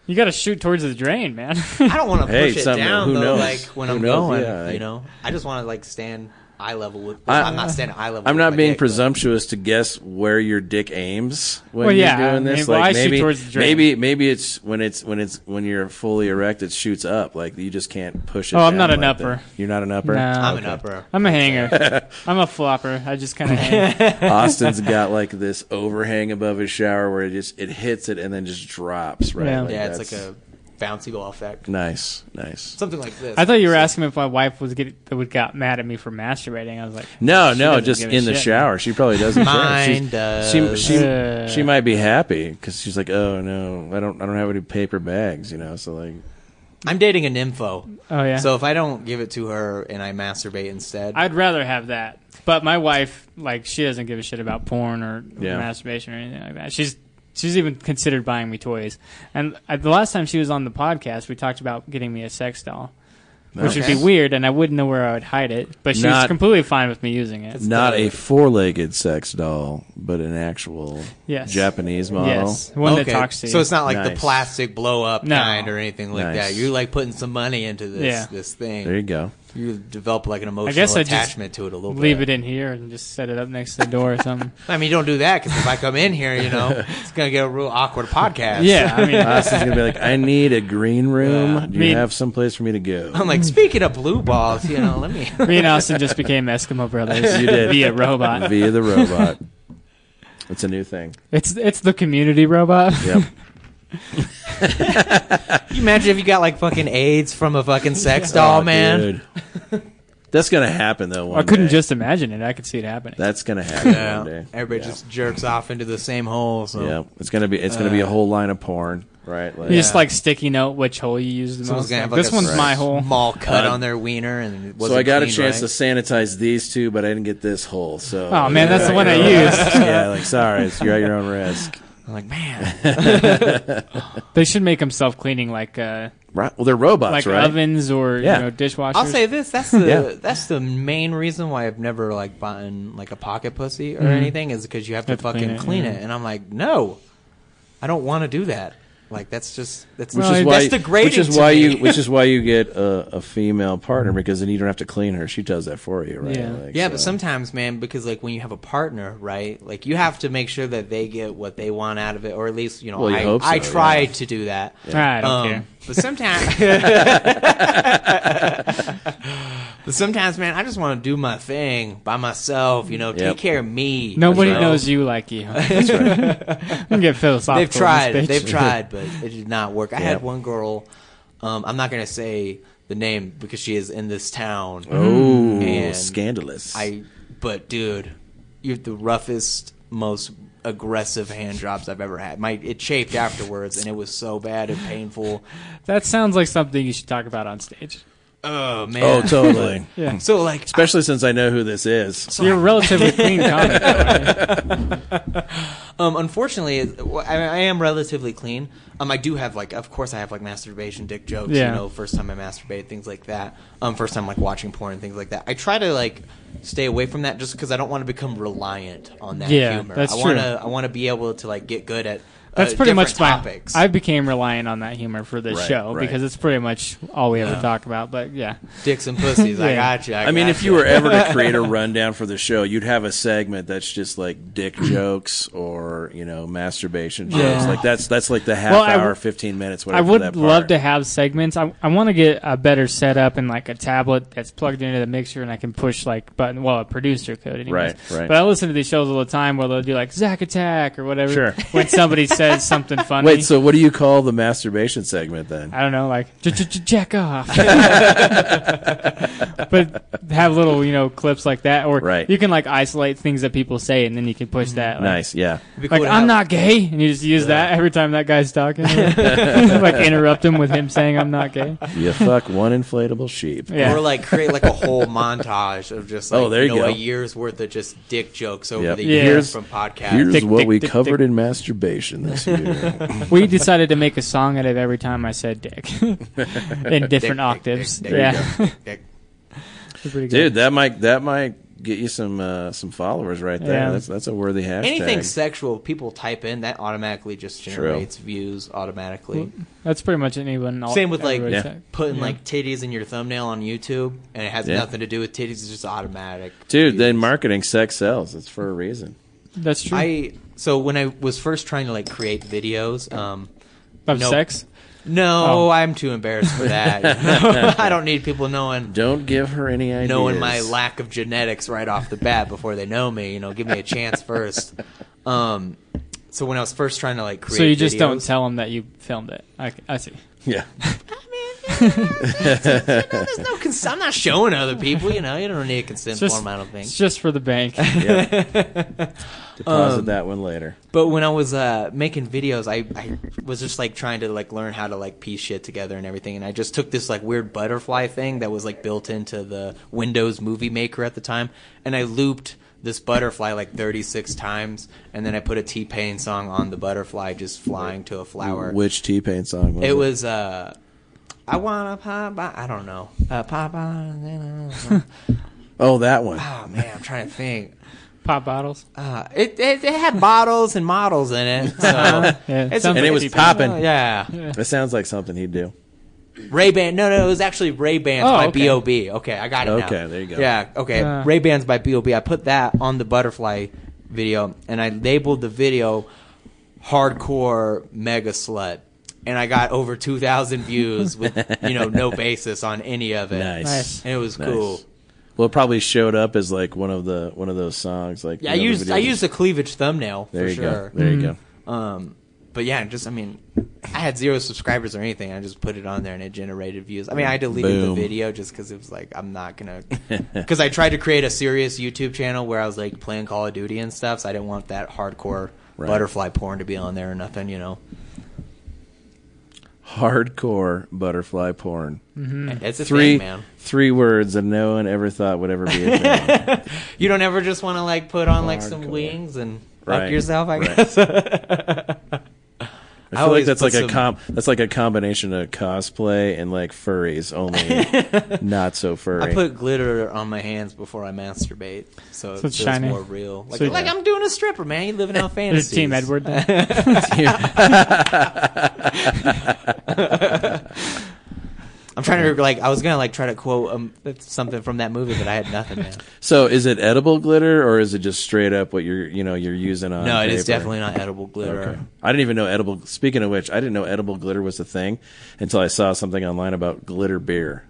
F: You got to shoot towards the drain, man.
E: I don't want to
D: Hey,
E: push it
D: something-
E: down
D: who
E: though.
D: knows?
E: Like when
D: Who
E: I'm
D: knows?
E: going,
D: Yeah,
E: you
D: like-
E: know, I just want to like stand eye level with.
D: I-
E: I, am not standing eye level.
D: I'm
E: with
D: not
E: my
D: being
E: dick, but-
D: presumptuous to guess where your dick aims when
F: Well,
D: you're
F: yeah, I
D: doing this.
F: mean, well, I
D: like
F: shoot
D: maybe,
F: towards the drain.
D: maybe, maybe it's when it's when it's when you're fully erect, it shoots up. Like you just can't push it.
F: Oh, I'm
D: down
F: not an
D: like
F: upper.
D: that. You're not an upper.
F: No.
E: I'm
D: Okay.
E: an upper.
F: I'm a hanger. I'm a flopper. I just kind of hang.
D: Austin's got like this overhang above his shower where it just it hits it and then just drops. Right.
F: Yeah.
E: Yeah, it's like
D: that's-
E: a bouncy ball effect.
D: nice, nice.
E: Something like this.
F: I thought you were asking if my wife was get would got mad at me for masturbating. I was like,
D: No,
F: She
D: no,
F: doesn't
D: just
F: give a
D: in the
F: shit.
D: shower. She probably doesn't. care.
E: Mine
D: She's-
E: does.
D: She she,
F: Uh.
D: she might be happy because she's like, oh no, I don't I don't have any paper bags, you know. So like,
E: I'm dating a nympho.
F: oh yeah.
E: So if I don't give it to her and I masturbate instead,
F: I'd rather have that. But my wife, like, she doesn't give a shit about porn or
D: Yeah.
F: masturbation or anything like that. She's she's even considered buying me toys. And I, the last time she was on the podcast, we talked about getting me a sex doll, which
E: Okay.
F: would be weird, and I wouldn't know where I would hide it. But she was
D: Not-
F: completely fine with me using it.
D: not a four-legged sex doll, but an actual
F: Yes.
D: Japanese model.
F: Yes, one
E: Okay,
F: that talks to you.
E: So it's not like the
D: Nice.
E: plastic blow up
F: No.
E: kind or anything like
D: Nice.
E: that. You're like putting some money into this
F: Yeah.
E: this thing.
D: There you go.
E: You develop like an emotional
F: guess I just
E: attachment to it a little bit.
F: leave it in here and just set it up next to the door or something.
E: I mean, don't do that because if I come in here, you know, it's gonna get a real awkward podcast.
F: yeah, I mean,
D: Austin's gonna be like, I need a green room.
E: Yeah.
D: Do
F: Me-
D: you have someplace for me to go?
E: I'm like, speaking of blue balls, you know, let me.
F: me and Austin just became Eskimo brothers
D: You did.
F: via robot.
D: Via the robot. It's a new thing.
F: It's it's the community robot.
D: Yep.
E: Can you imagine if you got like fucking AIDS from a fucking sex doll,
D: Oh,
E: man.
D: dude. That's gonna happen though. One
F: I couldn't
D: day.
F: just imagine it. I could see it happening.
D: That's gonna happen
E: Yeah.
D: one day.
E: Everybody
D: Yeah.
E: just jerks off into the same hole. So
D: Yeah, it's gonna be it's gonna
F: Uh,
D: be a whole line of porn, right? Like,
F: You just
E: Yeah.
F: like sticky note which hole you use the
E: someone's
F: most.
E: gonna have
F: Like,
E: like
F: this
E: a
F: one's my hole.
E: small cut on their wiener, and it
D: Uh, so I
E: wasn't
D: got a
E: clean,
D: chance to
E: right?
D: sanitize these two, but I didn't get this hole. So
F: Oh man, that's the one I used.
D: yeah, like sorry, it's, you're at your own risk.
E: I'm like, man,
F: They should make them self cleaning like uh,
D: Right? Well, they're robots,
F: like
D: right?
F: ovens or
D: Yeah.
F: you know dishwashers.
E: I'll say this: that's the
D: Yeah.
E: that's the main reason why I've never like bought like a pocket pussy or anything is because you have to
F: Mm-hmm. Have to
E: fucking
F: clean
E: clean,
F: it,
E: it,
F: yeah.
E: and I'm like, no, I don't want to do that. Like that's just that's
D: Which
F: No,
D: is
F: it-
D: why,
E: that's degrading.
D: which is
E: to
D: why
E: me.
D: you, which is why you get a, a female partner because then you don't have to clean her. She does that for you, right?
F: Yeah.
D: Like,
E: yeah,
D: so-
E: but sometimes, man, because like when you have a partner, right? Like you have to make sure that they get what they want out of it, or at least you know,
D: Well, you
E: I,
D: hope so,
E: I try
D: yeah.
E: to do that.
F: I don't
E: Um,
F: care.
E: But sometimes, but sometimes, man, I just want to do my thing by myself. You know,
D: Yep.
E: take care of me.
F: Nobody
E: you know?
F: knows you like you. That's right. I'm get philosophical.
E: They've tried.
F: in this
E: They've
F: bitch.
E: tried, but it did not work. I had
D: Yep.
E: one girl. Um, I'm not gonna say the name because she is in this town.
F: Mm.
D: oh,
E: And
D: scandalous.
E: I, but dude, you're the roughest, most aggressive hand jobs I've ever had. My it chafed afterwards, and it was so bad and painful.
F: That sounds like something you should talk about on stage.
E: oh man.
D: Oh, totally.
F: Yeah.
E: So like,
D: Especially since I know who this is.
F: So you're relatively clean comic.
E: Uh,
F: though, right?
E: um, unfortunately, it- well, I, I am relatively clean. Um, I do have like, of course, I have like masturbation dick jokes.
F: Yeah.
E: You know, first time I masturbate, things like that. Um, first time like watching porn, things like that. I try to like stay away from that just because I don't want to become reliant on that
F: Yeah,
E: humor.
F: that's
E: I
F: true.
E: want to. I want to be able to like get good at.
F: That's
E: uh,
F: pretty
E: different
F: much my.
E: topics.
F: I became reliant on that humor for this
D: Right,
F: show
D: right.
F: because it's pretty much all we ever talk about. But yeah,
E: dicks and pussies. I
F: Yeah.
E: got you. I,
D: I mean,
E: got
D: if you were ever to create a rundown for the show, you'd have a segment that's just like dick jokes or you know masturbation jokes.
F: Yeah.
D: Like that's that's like the half
F: Well, I
D: hour,
F: w-
D: fifteen minutes.
F: I
D: Whatever.
F: would
D: that
F: love
D: part.
F: to have segments. I, I want to get a better setup and like a tablet that's plugged into the mixer and I can push like button. Well, a producer could, anyways.
D: Right, right.
F: But I listen to these shows all the time where they'll do like Zack Attack or whatever.
D: Sure.
F: When somebody says something funny.
D: Wait, so what do you call the masturbation segment then?
F: I don't know, like "J- j- j- jack off. but have little, you know, clips like that, or
D: Right. Mm-hmm.
F: you can like isolate things that people say, and then you can push that. Like,
D: Nice, yeah.
E: It'd be
F: Like
E: cool to
F: I'm
E: have-
F: not gay, and you just use that every time that guy's talking. like interrupt him with him saying I'm not gay.
D: You fuck one inflatable sheep.
F: Yeah.
E: Or like create like a whole montage of just like,
D: Oh, there you
E: know,
D: go.
E: a year's worth of just dick jokes over
D: Yep.
E: the
D: Yeah.
E: years
F: Here's-
E: from podcasts.
D: Here's
F: Dick,
D: what
F: dick,
D: we
F: dick,
D: covered
F: dick.
D: in masturbation this year.
F: we decided to make a song out of every time I said dick in different
E: Dick, dick,
F: octaves.
E: dick, dick,
F: yeah,
E: dick, dick.
F: They're pretty good.
D: Dude, that might that might get you some uh, some followers right there.
F: Yeah.
D: That's that's a worthy hashtag.
E: Anything sexual, people type in that automatically just generates views automatically.
F: that's pretty much anyone. all-
E: Same with like
F: everybody's
D: Yeah.
F: saying.
E: putting like titties in your thumbnail on YouTube, and it has
D: Yeah.
E: nothing to do with titties. It's just automatic.
D: Dude,
E: views.
D: then marketing sex sells. It's for a reason.
F: That's true.
E: I so when I was first trying to like create videos, um,
F: of
E: no.
F: sex.
E: no,
F: Oh.
E: I'm too embarrassed for that. No, I don't need people knowing
D: Don't give her any ideas.
E: knowing my lack of genetics right off the bat before they know me. You know, give me a chance first. Um, so when I was first trying to like create,
F: So you just don't
E: videos-
F: tell them that you filmed it. I, I see.
D: Yeah.
E: There's no cons- I'm not showing other people. You know, you don't need a consent
F: It's just,
E: form. I don't think.
F: it's just for the bank.
D: yeah.
E: Um,
D: Deposit that one later.
E: But when I was uh, making videos, I, I was just like trying to like learn how to like piece shit together and everything. And I just took this like weird butterfly thing that was like built into the Windows Movie Maker at the time, and I looped this butterfly like 36 times, and then I put a T Pain song on the butterfly just flying to a flower.
D: Which T Pain song was it?
E: It was uh, I wanna pop. by- I don't know. Uh, pop. by-
D: Oh, that one.
E: Oh man, I'm trying to think.
F: Pop bottles.
E: Uh, it, it it had bottles and models in it. So
F: Yeah,
E: It's
F: sounds
D: And
E: a-
D: it
F: like
D: was
F: cheap.
D: popping.
E: yeah.
D: That sounds like something he'd do.
E: Ray Ban. No, no, it was actually Ray Bans
F: Oh,
E: by
F: okay.
E: B.O.B. Okay, I got it. now.
D: Okay, there you go.
E: Yeah, okay.
F: Uh.
E: Ray Bans by B.O.B. I put that on the butterfly video, and I labeled the video "Hardcore Mega Slut," and I got over two thousand views with you know no basis on any of it.
D: Nice.
F: Nice.
E: And it was
D: Nice.
E: cool.
D: Well, it probably showed up as like one of the one of those songs. Like
E: Yeah, I
D: you know, the
E: used I
D: videos.
E: used a cleavage thumbnail
D: There
E: for
D: you
E: sure.
D: go. There you go.
E: Um, but yeah, just I mean, I had zero subscribers or anything. I just put it on there and it generated views. I mean, I deleted
D: Boom.
E: the video just because it was like I'm not gonna. Because I tried to create a serious YouTube channel where I was like playing Call of Duty and stuff, so I didn't want that hardcore
D: Right.
E: butterfly porn to be on there or nothing, you know.
D: Hardcore butterfly porn.
F: Hmm.
E: It's a
D: Three
E: thing, man.
D: three words that no one ever thought would ever be a thing.
E: You don't ever just want to like put on like some
D: Hardcore.
E: wings and
D: Right.
E: fuck yourself, I
D: Right.
E: guess.
D: I
E: I
D: feel like
E: always
D: that's
E: put
D: like a
E: some-
D: com that's like a combination of cosplay and like furries only not so furry.
E: I put glitter on my hands before I masturbate, so, it
F: it's
E: feels
F: shiny.
E: more real. Like,
F: So-
E: like I'm doing a stripper, man. You living out
F: There's
E: fantasy.
F: Team Edward. Then.
E: I'm trying to like I was gonna like try to quote um, something from that movie, but I had nothing. Man.
D: so is it edible glitter or is it just straight up what you're you know you're using on?
E: No, it is
D: paper?
E: definitely not edible glitter.
D: Okay. I didn't even know edible. Speaking of which, I didn't know edible glitter was a thing until I saw something online about glitter beer.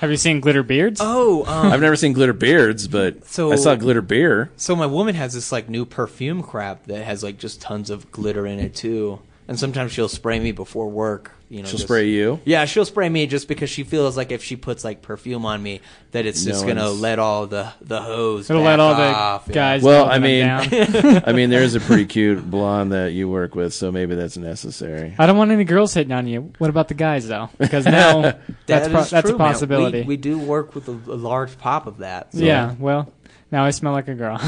F: Have you seen Glitter Beards?
E: Oh, um,
D: I've never seen glitter beards, but
E: So-
D: I saw glitter beer.
E: so my woman has this like new perfume crap that has like just tons of glitter in it too, and sometimes she'll spray me before work you know,
D: She'll
E: just-
D: spray you?
E: Yeah, she'll spray me just because she feels like if she puts like perfume on me, that it's
D: No
E: just gonna
D: one's-
E: let all the the hose.
F: It'll
E: back
F: let all
E: off,
F: the
E: yeah.
F: guys.
D: Well,
F: know
D: I
F: that I'm
D: mean-
F: down.
D: I mean, there is a pretty cute blonde that you work with, so maybe that's necessary.
F: I don't want any girls hitting on you. What about the guys though? Because now that's
E: That
F: pro-
E: is
F: that's
E: true,
F: a
E: man. We-
F: possibility.
E: We, do work with a, a large pop of that. so-
F: yeah. Well, now I smell like a girl.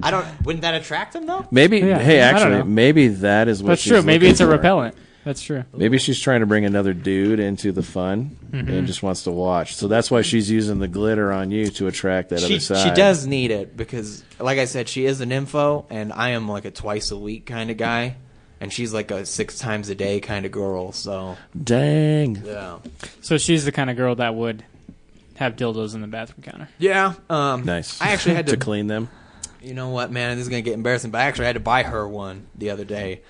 E: I don't. Wouldn't that attract him though?
D: Maybe,
F: Yeah,
D: hey,
F: I don't
D: actually,
F: know.
D: maybe that is what.
F: that's
D: she's
F: true. Maybe
D: looking
F: it's a
D: for.
F: repellent. That's true.
D: Maybe she's trying to bring another dude into the fun
F: Mm-hmm.
D: and just wants to watch. So that's why she's using the glitter on you to attract that
E: She
D: other side.
E: she does need it because, like I said, she is an info, and I am like a twice a week kind of guy, and she's like a six times a day kind of girl. So
D: Dang.
E: yeah,
F: So she's the kind of girl that would have dildos in the bathroom counter.
E: yeah. Um,
D: Nice.
E: I actually had
D: to
E: to.
D: clean them.
E: you know what, man? This is gonna get embarrassing, but I actually had to buy her one the other day.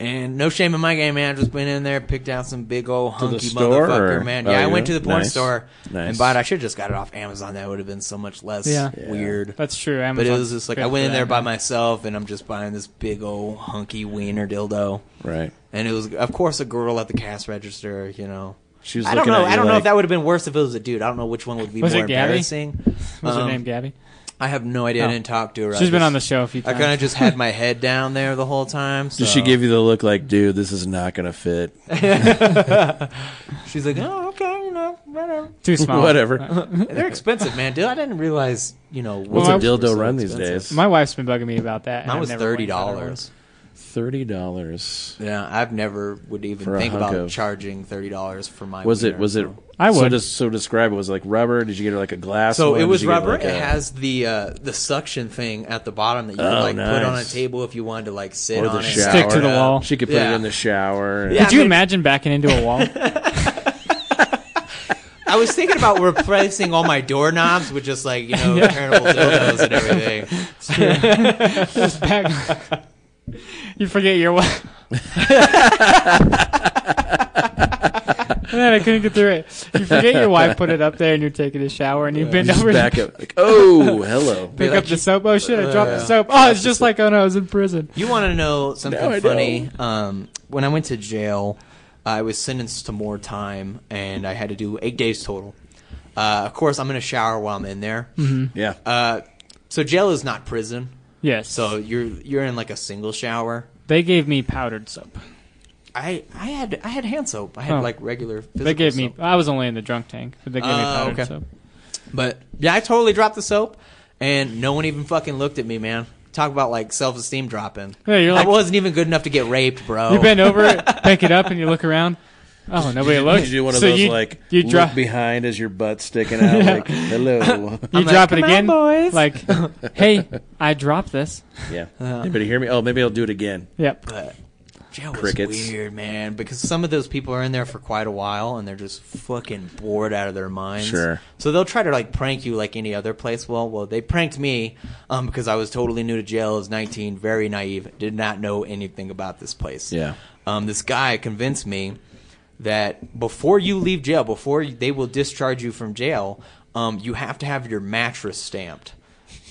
E: And no shame in my game, man. I just went in there, picked out some big old hunky
D: store,
E: motherfucker,
D: or-
E: man.
D: oh,
E: Yeah, I
D: you
E: went to
D: did?
E: the porn
D: Nice.
E: store
D: Nice.
E: and bought. it. I should have just got it off Amazon. That would have been so much less
F: Yeah.
E: weird.
F: That's true.
E: But
F: Amazon's
E: it was just like I
F: good
E: went
F: for
E: in
F: that,
E: there by
F: man.
E: myself, and I'm just buying this big old hunky wiener dildo,
D: Right.
E: and it was of course a girl at the cash register, you know.
D: She was
E: I don't
D: looking
E: know.
D: at
E: I
D: you
E: don't know
D: like-
E: if that would have been worse if it was a dude. I don't know which one would be
F: Was it
E: more
F: Gabby?
E: embarrassing.
F: What's
E: Um,
F: her name? Gabby.
E: I have no idea.
F: Oh.
E: I didn't talk to her.
F: She's
E: She's
F: been on the show a few
E: I
F: times.
E: kind of just had my head down there the whole time. So.
D: Did
F: Uh.
D: she give you the look like, dude, this is not going to fit?
E: She's like, oh, okay, you know, whatever.
F: too small.
E: uh,
D: Whatever.
E: They're expensive, man, dude. I didn't realize, you know,
D: What's a
E: wheels were
D: dildo
E: so
D: run these
E: expensive.
D: days?
F: My wife's been bugging me about that. and
E: Mine
F: I've
E: was
F: never went
E: thirty
F: and tried it
E: dollars.
D: Thirty dollars.
E: Yeah, I've never would even
D: For a
E: think
D: hunk
E: about
D: of-
E: charging thirty dollars for my.
D: Was it?
E: wiener,
D: Was it?
E: so.
F: I
D: So,
F: would.
D: des- so describe it. Was it like rubber? Did you get it like a glass?
E: So
D: one?
E: it
D: Did
E: was
D: you get,
E: rubber.
D: like,
E: it
D: a-
E: has the uh, the suction thing at the bottom that you
D: Oh,
E: could like put on a
D: nice.
E: table if you wanted to like sit
D: Or the
E: on it.
D: shower. Stick to
F: the
E: Yeah.
F: wall.
D: She could put it
E: Yeah.
D: in the shower. and-
E: Yeah,
F: Could you
E: I mean-
F: imagine backing into a wall?
E: I was thinking about replacing all my doorknobs with just like you know returnable dildos and everything.
F: Just back- you forget your wife. Man, I couldn't get through it. You forget your wife put it up there, and you're taking a shower, and you bend
D: Just
F: over,
D: back up. Like, oh, hello.
F: pick
E: like,
F: up the soap. Oh shit! I dropped
E: Uh,
F: the soap. Oh, it's just like oh no, I was in prison.
E: You want to know something
D: Now I
E: funny? Um, when I went to jail, I was sentenced to more time, and I had to do eight days total. Uh, of course, I'm in a shower while I'm in there.
F: Mm-hmm.
D: Yeah.
E: Uh, so jail is not prison.
F: Yes.
E: So you're you're in like a single shower.
F: they gave me powdered soap.
E: I, I had I had hand soap. I had
F: Oh.
E: like regular. Physical
F: They gave me.
E: soap.
F: I was only in the drunk tank, but they gave me
E: Oh,
F: powdered
E: okay.
F: soap.
E: But yeah, I totally dropped the soap, and no one even fucking looked at me, man. Talk about like self esteem dropping.
F: Yeah, you're like-
E: I wasn't even good enough to get raped, bro.
F: You bend over, pick it up, and you look around. Oh, nobody
D: Did
F: looks.
D: you do one of
F: So
D: those
F: you-
D: like
F: you
D: look
F: drop.
D: behind as your butt sticking out? Like, hello.
F: You
E: I'm like,
F: drop it
E: "Come on,
F: again,
E: boys."
F: like, hey, I dropped this.
D: yeah.
F: Uh-huh.
D: Anybody hear me? Oh, maybe I'll do it again.
F: Yep.
E: But jail was
D: Crickets.
E: weird, man, because some of those people are in there for quite a while and they're just fucking bored out of their minds.
D: Sure.
E: So they'll try to like prank you like any other place. Well, well, they pranked me um, because I was totally new to jail. I was 19, very naive, did not know anything about this place.
D: Yeah.
E: Um, this guy convinced me that before you leave jail, before they will discharge you from jail, um, you have to have your mattress stamped.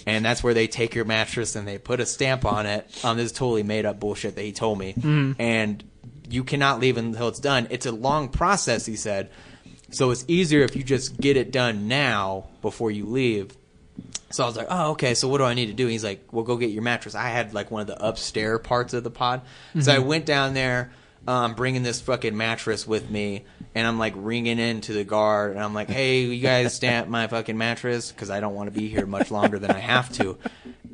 E: And that's where they take your mattress and they put a stamp on it. Um, this is totally made up bullshit that he told me. And you cannot leave until it's done. It's a long process, he said. So it's easier if you just get it done now before you leave. So I was like, oh, okay. So what do I need to do? He's like, well, go get your mattress. I had like one of the upstairs parts of the pod. So
D: Mm-hmm.
E: I went down there, um, bringing this fucking mattress with me, and I'm like ringing into the guard, and I'm like, hey, you guys stamp my fucking mattress because I don't want to be here much longer than I have to.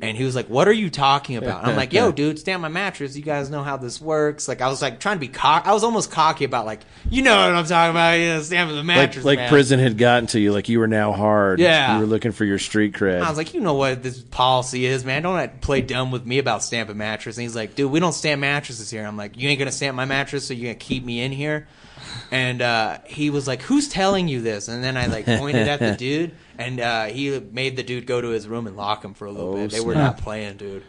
E: And he was like, what are you talking about? And I'm like, yo, dude, stamp my mattress. You guys know how this works. Like I was like trying to be cock. I was almost cocky about like, you know what I'm talking about? Yeah, stamping the
D: Like,
E: mattress.
D: like
E: man.
D: prison had gotten to you. Like you were now hard.
E: Yeah.
D: You were looking for your street cred.
E: I was like, you know what this policy is, man. Don't act- play dumb with me about stamping mattress. And he's like, dude, we don't stamp mattresses here. I'm like, you ain't gonna stamp my mattress, so you're gonna keep me in here. And uh, he was like, who's telling you this? And then I like pointed at the dude, and uh, he made the dude go to his room and lock him for a little
D: Oh,
E: bit. They were
D: snap.
E: not playing, dude.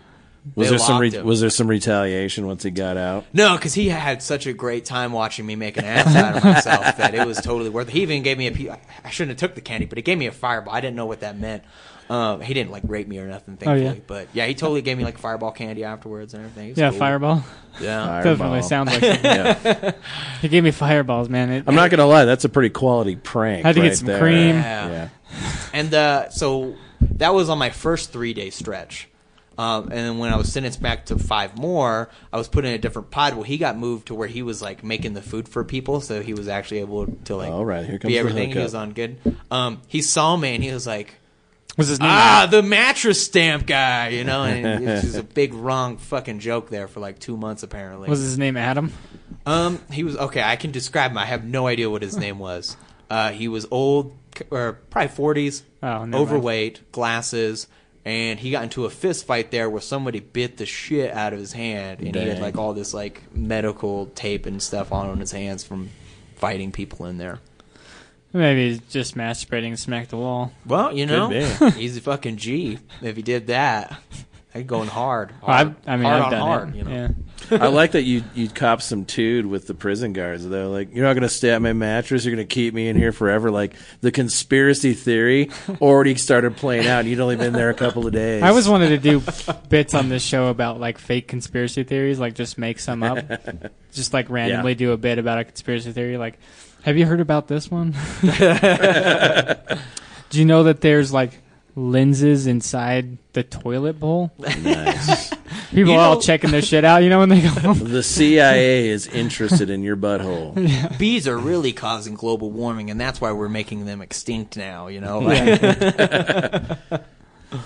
D: Was
E: They
D: there some
E: locked
D: re-
E: him.
D: was there some retaliation once he got out?
E: No, because he had such a great time watching me make an ass out of myself that it was totally worth it. He even gave me a pe- I shouldn't have took the candy, but he gave me a fireball. I didn't know what that meant. Um, he didn't like rape me or nothing,
F: Oh, yeah.
E: thankfully. But yeah, he totally gave me like fireball candy afterwards and everything. It was
F: Yeah,
E: cool.
F: fireball.
E: Yeah,
F: Definitely sounds like it.
D: Yeah.
F: He gave me fireballs, man. It,
D: I'm not gonna lie, that's a pretty quality prank.
F: Had to get
D: right
F: some
D: there.
F: cream.
E: Yeah.
D: Yeah.
E: and uh, so that was on my first three day stretch. Um, and then when I was sentenced back to five more, I was put in a different pod where he got moved to where he was like making the food for people, so he was actually able to like
D: All right, here comes
E: be
D: the
E: everything. He
D: hookup.
E: was on good. Um, he saw me and he was like,
F: was his name?
E: ah, the mattress stamp guy, you know, and it was just a big wrong fucking joke there for like two months apparently.
F: Was his name Adam?
E: Um, he was okay. I can describe him. I have no idea what his name was. Uh, he was old, c- or probably forties,
F: Oh, never
E: overweight, glasses, and he got into a fist fight there where somebody bit the shit out of his hand, and he had
D: Dang.
E: like all this like medical tape and stuff on on his hands from fighting people in there.
F: Maybe he's just masturbating and smacked the wall.
E: Well, you know,
D: be.
E: he's a fucking G. If he did that, that going hard. hard
F: I, I mean,
E: hard
F: I've
E: on
F: done
E: hard,
F: it.
E: you know.
F: Yeah.
D: I like that you you cop some dude with the prison guards though. Like you're not gonna stay at my mattress. You're gonna keep me in here forever. Like the conspiracy theory already started playing out. and You'd only been there a couple of days.
F: I always wanted to do bits on this show about like fake conspiracy theories, like just make some up, just like randomly do a bit about a conspiracy theory. Like, have you heard about this one? do you know that there's like lenses inside the toilet bowl?
D: Nice.
F: People
E: You
F: are all
E: know-
F: checking their shit out, you know, when they go home.
D: The CIA is interested in your butthole.
E: bees are really causing global warming, and that's why we're making them extinct now. You know, like,
F: Yeah.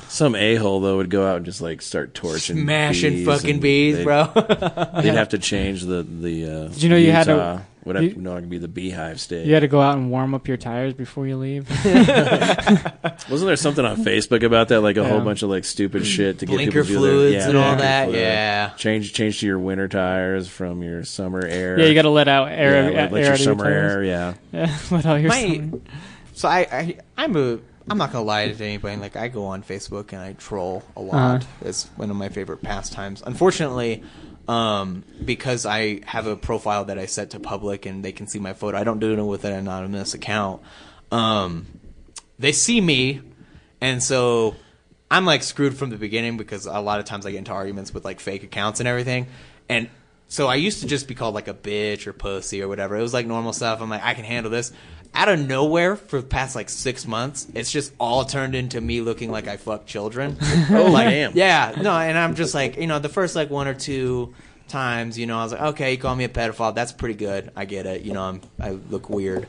D: Some a hole though would go out and just like start torching,
E: smashing
D: bees
E: fucking
D: and
E: bees,
D: they'd-
E: bro.
D: They'd have to change the the. Uh,
F: Did you know you had to-
D: Utah would have
F: you-
D: to, no, it could be the beehive state.
F: You had to go out and warm up your tires before you leave.
D: Wasn't there something on Facebook about that? Like a whole
F: Yeah.
D: bunch of like stupid shit to
E: Blinker
D: get people to do
E: fluids
D: their,
E: and all
D: blinker
E: that,
D: fluid.
E: yeah.
D: Change change to your winter tires from your summer air.
F: Yeah, you got to let out air.
D: Yeah, let, let
F: air
D: your
F: out of
D: summer
F: tires.
D: air. Yeah,
F: Yeah, let out your
E: My-
F: summer-
E: so I, I, I'm a, I'm not gonna lie to anybody. Like I go on Facebook and I troll a lot. It's one of my favorite pastimes. Unfortunately, um, because I have a profile that I set to public and they can see my photo. I don't do it with an anonymous account. Um, they see me, and so I'm like screwed from the beginning because a lot of times I get into arguments with like fake accounts and everything, and so I used to just be called like a bitch or pussy or whatever. It was like normal stuff. I'm like I can handle this. Out of nowhere, for the past like six months, it's just all turned into me looking like I fuck children. oh like,
D: damn.
E: Yeah, no, and I'm just like you know the first like one or two times, you know, I was like, okay, you call me a pedophile. That's pretty good. I get it. You know, I'm I look weird.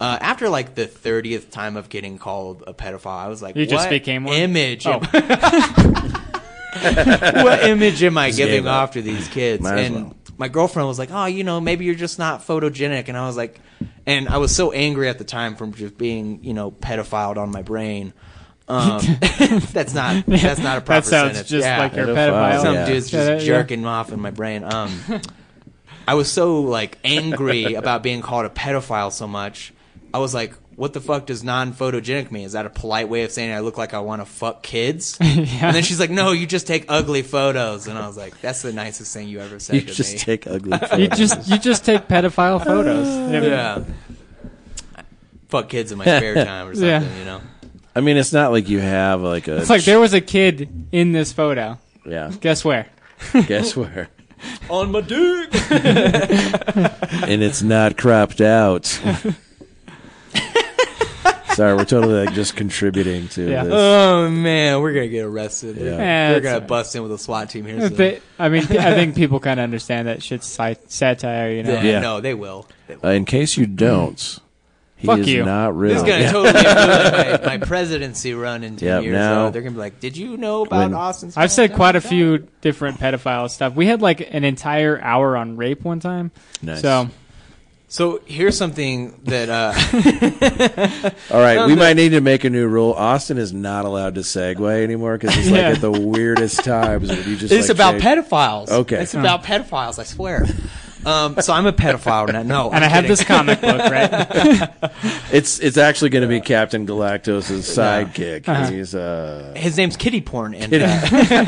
E: Uh, after like the thirtieth time of getting called a pedophile, I was like,
F: You just
E: what
F: became one? Oh.
E: Image. am- what image am I giving
D: gave up.
E: off to these kids?
D: Might as
E: and
D: well.
E: my girlfriend was like, oh, you know, maybe you're just not photogenic. And I was like, and I was so angry at the time from just being, you know, pedophiled on my brain. Um, that's not that's not a proper
F: That sounds
E: sentence.
F: just
E: Yeah.
F: like your
D: Pedophile.
F: pedophile.
E: Some
D: Yeah.
E: dude's
F: Yeah,
E: just
F: that- yeah.
E: jerking off in my brain. Um, I was so like angry about being called a pedophile so much. I was like, "What the fuck does non-photogenic mean? Is that a polite way of saying I look like I want to fuck kids?" And then she's like, "No, you just take ugly photos." And I was like, "That's the nicest thing you ever said
D: you
E: to
D: just
E: me."
D: take ugly.
F: You
D: photos.
F: just you just take pedophile photos.
E: yeah. Fuck kids in my spare time or something,
F: Yeah.
E: you know.
D: I mean, it's not like you have like a.
F: It's like there was a kid in this photo.
D: Yeah,
F: Guess where?
D: guess where?
E: On my dick.
D: and it's not cropped out. Sorry, we're totally like just contributing to
F: Yeah.
D: this.
E: Oh man, we're gonna get arrested.
F: Yeah,
E: We're
F: it's
E: gonna
F: all right.
E: bust in with a SWAT team here. soon.
F: But, I mean, I think people kind of understand that shit's si- satire, you know.
E: Yeah,
D: Yeah.
E: no, they will. They will.
D: Uh, in case you don't, he
F: Fuck
D: is
F: you.
D: not
E: This
D: real.
E: is gonna totally influence my, my presidency run in ten
D: Yep,
E: years.
D: now-
E: though. they're gonna be like, "Did you know about
D: When-
E: Austin?"
F: I've said quite a few different pedophile stuff. We had like an entire hour on rape one time.
D: Nice.
F: So
E: So here's something that uh,
D: All right, we might need to make a new rule. Austin is not allowed to segue anymore because it's like
F: Yeah.
D: at the weirdest times. When you just
E: it's
D: like,
E: about
D: say-
E: pedophiles.
D: Okay.
E: it's about pedophiles. I swear. Um, so I'm a pedophile now. No,
F: and I have this comic book, right?
D: It's it's actually going to be Captain Galactus's
E: Uh-huh.
D: sidekick. 'cause He's uh,
E: His name's Kitty Porn. And,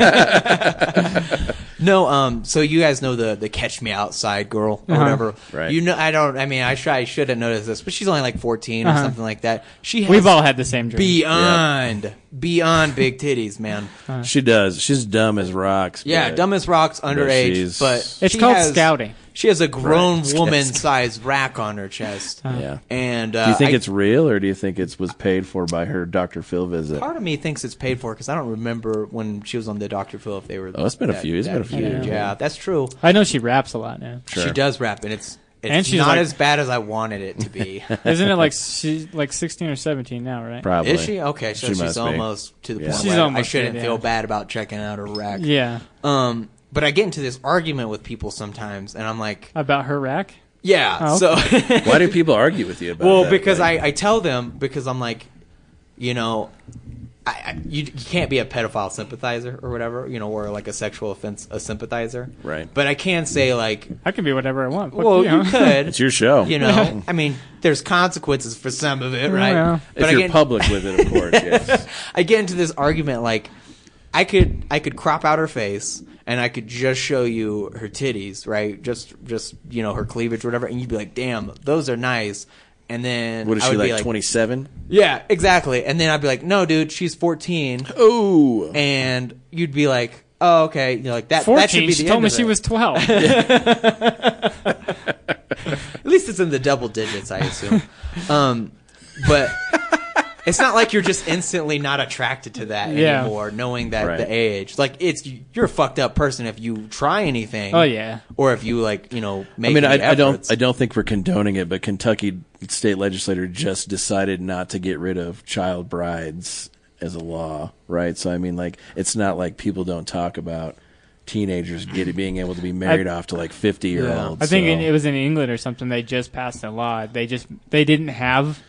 E: uh, no, um, so you guys know the the Catch Me Outside girl or
F: Uh-huh.
E: whatever.
D: Right.
E: You know, I don't. I mean, I should I should have noticed this, but she's only like 14 or
F: Uh-huh.
E: something like that. She has
F: We've all had the same dream.
E: beyond beyond big titties, man.
F: Uh-huh.
D: she does. She's dumb as rocks.
E: Uh-huh. Yeah,
D: but-
E: dumb as rocks, underage,
D: she's-
E: but
F: It's
E: she
F: called
E: has-
F: scouting.
E: She has a grown
D: Right.
E: woman-sized rack on her chest,
D: Yeah.
E: and uh,
D: Do you think
E: I-
D: it's real, or do you think it was paid for by her Dr. Phil visit?
E: part of me thinks it's paid for because I don't remember when she was on the Doctor Phil if they were.
D: Oh, it's been a
E: that-
D: few- it's
E: that
D: been a few
E: huge.
D: years.
E: Yeah, that's true.
F: I know she raps a lot now.
D: Sure.
E: She does rap, and it's it's
F: And she's
E: not
F: like-
E: as bad as I wanted it to be.
F: Isn't it like she's like 16 or 17 now, right?
D: Probably.
E: Is she okay? So
D: She must
E: she's
D: be.
E: almost to the
D: Yeah.
E: point
F: She's
E: where I
F: almost
E: shouldn't
F: there, yeah.
E: feel bad about checking out her rack.
F: Yeah.
E: Um, but I get into this argument with people sometimes, and I'm like,
F: About her rack?
E: yeah.
F: Oh,
E: So
D: Why do people argue with you about
E: well
D: that?
E: because
D: Like,
E: I, I tell them because i'm like you know I, I, you, you can't be a pedophile sympathizer or whatever you know or like a sexual offense a sympathizer
D: Right.
E: but i can say like
F: I can be whatever I want. Fuck
E: well
F: you.
E: you could
D: It's your show.
E: you know i mean there's consequences for some of it right
F: Yeah.
D: If
E: but I
D: you're
E: get,
D: public with it, of course. yes.
E: I get into this argument like I could I could crop out her face and I could just show you her titties, right? Just just you know her cleavage, or whatever, and you'd be like, "Damn, those are nice." And then
D: What is
E: I
D: she
E: would be
D: like? Twenty seven.
E: Yeah, exactly. And then I'd be like, "No, dude, she's 14."
D: Ooh.
E: And you'd be like, "Oh, okay." You're like that. that should
F: 14.
E: be
F: She
E: the end
F: told me
E: of
F: she
E: it.
F: was 12.
E: At least it's in the double digits, I assume. um, but it's not like you're just instantly not attracted to that
F: Yeah.
E: anymore, knowing that
D: Right.
E: the age. Like it's you're a fucked up person if you try anything.
F: Oh, yeah.
E: Or if you like, you know, make.
D: I mean,
E: any
D: I, I don't.
E: efforts.
D: I don't think we're condoning it, but Kentucky state legislator just decided not to get rid of child brides as a law, right? So I mean, like, it's not like people don't talk about teenagers getting being able to be married off to like fifty year olds.
F: I think
D: so.
F: in, it was in England or something. They just passed a law. They just they didn't have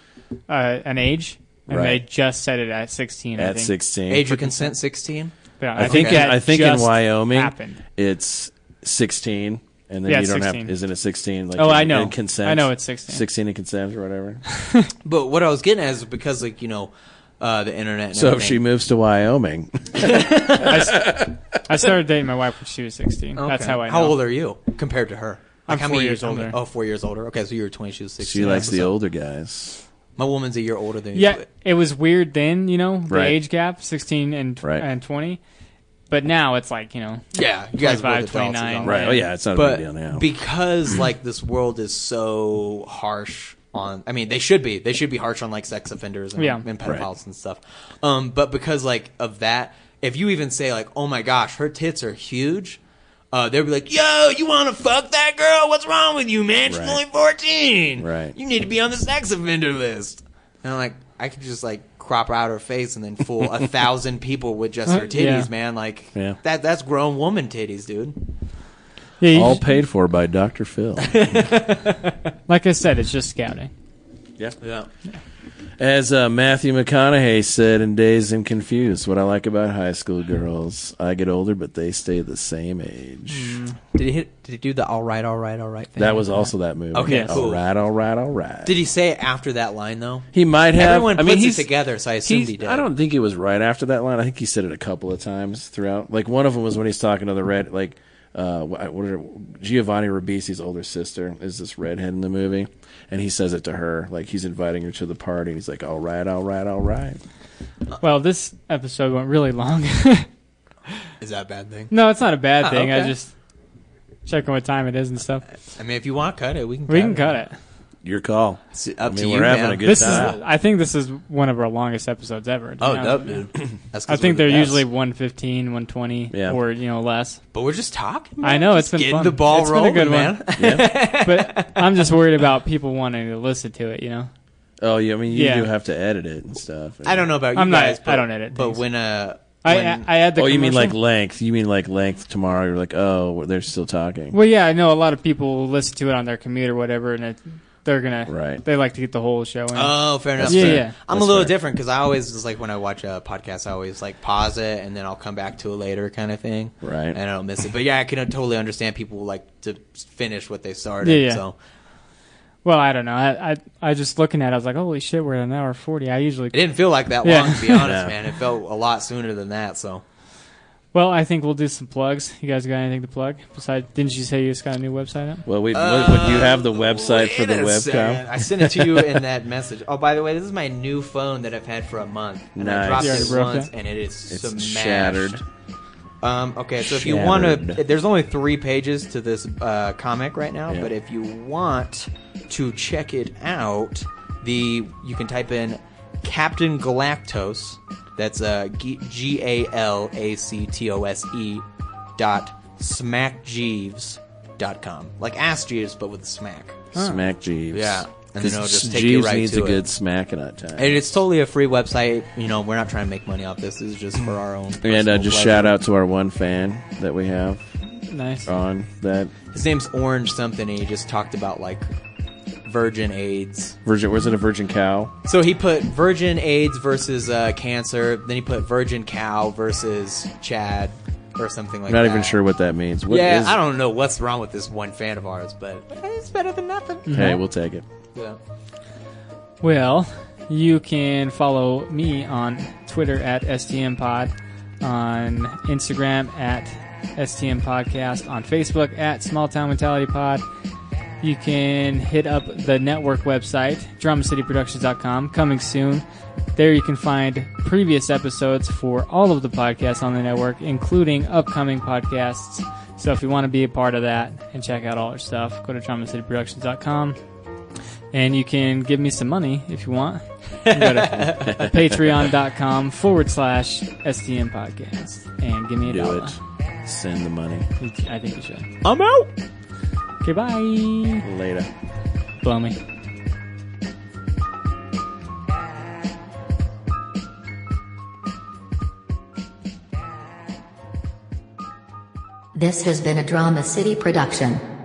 F: uh, an age, and they
D: Right.
F: just set it at 16. I
D: at
F: think.
D: sixteen.
E: Age of consent, sixteen.
F: Yeah,
D: I think.
F: that
D: I think in
F: just
D: Wyoming,
F: happened.
D: it's sixteen. And then
F: Yeah,
D: you
F: it's
D: don't
F: 16.
D: have, isn't it 16? Like
F: Oh,
D: in-
F: I know.
D: in consent?
F: I know it's 16.
D: 16 in consent or whatever.
E: But what I was getting at is because, like, you know, uh, the internet. And
D: So if
E: everything.
D: she moves to Wyoming,
F: I, s- I started dating my wife when she was 16. That's
E: Okay.
F: how I. Know.
E: How old are you compared to her?
F: I'm
E: how
F: four
E: many
F: years
E: how many-
F: older.
E: Oh, four years older. Okay, so you were 20, she was 16.
D: she likes
E: That's
D: the
E: what's
D: older guys.
E: up. My woman's a year older than you.
F: Yeah, it was weird then. You know, the
D: Right.
F: age gap, 16 and tw-
D: Right.
F: and 20. But now it's like you know.
E: Yeah, you guys are
F: 25,
E: both adults,
F: 29.
E: adults.
D: Right.
F: Yeah.
D: Oh yeah, it's not a
E: But
D: big deal now.
E: because like this world is so harsh on, I mean, they should be. They should be harsh on like sex offenders and,
F: Yeah.
E: and pedophiles
D: Right.
E: and stuff. Um, but because like of that, if you even say like, "Oh my gosh, her tits are huge," uh, they'll be like, "Yo, you want to fuck that girl? What's wrong with you, man? She's
D: Right.
E: only fourteen.
D: Right.
E: You need to be on the sex offender list." And I'm like, I could just like crop out her face and then fool a thousand people with just her titties,
F: Yeah.
E: man. Like
D: Yeah.
E: that that's grown woman titties, dude.
F: Yeah, you
D: All
F: just-
D: paid for by Dr. Phil.
F: like I said, it's just scouting.
E: Yeah.
D: As uh, Matthew McConaughey said in Days and Confused, what I like about high school girls, I get older, but they stay the same age.
E: Did he hit? Did he do the all right, all right, all right thing?
D: That was also that movie.
E: Okay, Yes.
D: All
E: cool.
D: right, all right, all right.
E: Did he say it after that line though?
D: he might have.
E: Everyone
D: I mean,
E: puts
D: he's,
E: it together, so I assumed
D: he's-
E: he did.
D: I don't think it was right after that line. I think he said it a couple of times throughout. Like one of them was when he's talking to the red, like uh, wh- what are, Giovanni Ribisi's older sister is this redhead in the movie, and he says it to her. Like he's inviting her to the party, and he's like, "All right, all right, all right."
F: Well, this episode went really long.
E: Is that a bad thing?
F: no, it's not a bad
E: Ah,
F: thing. I
E: okay.
F: just checking what time it is and stuff.
E: I mean, if you want to cut it, we can.
F: We can cut it.
D: Your call.
E: It's up
D: I mean,
E: to
D: we're
E: you,
D: having
E: man.
D: a good
F: This
D: time.
F: is. I think this is one of our longest episodes ever. to be
E: Oh,
F: honest
E: no,
F: with you.
E: dude. That's 'cause
F: I think
E: we're
F: they're
E: the
F: usually
E: best.
F: 115, 120,
D: Yeah.
F: or you know less.
E: But we're just talking.
F: I
E: man.
F: know
E: Just
F: it's been
E: getting
F: fun.
E: the ball
F: It's been a
E: rolling,
F: good
E: man.
F: But I'm just worried about people wanting to listen to it. You know,
D: oh, yeah. I mean, you
F: Yeah.
D: do have to edit it and stuff.
E: I don't know about you
F: I'm not-
E: guys, but
F: I don't edit
E: But
F: things.
E: when uh,
F: I
E: when-
F: I, I add the.
D: oh, you mean like
F: commercial.
D: length? You mean like length tomorrow? You're like, oh, they're still talking.
F: Well, yeah, I know a lot of people listen to it on their commute or whatever, and it they're gonna
D: Right.
F: They like to get the whole show in.
E: Oh, fair enough.
F: Yeah,
E: fair.
F: yeah.
E: I'm a
D: That's
E: little
D: fair.
E: different because I always just like when I watch a podcast, I always like pause it and then I'll come back to it later, kind of thing.
D: Right.
E: And I don't miss it. But yeah, I can totally understand people like to finish what they started.
F: Yeah, yeah.
E: So
F: well, I don't know. I, I I just looking at, it, I was like, holy shit, we're at an hour forty. I usually
E: it didn't feel like that
F: Yeah.
E: long, to be honest,
D: Yeah.
E: man. It felt a lot sooner than that. So
F: Well, I think we'll do some plugs. You guys got anything to plug? Besides, didn't you say you just got a new website up?
D: Well, we, what- would you have the website for
E: uh, Wait
D: the
E: a second.
D: webcam?
E: I sent it to you in that message. Oh, by the way, this is my new phone that I've had for a month. And
D: Nice.
E: I dropped
D: You
F: already
E: it
F: broke
E: once,
F: it?
E: and it is
D: It's
E: smashed.
D: shattered.
E: Um, okay, so if you want
D: Shattered.
E: to, there's only three pages to this uh, comic right now,
D: Yeah.
E: but if you want to check it out, the you can type in Captain Galactos. That's uh, G A L A C T O S E dot smackjeeves dot com. Like Ask Jeeves, but with smack.
D: Smack Jeeves.
E: Yeah. And then it'll just take you
D: Jeeves
E: right
D: needs
E: to
D: a
E: it.
D: good smacking at time.
E: And it's totally a free website. You know, we're not trying to make money off this. This is just for our
D: And
E: own.
D: uh,
E: personal
D: just
E: pleasure.
D: shout out to our one fan that we have
F: Nice.
D: on that
E: His name's Orange something, and he just talked about like virgin AIDS.
D: Virgin. Was it a Virgin Cow?
E: So he put virgin AIDS versus uh, cancer. Then he put virgin cow versus Chad or something like
D: I'm not
E: that.
D: even sure what that means. What
E: yeah,
D: is-
E: I don't know what's wrong with this one fan of ours, but it's better than nothing.
D: Hey, we'll take it.
E: Yeah.
F: Well, you can follow me on Twitter at STMPod, on Instagram at STM Podcast, on Facebook at Small Town Mentality Pod. You can hit up the network website, dramacityproductions.com, coming soon. There you can find previous episodes for all of the podcasts on the network, including upcoming podcasts. So if you want to be a part of that and check out all our stuff, go to dramacityproductions.com and you can give me some money if you want. You can go to patreon.com forward slash STM podcast and give me a
D: Do
F: dollar.
D: it. Send the money
F: I think you should.
E: I'm out.
F: Okay, bye.
D: later.
F: Blow me.
H: This has been a Drama City production.